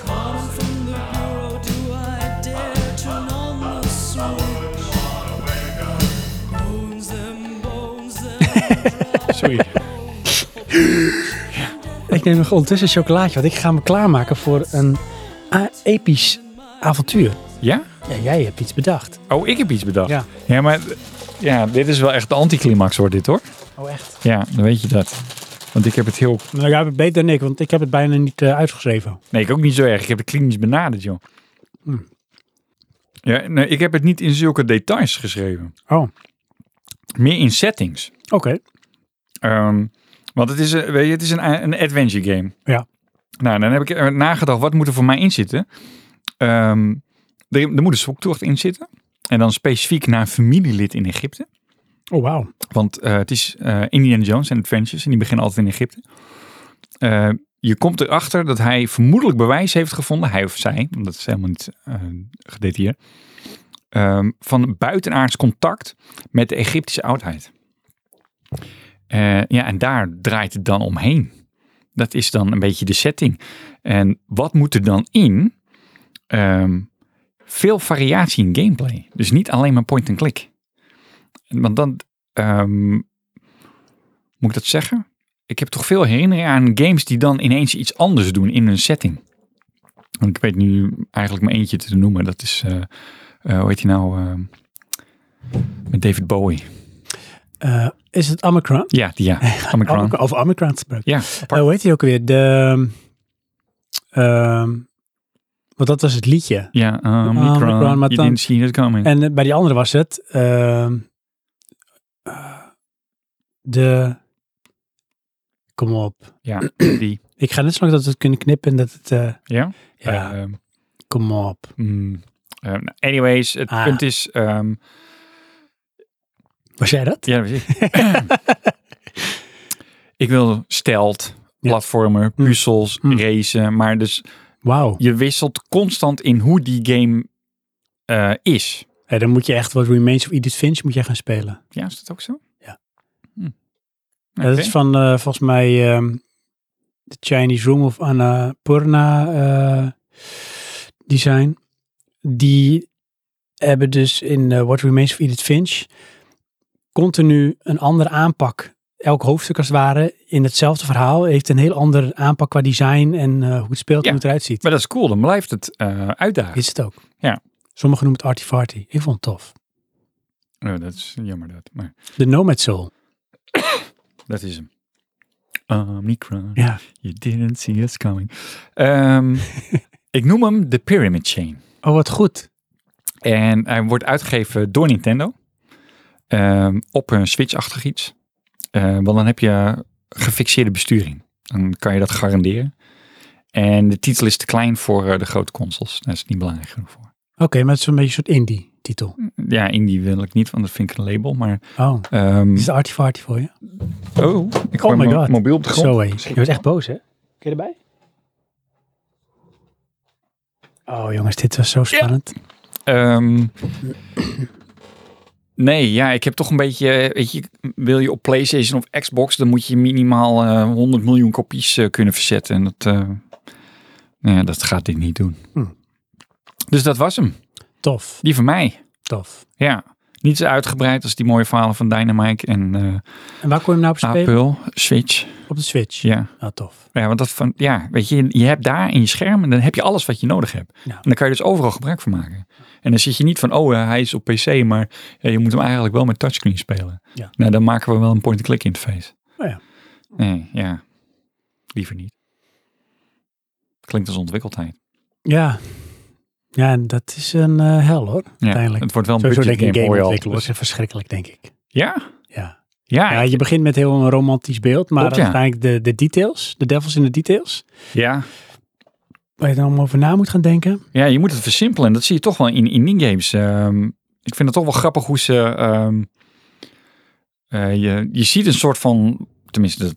coming from the bureau? Do I dare turn on the switch? Bones, them bones, them Sorry. Ik neem nog ondertussen een chocolaatje, want ik ga me klaarmaken voor een a- episch avontuur. Ja? Ja, jij hebt iets bedacht. Oh, ik heb iets bedacht. Ja. ja, maar ja, dit is wel echt de anticlimax wordt dit hoor. Oh, echt? Ja, dan weet je dat. Want ik heb het heel... Nou, jij hebt het beter dan ik, want ik heb het bijna niet eh, uitgeschreven. Nee, ik ook niet zo erg. Ik heb het klinisch benaderd, joh. Hm. Ja, nee, ik heb het niet in zulke details geschreven. Oh, oké. Meer in settings. Ehm, want het is, eh, weet je, het is een, een adventure game. Ja. Nou, dan heb ik eh, nagedacht, wat moet er voor mij in zitten? Ehm, er, er moet een zoektocht in zitten. En dan specifiek naar een familielid in Egypte. Oh, wauw. Want eh, het is eh, Indiana Jones en Adventures en die beginnen altijd in Egypte. Eh, je komt erachter dat hij vermoedelijk bewijs heeft gevonden, hij of zij, want dat is helemaal niet eh gedetailleerd, ehm, van buitenaards contact met de Egyptische oudheid. Eh, ja, en daar draait het dan omheen. Dat is dan een beetje de setting. En wat moet er dan in? Ehm, veel variatie in gameplay. Dus niet alleen maar point-and-click. Want dan, Ehm, moet ik dat zeggen? Ik heb toch veel herinneringen aan games die dan ineens iets anders doen in hun setting. Want ik weet nu eigenlijk maar eentje te noemen. Dat is, eh, eh, hoe heet hij nou? ehm, met David Bowie. Eh, is het Omicron? Ja, die ja. Omicron. Omicron- Over Omicron gesproken. Ja, Eh, hoe heet die ook weer? De... ehm, want dat was het liedje. ja eh, Omicron, Omicron. maar You dan- didn't see it coming. En eh, bij die andere was het... ehm, eh, de... Kom op. ja, die. Ik ga net zo lang dat we het kunnen knippen en dat het... eh, Ja? ja, Ehm, kom op. mm, ehm, anyways, het Ah. punt is... ehm, Was jij dat? Ja, precies. ik wil stelt, Ja. platformer, Mm. puzzels, Mm. racen. Maar dus Wauw. je wisselt constant in hoe die game eh, is. Hé, dan moet je echt wat Remains of Edith Finch moet je gaan spelen. Ja, is dat ook zo? Ja. Hm. Ja, dat Oké. is van eh, volgens mij ehm, de Chinese Room of Annapurna eh, design. Die hebben dus in eh, What Remains of Edith Finch continu een andere aanpak. Elk hoofdstuk als het ware in hetzelfde verhaal heeft een heel andere aanpak qua design en eh, hoe het speelt en Ja. hoe het eruit ziet. Maar dat is cool, dan blijft het eh uitdagen. Is het ook. Ja. Sommigen noemen het Artifarty. Ik vond het tof. Nou, dat is jammer dat, maar De Nomad Soul. dat is hem. Omicron, Ja. you didn't see us coming. Ehm, ik noem hem de Pyramid Chain. Oh, wat goed. En hij wordt uitgegeven door Nintendo. Ehm, op een Switch-achtig iets. Eh, want dan heb je gefixeerde besturing. Dan kan je dat garanderen. En de titel is te klein voor eh, de grote consoles. Daar is het niet belangrijk genoeg voor. Oké, maar het is een beetje een soort indie titel. Ja, indie wil ik niet, want dat vind ik een label. Maar, Oh, ehm, is het Artifarty voor je? oh, ik Oh gooi my mijn god. mobiel op de grond. Zo hé. Je was echt boos hè? Kun je erbij? Oh jongens, dit was zo spannend. Ehm, nee, ja, ik heb toch een beetje, weet je, wil je op PlayStation of Xbox, dan moet je minimaal eh 100 miljoen kopies eh, kunnen verzetten. En dat, eh, nou ja, dat gaat dit niet doen. Hm. Dus dat was hem. Tof, Die van mij. tof. Ja. Niet zo uitgebreid als die mooie verhalen van Dynamite en eh En waar kon je hem nou op spelen? Apple, Switch. Op de Switch? Ja. Nou, tof. ja, want dat van, ja, weet je, je hebt daar in je scherm en dan heb je alles wat je nodig hebt. Ja. En dan kan je dus overal gebruik van maken. En dan zit je niet van, oh, eh, hij is op PC, maar ja, je moet hem eigenlijk wel met touchscreen spelen. Ja. Nou, dan maken we wel een point-and-click interface. Oh ja. Nee, ja. Liever niet. Klinkt als ontwikkeldheid. Ja. Ja, en dat is een eh, hel hoor, Ja, uiteindelijk. het wordt wel een Sowieso budget denk ik een game, hoor game je al. ontwikkelen. Dus- Dat is verschrikkelijk, denk ik. ja, Ja. ja, ja, ja, je begint met heel een romantisch beeld, maar Ah, Klopt, ja. uiteindelijk de, de details, de devils in de details, ja. waar je dan allemaal over na moet gaan denken. je moet het versimpelen. Dat zie je toch wel in indie games. Ehm, ik vind het toch wel grappig hoe ze... ehm, eh, je, je ziet een soort van, tenminste dat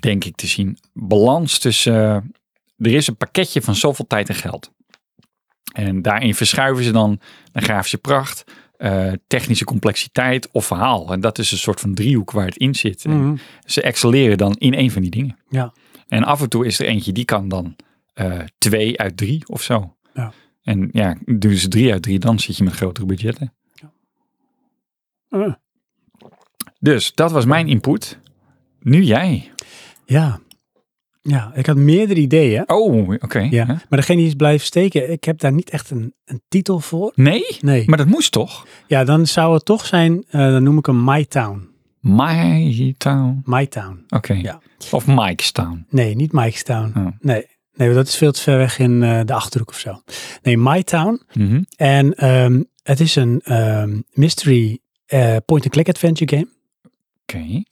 denk ik te zien, balans tussen eh, er is een pakketje van zoveel tijd en geld. En daarin verschuiven ze dan naar grafische pracht, eh, technische complexiteit of verhaal. En dat is een soort van driehoek waar het in zit. En Mhm. Ze excelleren dan in één van die dingen. Ja. En af en toe is er eentje die kan dan eh, twee uit drie of zo. Ja. En ja, doen ze drie uit drie, dan zit je met grotere budgetten. Eh, Dus dat was mijn input. Nu jij. ja. Ja, ik had meerdere ideeën. Oh, oké. Ja. Ja. Maar degene die is blijven steken, ik heb daar niet echt een, een titel voor. Nee, Nee. maar dat moest toch? Ja, dan zou het toch zijn, eh, dan noem ik hem My Town. My Town. My Town. Oké. Ja. Of Mike's Town. Nee, niet Mike's Town. Oh. Nee. Nee, dat is veel te ver weg in eh, de Achterhoek of zo. Nee, My Town. Mhm. En ehm, het is een ehm, mystery eh, point-and-click adventure game. Oké.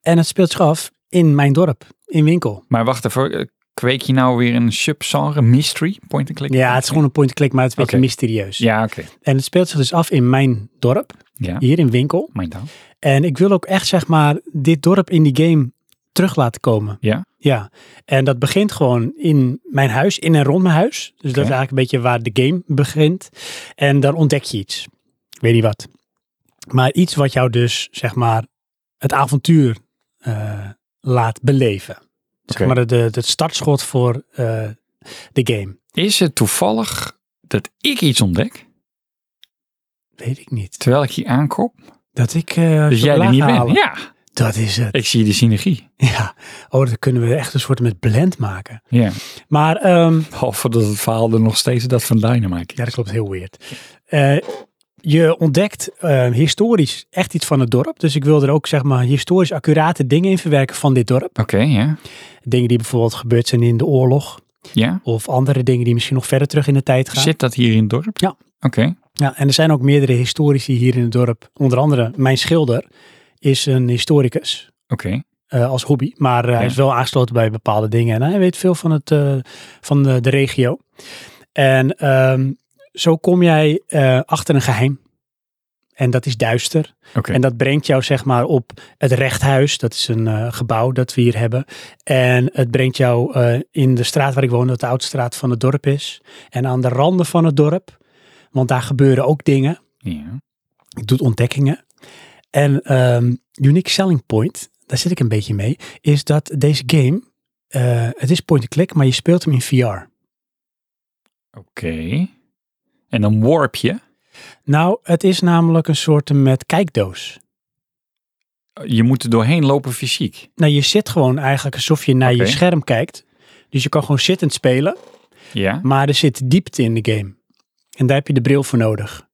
En het speelt zich af in mijn dorp, in Winkel. Maar wacht even, eh, kweek je nou weer een subgenre mystery point-and-click? Ja, het is gewoon een point-and-click, maar het is een Oké. beetje mysterieus. Ja, oké. En het speelt zich dus af in mijn dorp, Ja, hier in Winkel. mijn town. En ik wil ook echt, zeg maar, dit dorp in die game terug laten komen. Ja. Ja. En dat begint gewoon in mijn huis, in en rond mijn huis. Dus dat is eigenlijk een beetje waar de game begint. En dan ontdek je iets. Ik weet niet wat. Maar iets wat jou dus, zeg maar, het avontuur eh, laat beleven. Zeg Oké. maar de, het startschot voor eh, de game. Is het toevallig dat ik iets ontdek, Weet ik niet. terwijl ik hier aankoop? Dat ik. eh Dus jij er chocola niet ga halen. bent? Ja, Dat is het. ik zie de synergie. Ja. Oh, dan kunnen we echt een soort met blend maken. Ja, Maar, ehm, behalve dat het verhaal er nog steeds dat van Dynamite ja, dat klopt, heel weird. Eh, je ontdekt eh, historisch echt iets van het dorp. Dus ik wil er ook, zeg maar, historisch accurate dingen in verwerken van dit dorp. Oké, ja. Dingen die bijvoorbeeld gebeurd zijn in de oorlog. ja. Of andere dingen die misschien nog verder terug in de tijd gaan. Zit dat hier in het dorp? Ja. Oké, Ja, en er zijn ook meerdere historici hier in het dorp. Onder andere, mijn schilder is een historicus. oké. eh, als hobby, maar eh, hij Ja. is wel aangesloten bij bepaalde dingen en hij weet veel van, het, eh, van de, de regio. En ehm, zo kom jij eh, achter een geheim. En dat is duister. Oké. En dat brengt jou zeg maar op het rechthuis. Dat is een eh, gebouw dat we hier hebben. En het brengt jou eh, in de straat waar ik woon, dat de oudste straat van het dorp is. En aan de randen van het dorp. Want daar gebeuren ook dingen. Ja. Ik doe ontdekkingen. En ehm, unique selling point, daar zit ik een beetje mee, is dat deze game, eh, het is point-and-click, maar je speelt hem in VR. Oké. En dan warp je. Nou, het is namelijk een soort met kijkdoos. Je moet er doorheen lopen fysiek. Nou, je zit gewoon eigenlijk alsof je naar Oké. je scherm kijkt. Dus je kan gewoon zittend spelen, Ja. maar er zit diepte in de game. En daar heb je de bril voor nodig.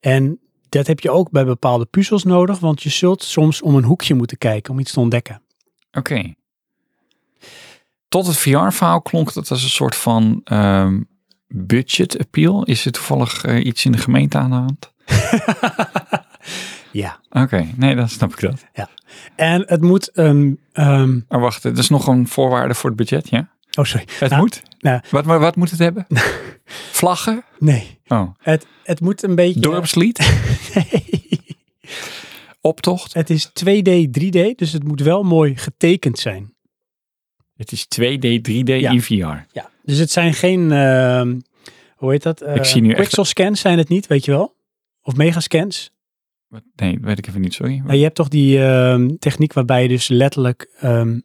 En dat heb je ook bij bepaalde puzzels nodig, want je zult soms om een hoekje moeten kijken om iets te ontdekken. Oké. Tot het VR-verhaal klonk dat als een soort van ehm, budget appeal. Is er toevallig eh, iets in de gemeente aan de hand? Ja. Oké, nee, dan snap ik dat. En het moet een... ehm, Maar Oh, wacht, dat is nog een voorwaarde voor het budget, ja? oh, sorry. Het Nou, moet? nou- wat, wat, wat moet het hebben? Vlaggen? Nee, Oh, het, het moet een beetje... dorpslied? Nee. Optocht? Het is 2D, 3D, dus het moet wel mooi getekend zijn. Het is 2D, 3D Ja. in VR. Ja. Dus het zijn geen, ehm, hoe heet dat? Eh, zie nu echt- pixel scans zijn het niet, weet je wel? Of megascans. Wat? Nee, weet ik even niet, sorry. Nou, je hebt toch die ehm, techniek waarbij je dus letterlijk ehm,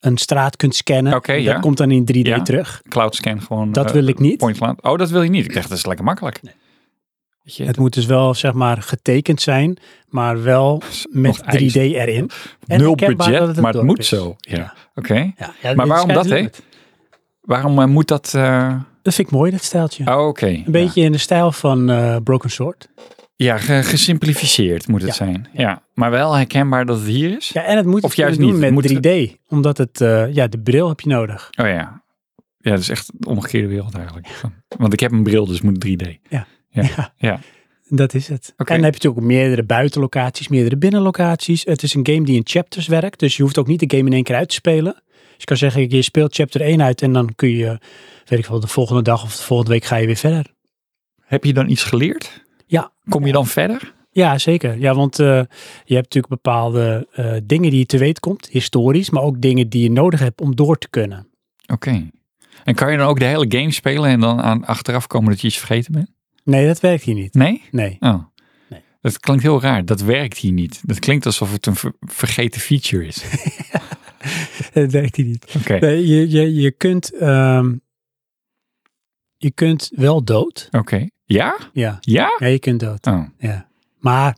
een straat kunt scannen. Oké, dat ja. komt dan in 3D Ja. terug. Cloud scan gewoon. Dat eh, wil ik niet. Point laat. Oh, dat wil je niet. Ik dacht, dat is lekker makkelijk. Weet je, Het moet dus wel, zeg maar, getekend zijn, maar wel met ijs. 3D erin. En nul herkenbaar dat budget, het een maar het dorp moet is. zo. Ja. Ja. Oké. Ja, ja, Maar dit waarom sky's dat, the hè? limit. Waarom eh, moet dat... eh, Dat vind ik mooi, dat stijltje. oh, Oké. Een beetje in de stijl van eh, Broken Sword. Ja, ge- gesimplificeerd moet het Ja. zijn. Ja, maar wel herkenbaar dat het hier is. Ja, en het moet Of iets juist kunnen doen niet. met Het moet- 3D. Omdat het, eh, ja, de bril heb je nodig. Oh ja. Ja, dat is echt de omgekeerde wereld eigenlijk. Want ik heb een bril, dus moet 3D. Dat is het. Oké. En dan heb je natuurlijk meerdere buitenlocaties, meerdere binnenlocaties. Het is een game die in chapters werkt. Dus je hoeft ook niet de game in één keer uit te spelen. Dus je kan zeggen, je speelt chapter 1 uit en dan kun je, weet ik wel, de volgende dag of de volgende week ga je weer verder. Heb je dan iets geleerd? Ja. Kom je dan verder? Ja, zeker. Ja, want eh, je hebt natuurlijk bepaalde eh, dingen die je te weten komt, historisch, maar ook dingen die je nodig hebt om door te kunnen. Oké. En kan je dan ook de hele game spelen en dan aan achteraf komen dat je iets vergeten bent? Nee, dat werkt hier niet. Nee? Nee. Oh. Nee. Dat klinkt heel raar. Dat werkt hier niet. Dat klinkt alsof het een ver- vergeten feature is. Oké. Dat werkt hier niet. Nee, je, je, je, kunt, ehm, je kunt wel dood. Oké. Ja? Ja. Ja? ja, je kunt dood. Oh, oh Maar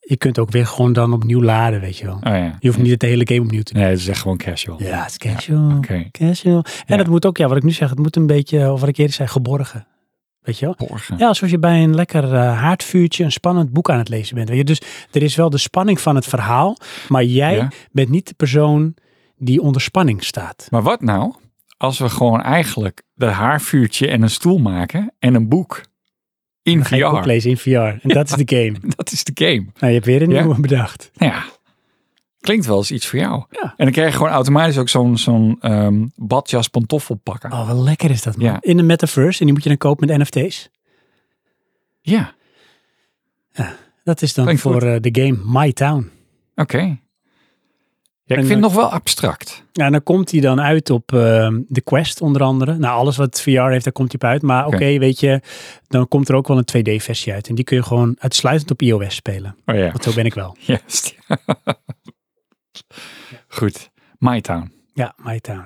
je kunt ook weer gewoon dan opnieuw laden, weet je wel. Oh ja. Je hoeft niet het hele game opnieuw te doen. Nee, dat is echt gewoon casual. Ja, het is casual. Oké. Casual. En Ja. het moet ook, ja, wat ik nu zeg, het moet een beetje, of wat ik eerder zei, geborgen. Weet je wel? Borgen. Ja, alsof je bij een lekker eh, haardvuurtje een spannend boek aan het lezen bent. Weet je? Dus er is wel de spanning van het verhaal, maar jij Ja. bent niet de persoon die onder spanning staat. Maar wat nou als we gewoon eigenlijk dat haarvuurtje en een stoel maken en een boek in Ga je boek VR? lezen in VR. En dat is de game. Dat is de game. Nou, je hebt weer een Ja. nieuwe bedacht. Nou ja, klinkt wel eens iets voor jou. Ja. En dan krijg je gewoon automatisch ook zo'n zo'n ehm, badjas pantoffel pakken. Oh, wat lekker is dat, man. Ja. In de metaverse, en die moet je dan kopen met NFT's. Ja, Dat is dan Klinkt voor goed. eh, de game My Town. oké. Ja, ik En eh, vind het dan- nog wel abstract. Nou, en dan komt hij dan uit op ehm, de Quest onder andere. Nou, alles wat VR heeft, daar komt hij op uit. Maar oké, Oké. weet je, dan komt er ook wel een 2D-versie uit. En die kun je gewoon uitsluitend op iOS spelen. Oh ja, Want zo ben ik wel. juist. Goed. My Town. Ja, My Town.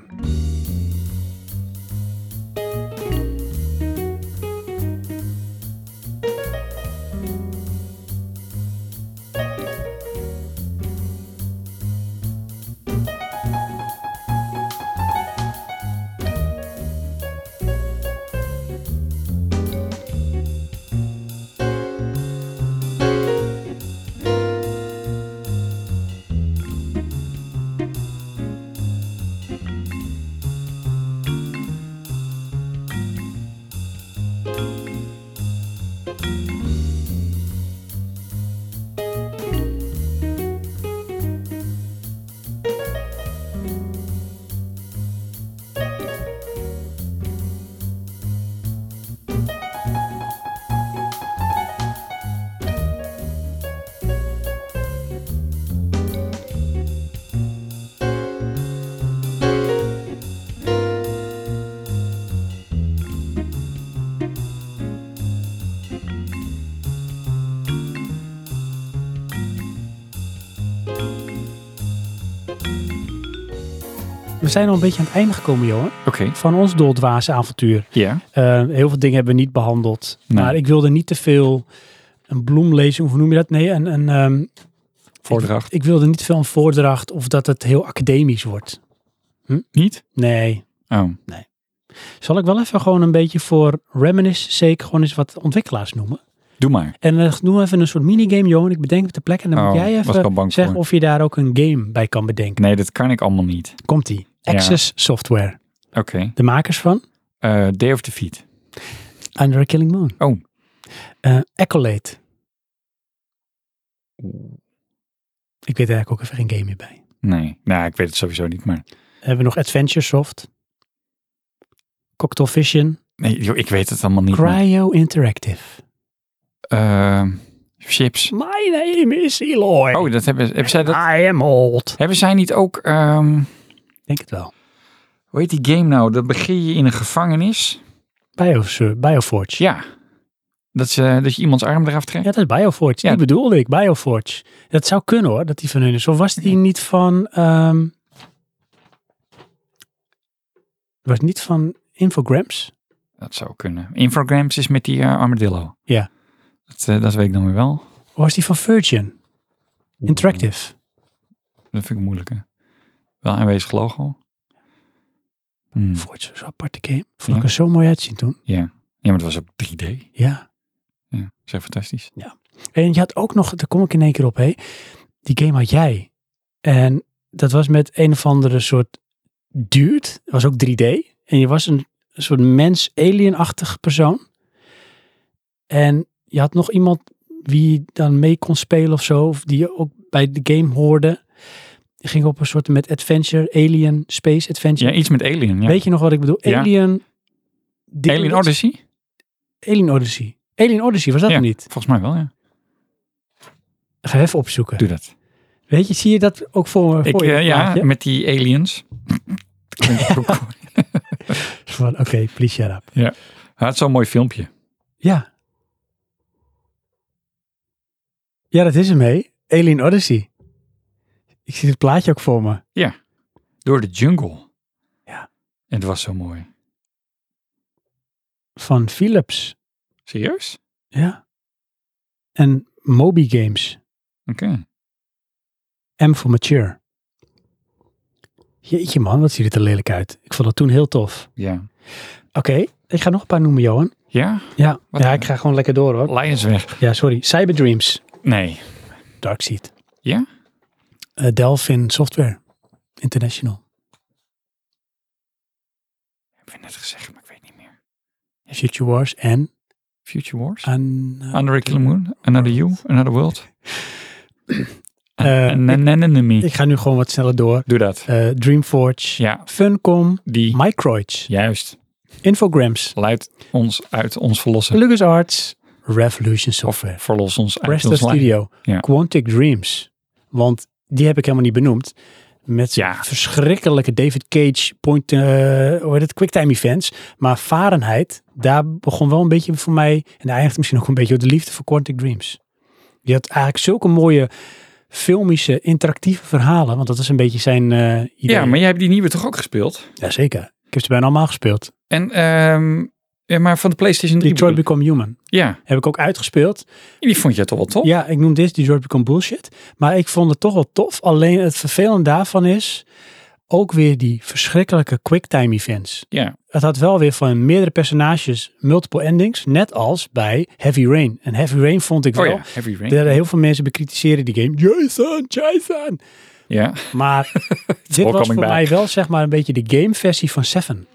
We zijn al een beetje aan het einde gekomen, Johan. Oké. Van ons doldwaze avontuur. Ja. Eh, heel veel dingen hebben we niet behandeld. Nee. Maar ik wilde niet te veel een bloemlezing, hoe noem je dat? Nee, een, een, ehm, Voordracht. ik wilde niet veel een voordracht of dat het heel academisch wordt. Niet? Nee. Oh. Zal ik wel even gewoon een beetje voor reminisce sake gewoon eens wat ontwikkelaars noemen? Doe maar. En dan doen we even een soort minigame, Johan. Ik bedenk op de plek. En dan moet Oh, jij was ik al even bang zeggen voor. of je daar ook een game bij kan bedenken. Nee, dat kan ik allemaal niet. Komt-ie. Ja. Access Software. Oké. De makers van Eh, Day of Defeat. Under a Killing Moon. Oh. Eh, Accolade. Ik weet eigenlijk ook even geen game meer bij. Nee. Nou, ik weet het sowieso niet, maar... Hebben we nog Adventure Soft. Cocktail Vision. Nee, joh, ik weet het allemaal niet. man. Cryo Interactive. Eh, chips. My name is Eloy. Oh, dat hebben, hebben, zij dat, I am old. hebben zij niet ook... ehm, Denk het wel. hoe heet die game nou? Dat begin je in een gevangenis. Bio, Bioforge. Ja. Dat, ze, dat je iemands arm eraf trekt. Ja, dat is Bioforge. Ja. Die bedoelde ik, Bioforge. Dat zou kunnen hoor, dat die van hun is. Of was die niet van... ehm was niet van Infograms? Dat zou kunnen. Infograms is met die eh, armadillo. Ja. Dat, eh, dat weet ik dan weer wel. Of was die van Virgin? Interactive. Dat vind ik moeilijker. Wel een aanwezig logo. Hmm, Forge was een aparte game. Vond ik Ja. er zo mooi uitzien toen. Ja, maar het was ook 3D. Ja. Ja, dat is echt fantastisch. En je had ook nog, daar kom ik in één keer op hé. Die game had jij. En dat was met een of andere soort dude. Het was ook 3D. En je was een een soort mens-alien-achtig persoon. En je had nog iemand wie dan mee kon spelen of zo. Of die ook bij de game hoorde. Die ging op een soort met adventure, alien, space adventure. Ja, iets met Alien. Ja. Weet je nog wat ik bedoel? Ja. Alien... Alien Odyssey? Alien Odyssey. Alien Odyssey, was dat Ja. hem niet? Volgens mij wel, ja. Ga even opzoeken. Doe dat. Weet je, zie je dat ook voor, Ik, voor je? eh, ja, plaatje? met die aliens. Dat klinkt ook- van, oké, please shut up. Hij had zo'n mooi filmpje. Ja. Ja, dat is hem, hé. Alien Odyssey. Ik zie het plaatje ook voor me. Door de jungle. Ja. En het was zo mooi. Van Philips. Serieus? Ja. En Moby Games. Oké. M voor Mature. Jeetje man, wat ziet het er lelijk uit. Ik vond het toen heel tof. Ja. Oké, ik ga nog een paar noemen, Johan. Ja? Ja, Wat ja dan? ik ga gewoon lekker door hoor. Lions weg. Ja, sorry. Cyberdreams. Nee. Darkseed. Ja? Eh, Delphin Software. International. Ik heb het net gezegd, maar ik weet niet meer. Future Wars en... Future Wars? Eh, An- Under a Killer Moon? Another You? Another World? Eh, An an enemy. Ik ga nu gewoon wat sneller door. Doe dat. Eh, Dreamforge, Ja, Funcom, die. Microids, Juist. Infograms, Luid ons uit ons verlossen. LucasArts, Revolution Of Software, verlos ons uit Presto ons lijden. Studio, Ja. Quantic Dreams. Want die heb ik helemaal niet benoemd. Met Ja. verschrikkelijke David Cage point, eh hoe heet het, quicktime events. Maar Fahrenheit, daar begon wel een beetje voor mij, en daar eindigt het misschien ook een beetje op de liefde voor Quantic Dreams. Die had eigenlijk zulke mooie filmische, interactieve verhalen. Want dat is een beetje zijn eh idee. Ja, maar jij hebt die nieuwe toch ook gespeeld? Jazeker. Ik heb ze bijna allemaal gespeeld. En, ehm, ja, maar van de PlayStation 3. Detroit bedoel- Become Human. Ja, Heb ik ook uitgespeeld. die vond je toch wel tof? Ja, ik noem dit Detroit Become Bullshit. Maar ik vond het toch wel tof. Alleen het vervelende daarvan is ook weer die verschrikkelijke quicktime events. Ja. Het had wel weer van meerdere personages multiple endings. Net als bij Heavy Rain. En Heavy Rain vond ik Oh wel... ja, Heavy Rain. Er- Heel veel mensen bekritiseren die game. Jason, Jason. Ja. Maar dit was voor all coming back. mij wel zeg maar een beetje de gameversie van Seven.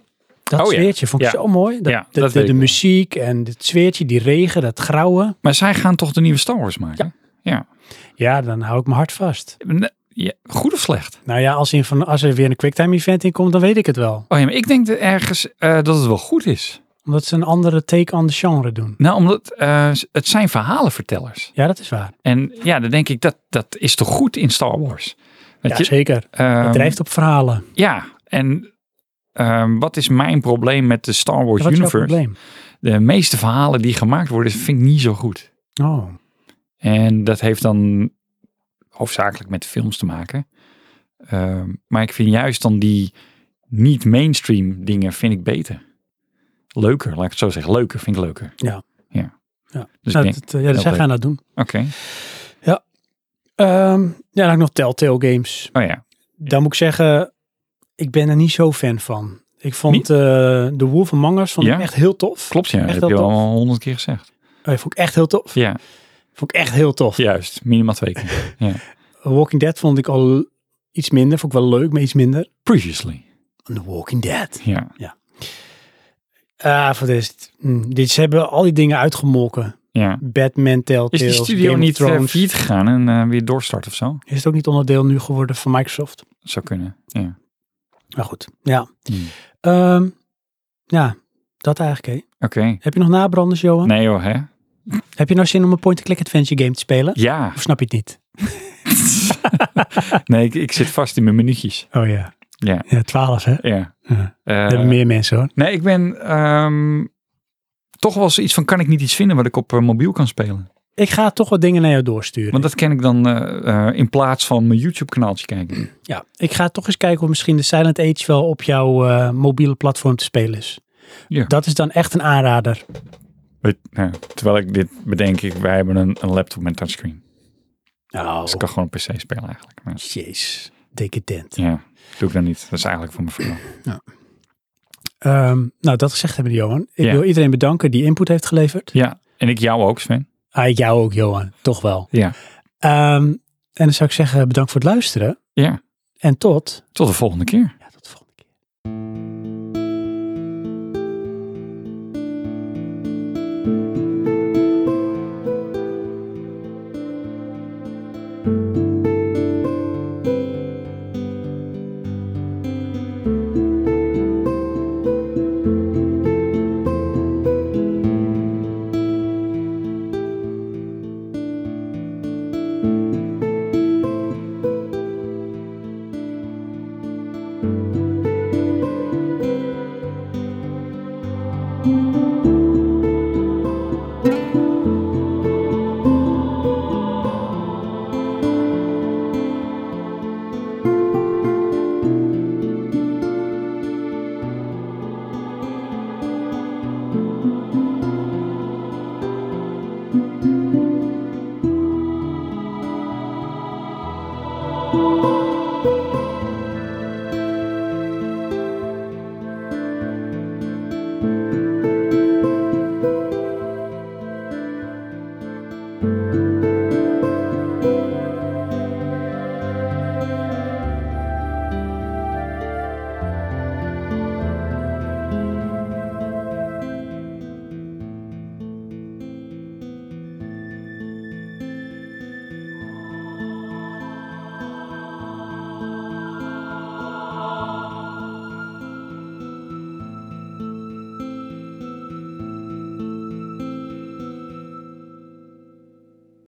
Dat Oh ja, zweertje vond ik ja. zo mooi. Dat, Ja, de, de, dat weet de ik wel. muziek en het zweertje, die regen, dat grauwe. Maar zij gaan toch de nieuwe Star Wars maken? Ja. Ja, dan hou ik mijn hart vast. Ne- ja. Goed of slecht? Nou ja, als, in van, als er weer een quicktime event in komt, dan weet ik het wel. Oh ja, maar ik denk dat ergens eh, dat het wel goed is. Omdat ze een andere take on the genre doen. Nou, omdat eh, het zijn verhalenvertellers. Ja, dat is waar. En ja, dan denk ik dat dat is toch goed in Star Wars. Ja, Weet je? zeker. Ehm, Het drijft op verhalen. Ja, en ehm, wat is mijn probleem met de Star Wars Wat is jouw universe? probleem? De meeste verhalen die gemaakt worden, vind ik niet zo goed. Oh, Dus En dat heeft dan hoofdzakelijk met films te maken. Ehm, maar ik vind juist dan die niet mainstream dingen vind ik beter. Leuker, laat ik het zo zeggen. Leuker, vind ik leuker. Ja. Ja. ja. Dus Nou, ik denk, dat, eh, ja, dus zij oké. gaan dat doen. oké. Ehm, ja, dan ook nog Telltale Games. Oh ja. Dan moet ik zeggen, ik ben er niet zo fan van. Ik Niet? vond eh The Wolf Among Us vond ik Ja? echt heel tof. Klopt, ja. Echt wel dat heb je tof. al honderd keer gezegd. Eh, vond ik echt heel tof. Ja, Vond ik echt heel tof. juist. Minimaal twee keer. Walking Dead vond ik al iets minder. Vond ik wel leuk, maar iets minder. Previously. The Walking Dead. Ja. Ah, voor de rest, hm, dit, ze hebben al die dingen uitgemolken. ja. Batman, Is Telltale, die studio Game niet of eh, Thrones. failliet gegaan en eh, weer doorstart of zo? Is het ook niet onderdeel nu geworden van Microsoft? Dat zou kunnen. Ja. Maar goed, ja. Hmm. Ehm, ja, dat eigenlijk. Hè. Oké. Heb je nog nabranders, Johan? Nee hoor, hè? Heb je nou zin om een point-and-click adventure game te spelen? Ja. Of snap je het niet? Nee, ik, ik zit vast in mijn minuutjes. Oh ja. Ja. Ja, twaalf hè? Ja. Ja. Eh, Er hebben meer mensen hoor. nee, ik ben ehm, toch wel zoiets van, kan ik niet iets vinden wat ik op eh, mobiel kan spelen? Ik ga toch wat dingen naar jou doorsturen. Want dat ken ik dan eh, eh, in plaats van mijn YouTube kanaaltje kijken. ja, ik ga toch eens kijken of misschien de Silent Age wel op jouw eh, mobiele platform te spelen is. Ja. Dat is dan echt een aanrader. Weet- nou, terwijl ik dit bedenk, ik, wij hebben een, een laptop met touchscreen. Oh, Dus ik kan gewoon op PC spelen eigenlijk. Maar, jeez. Decadent. ja, doe ik dan niet. Dat is eigenlijk voor mijn verhaal. Ehm, nou, dat gezegd hebben, Johan. Ik Ja. wil iedereen bedanken die input heeft geleverd. Ja, en ik jou ook, Sven. Ah, ik jou ook, Johan. Toch wel. Ja. Ehm, en dan zou ik zeggen, bedankt voor het luisteren. Ja, En tot tot de volgende keer.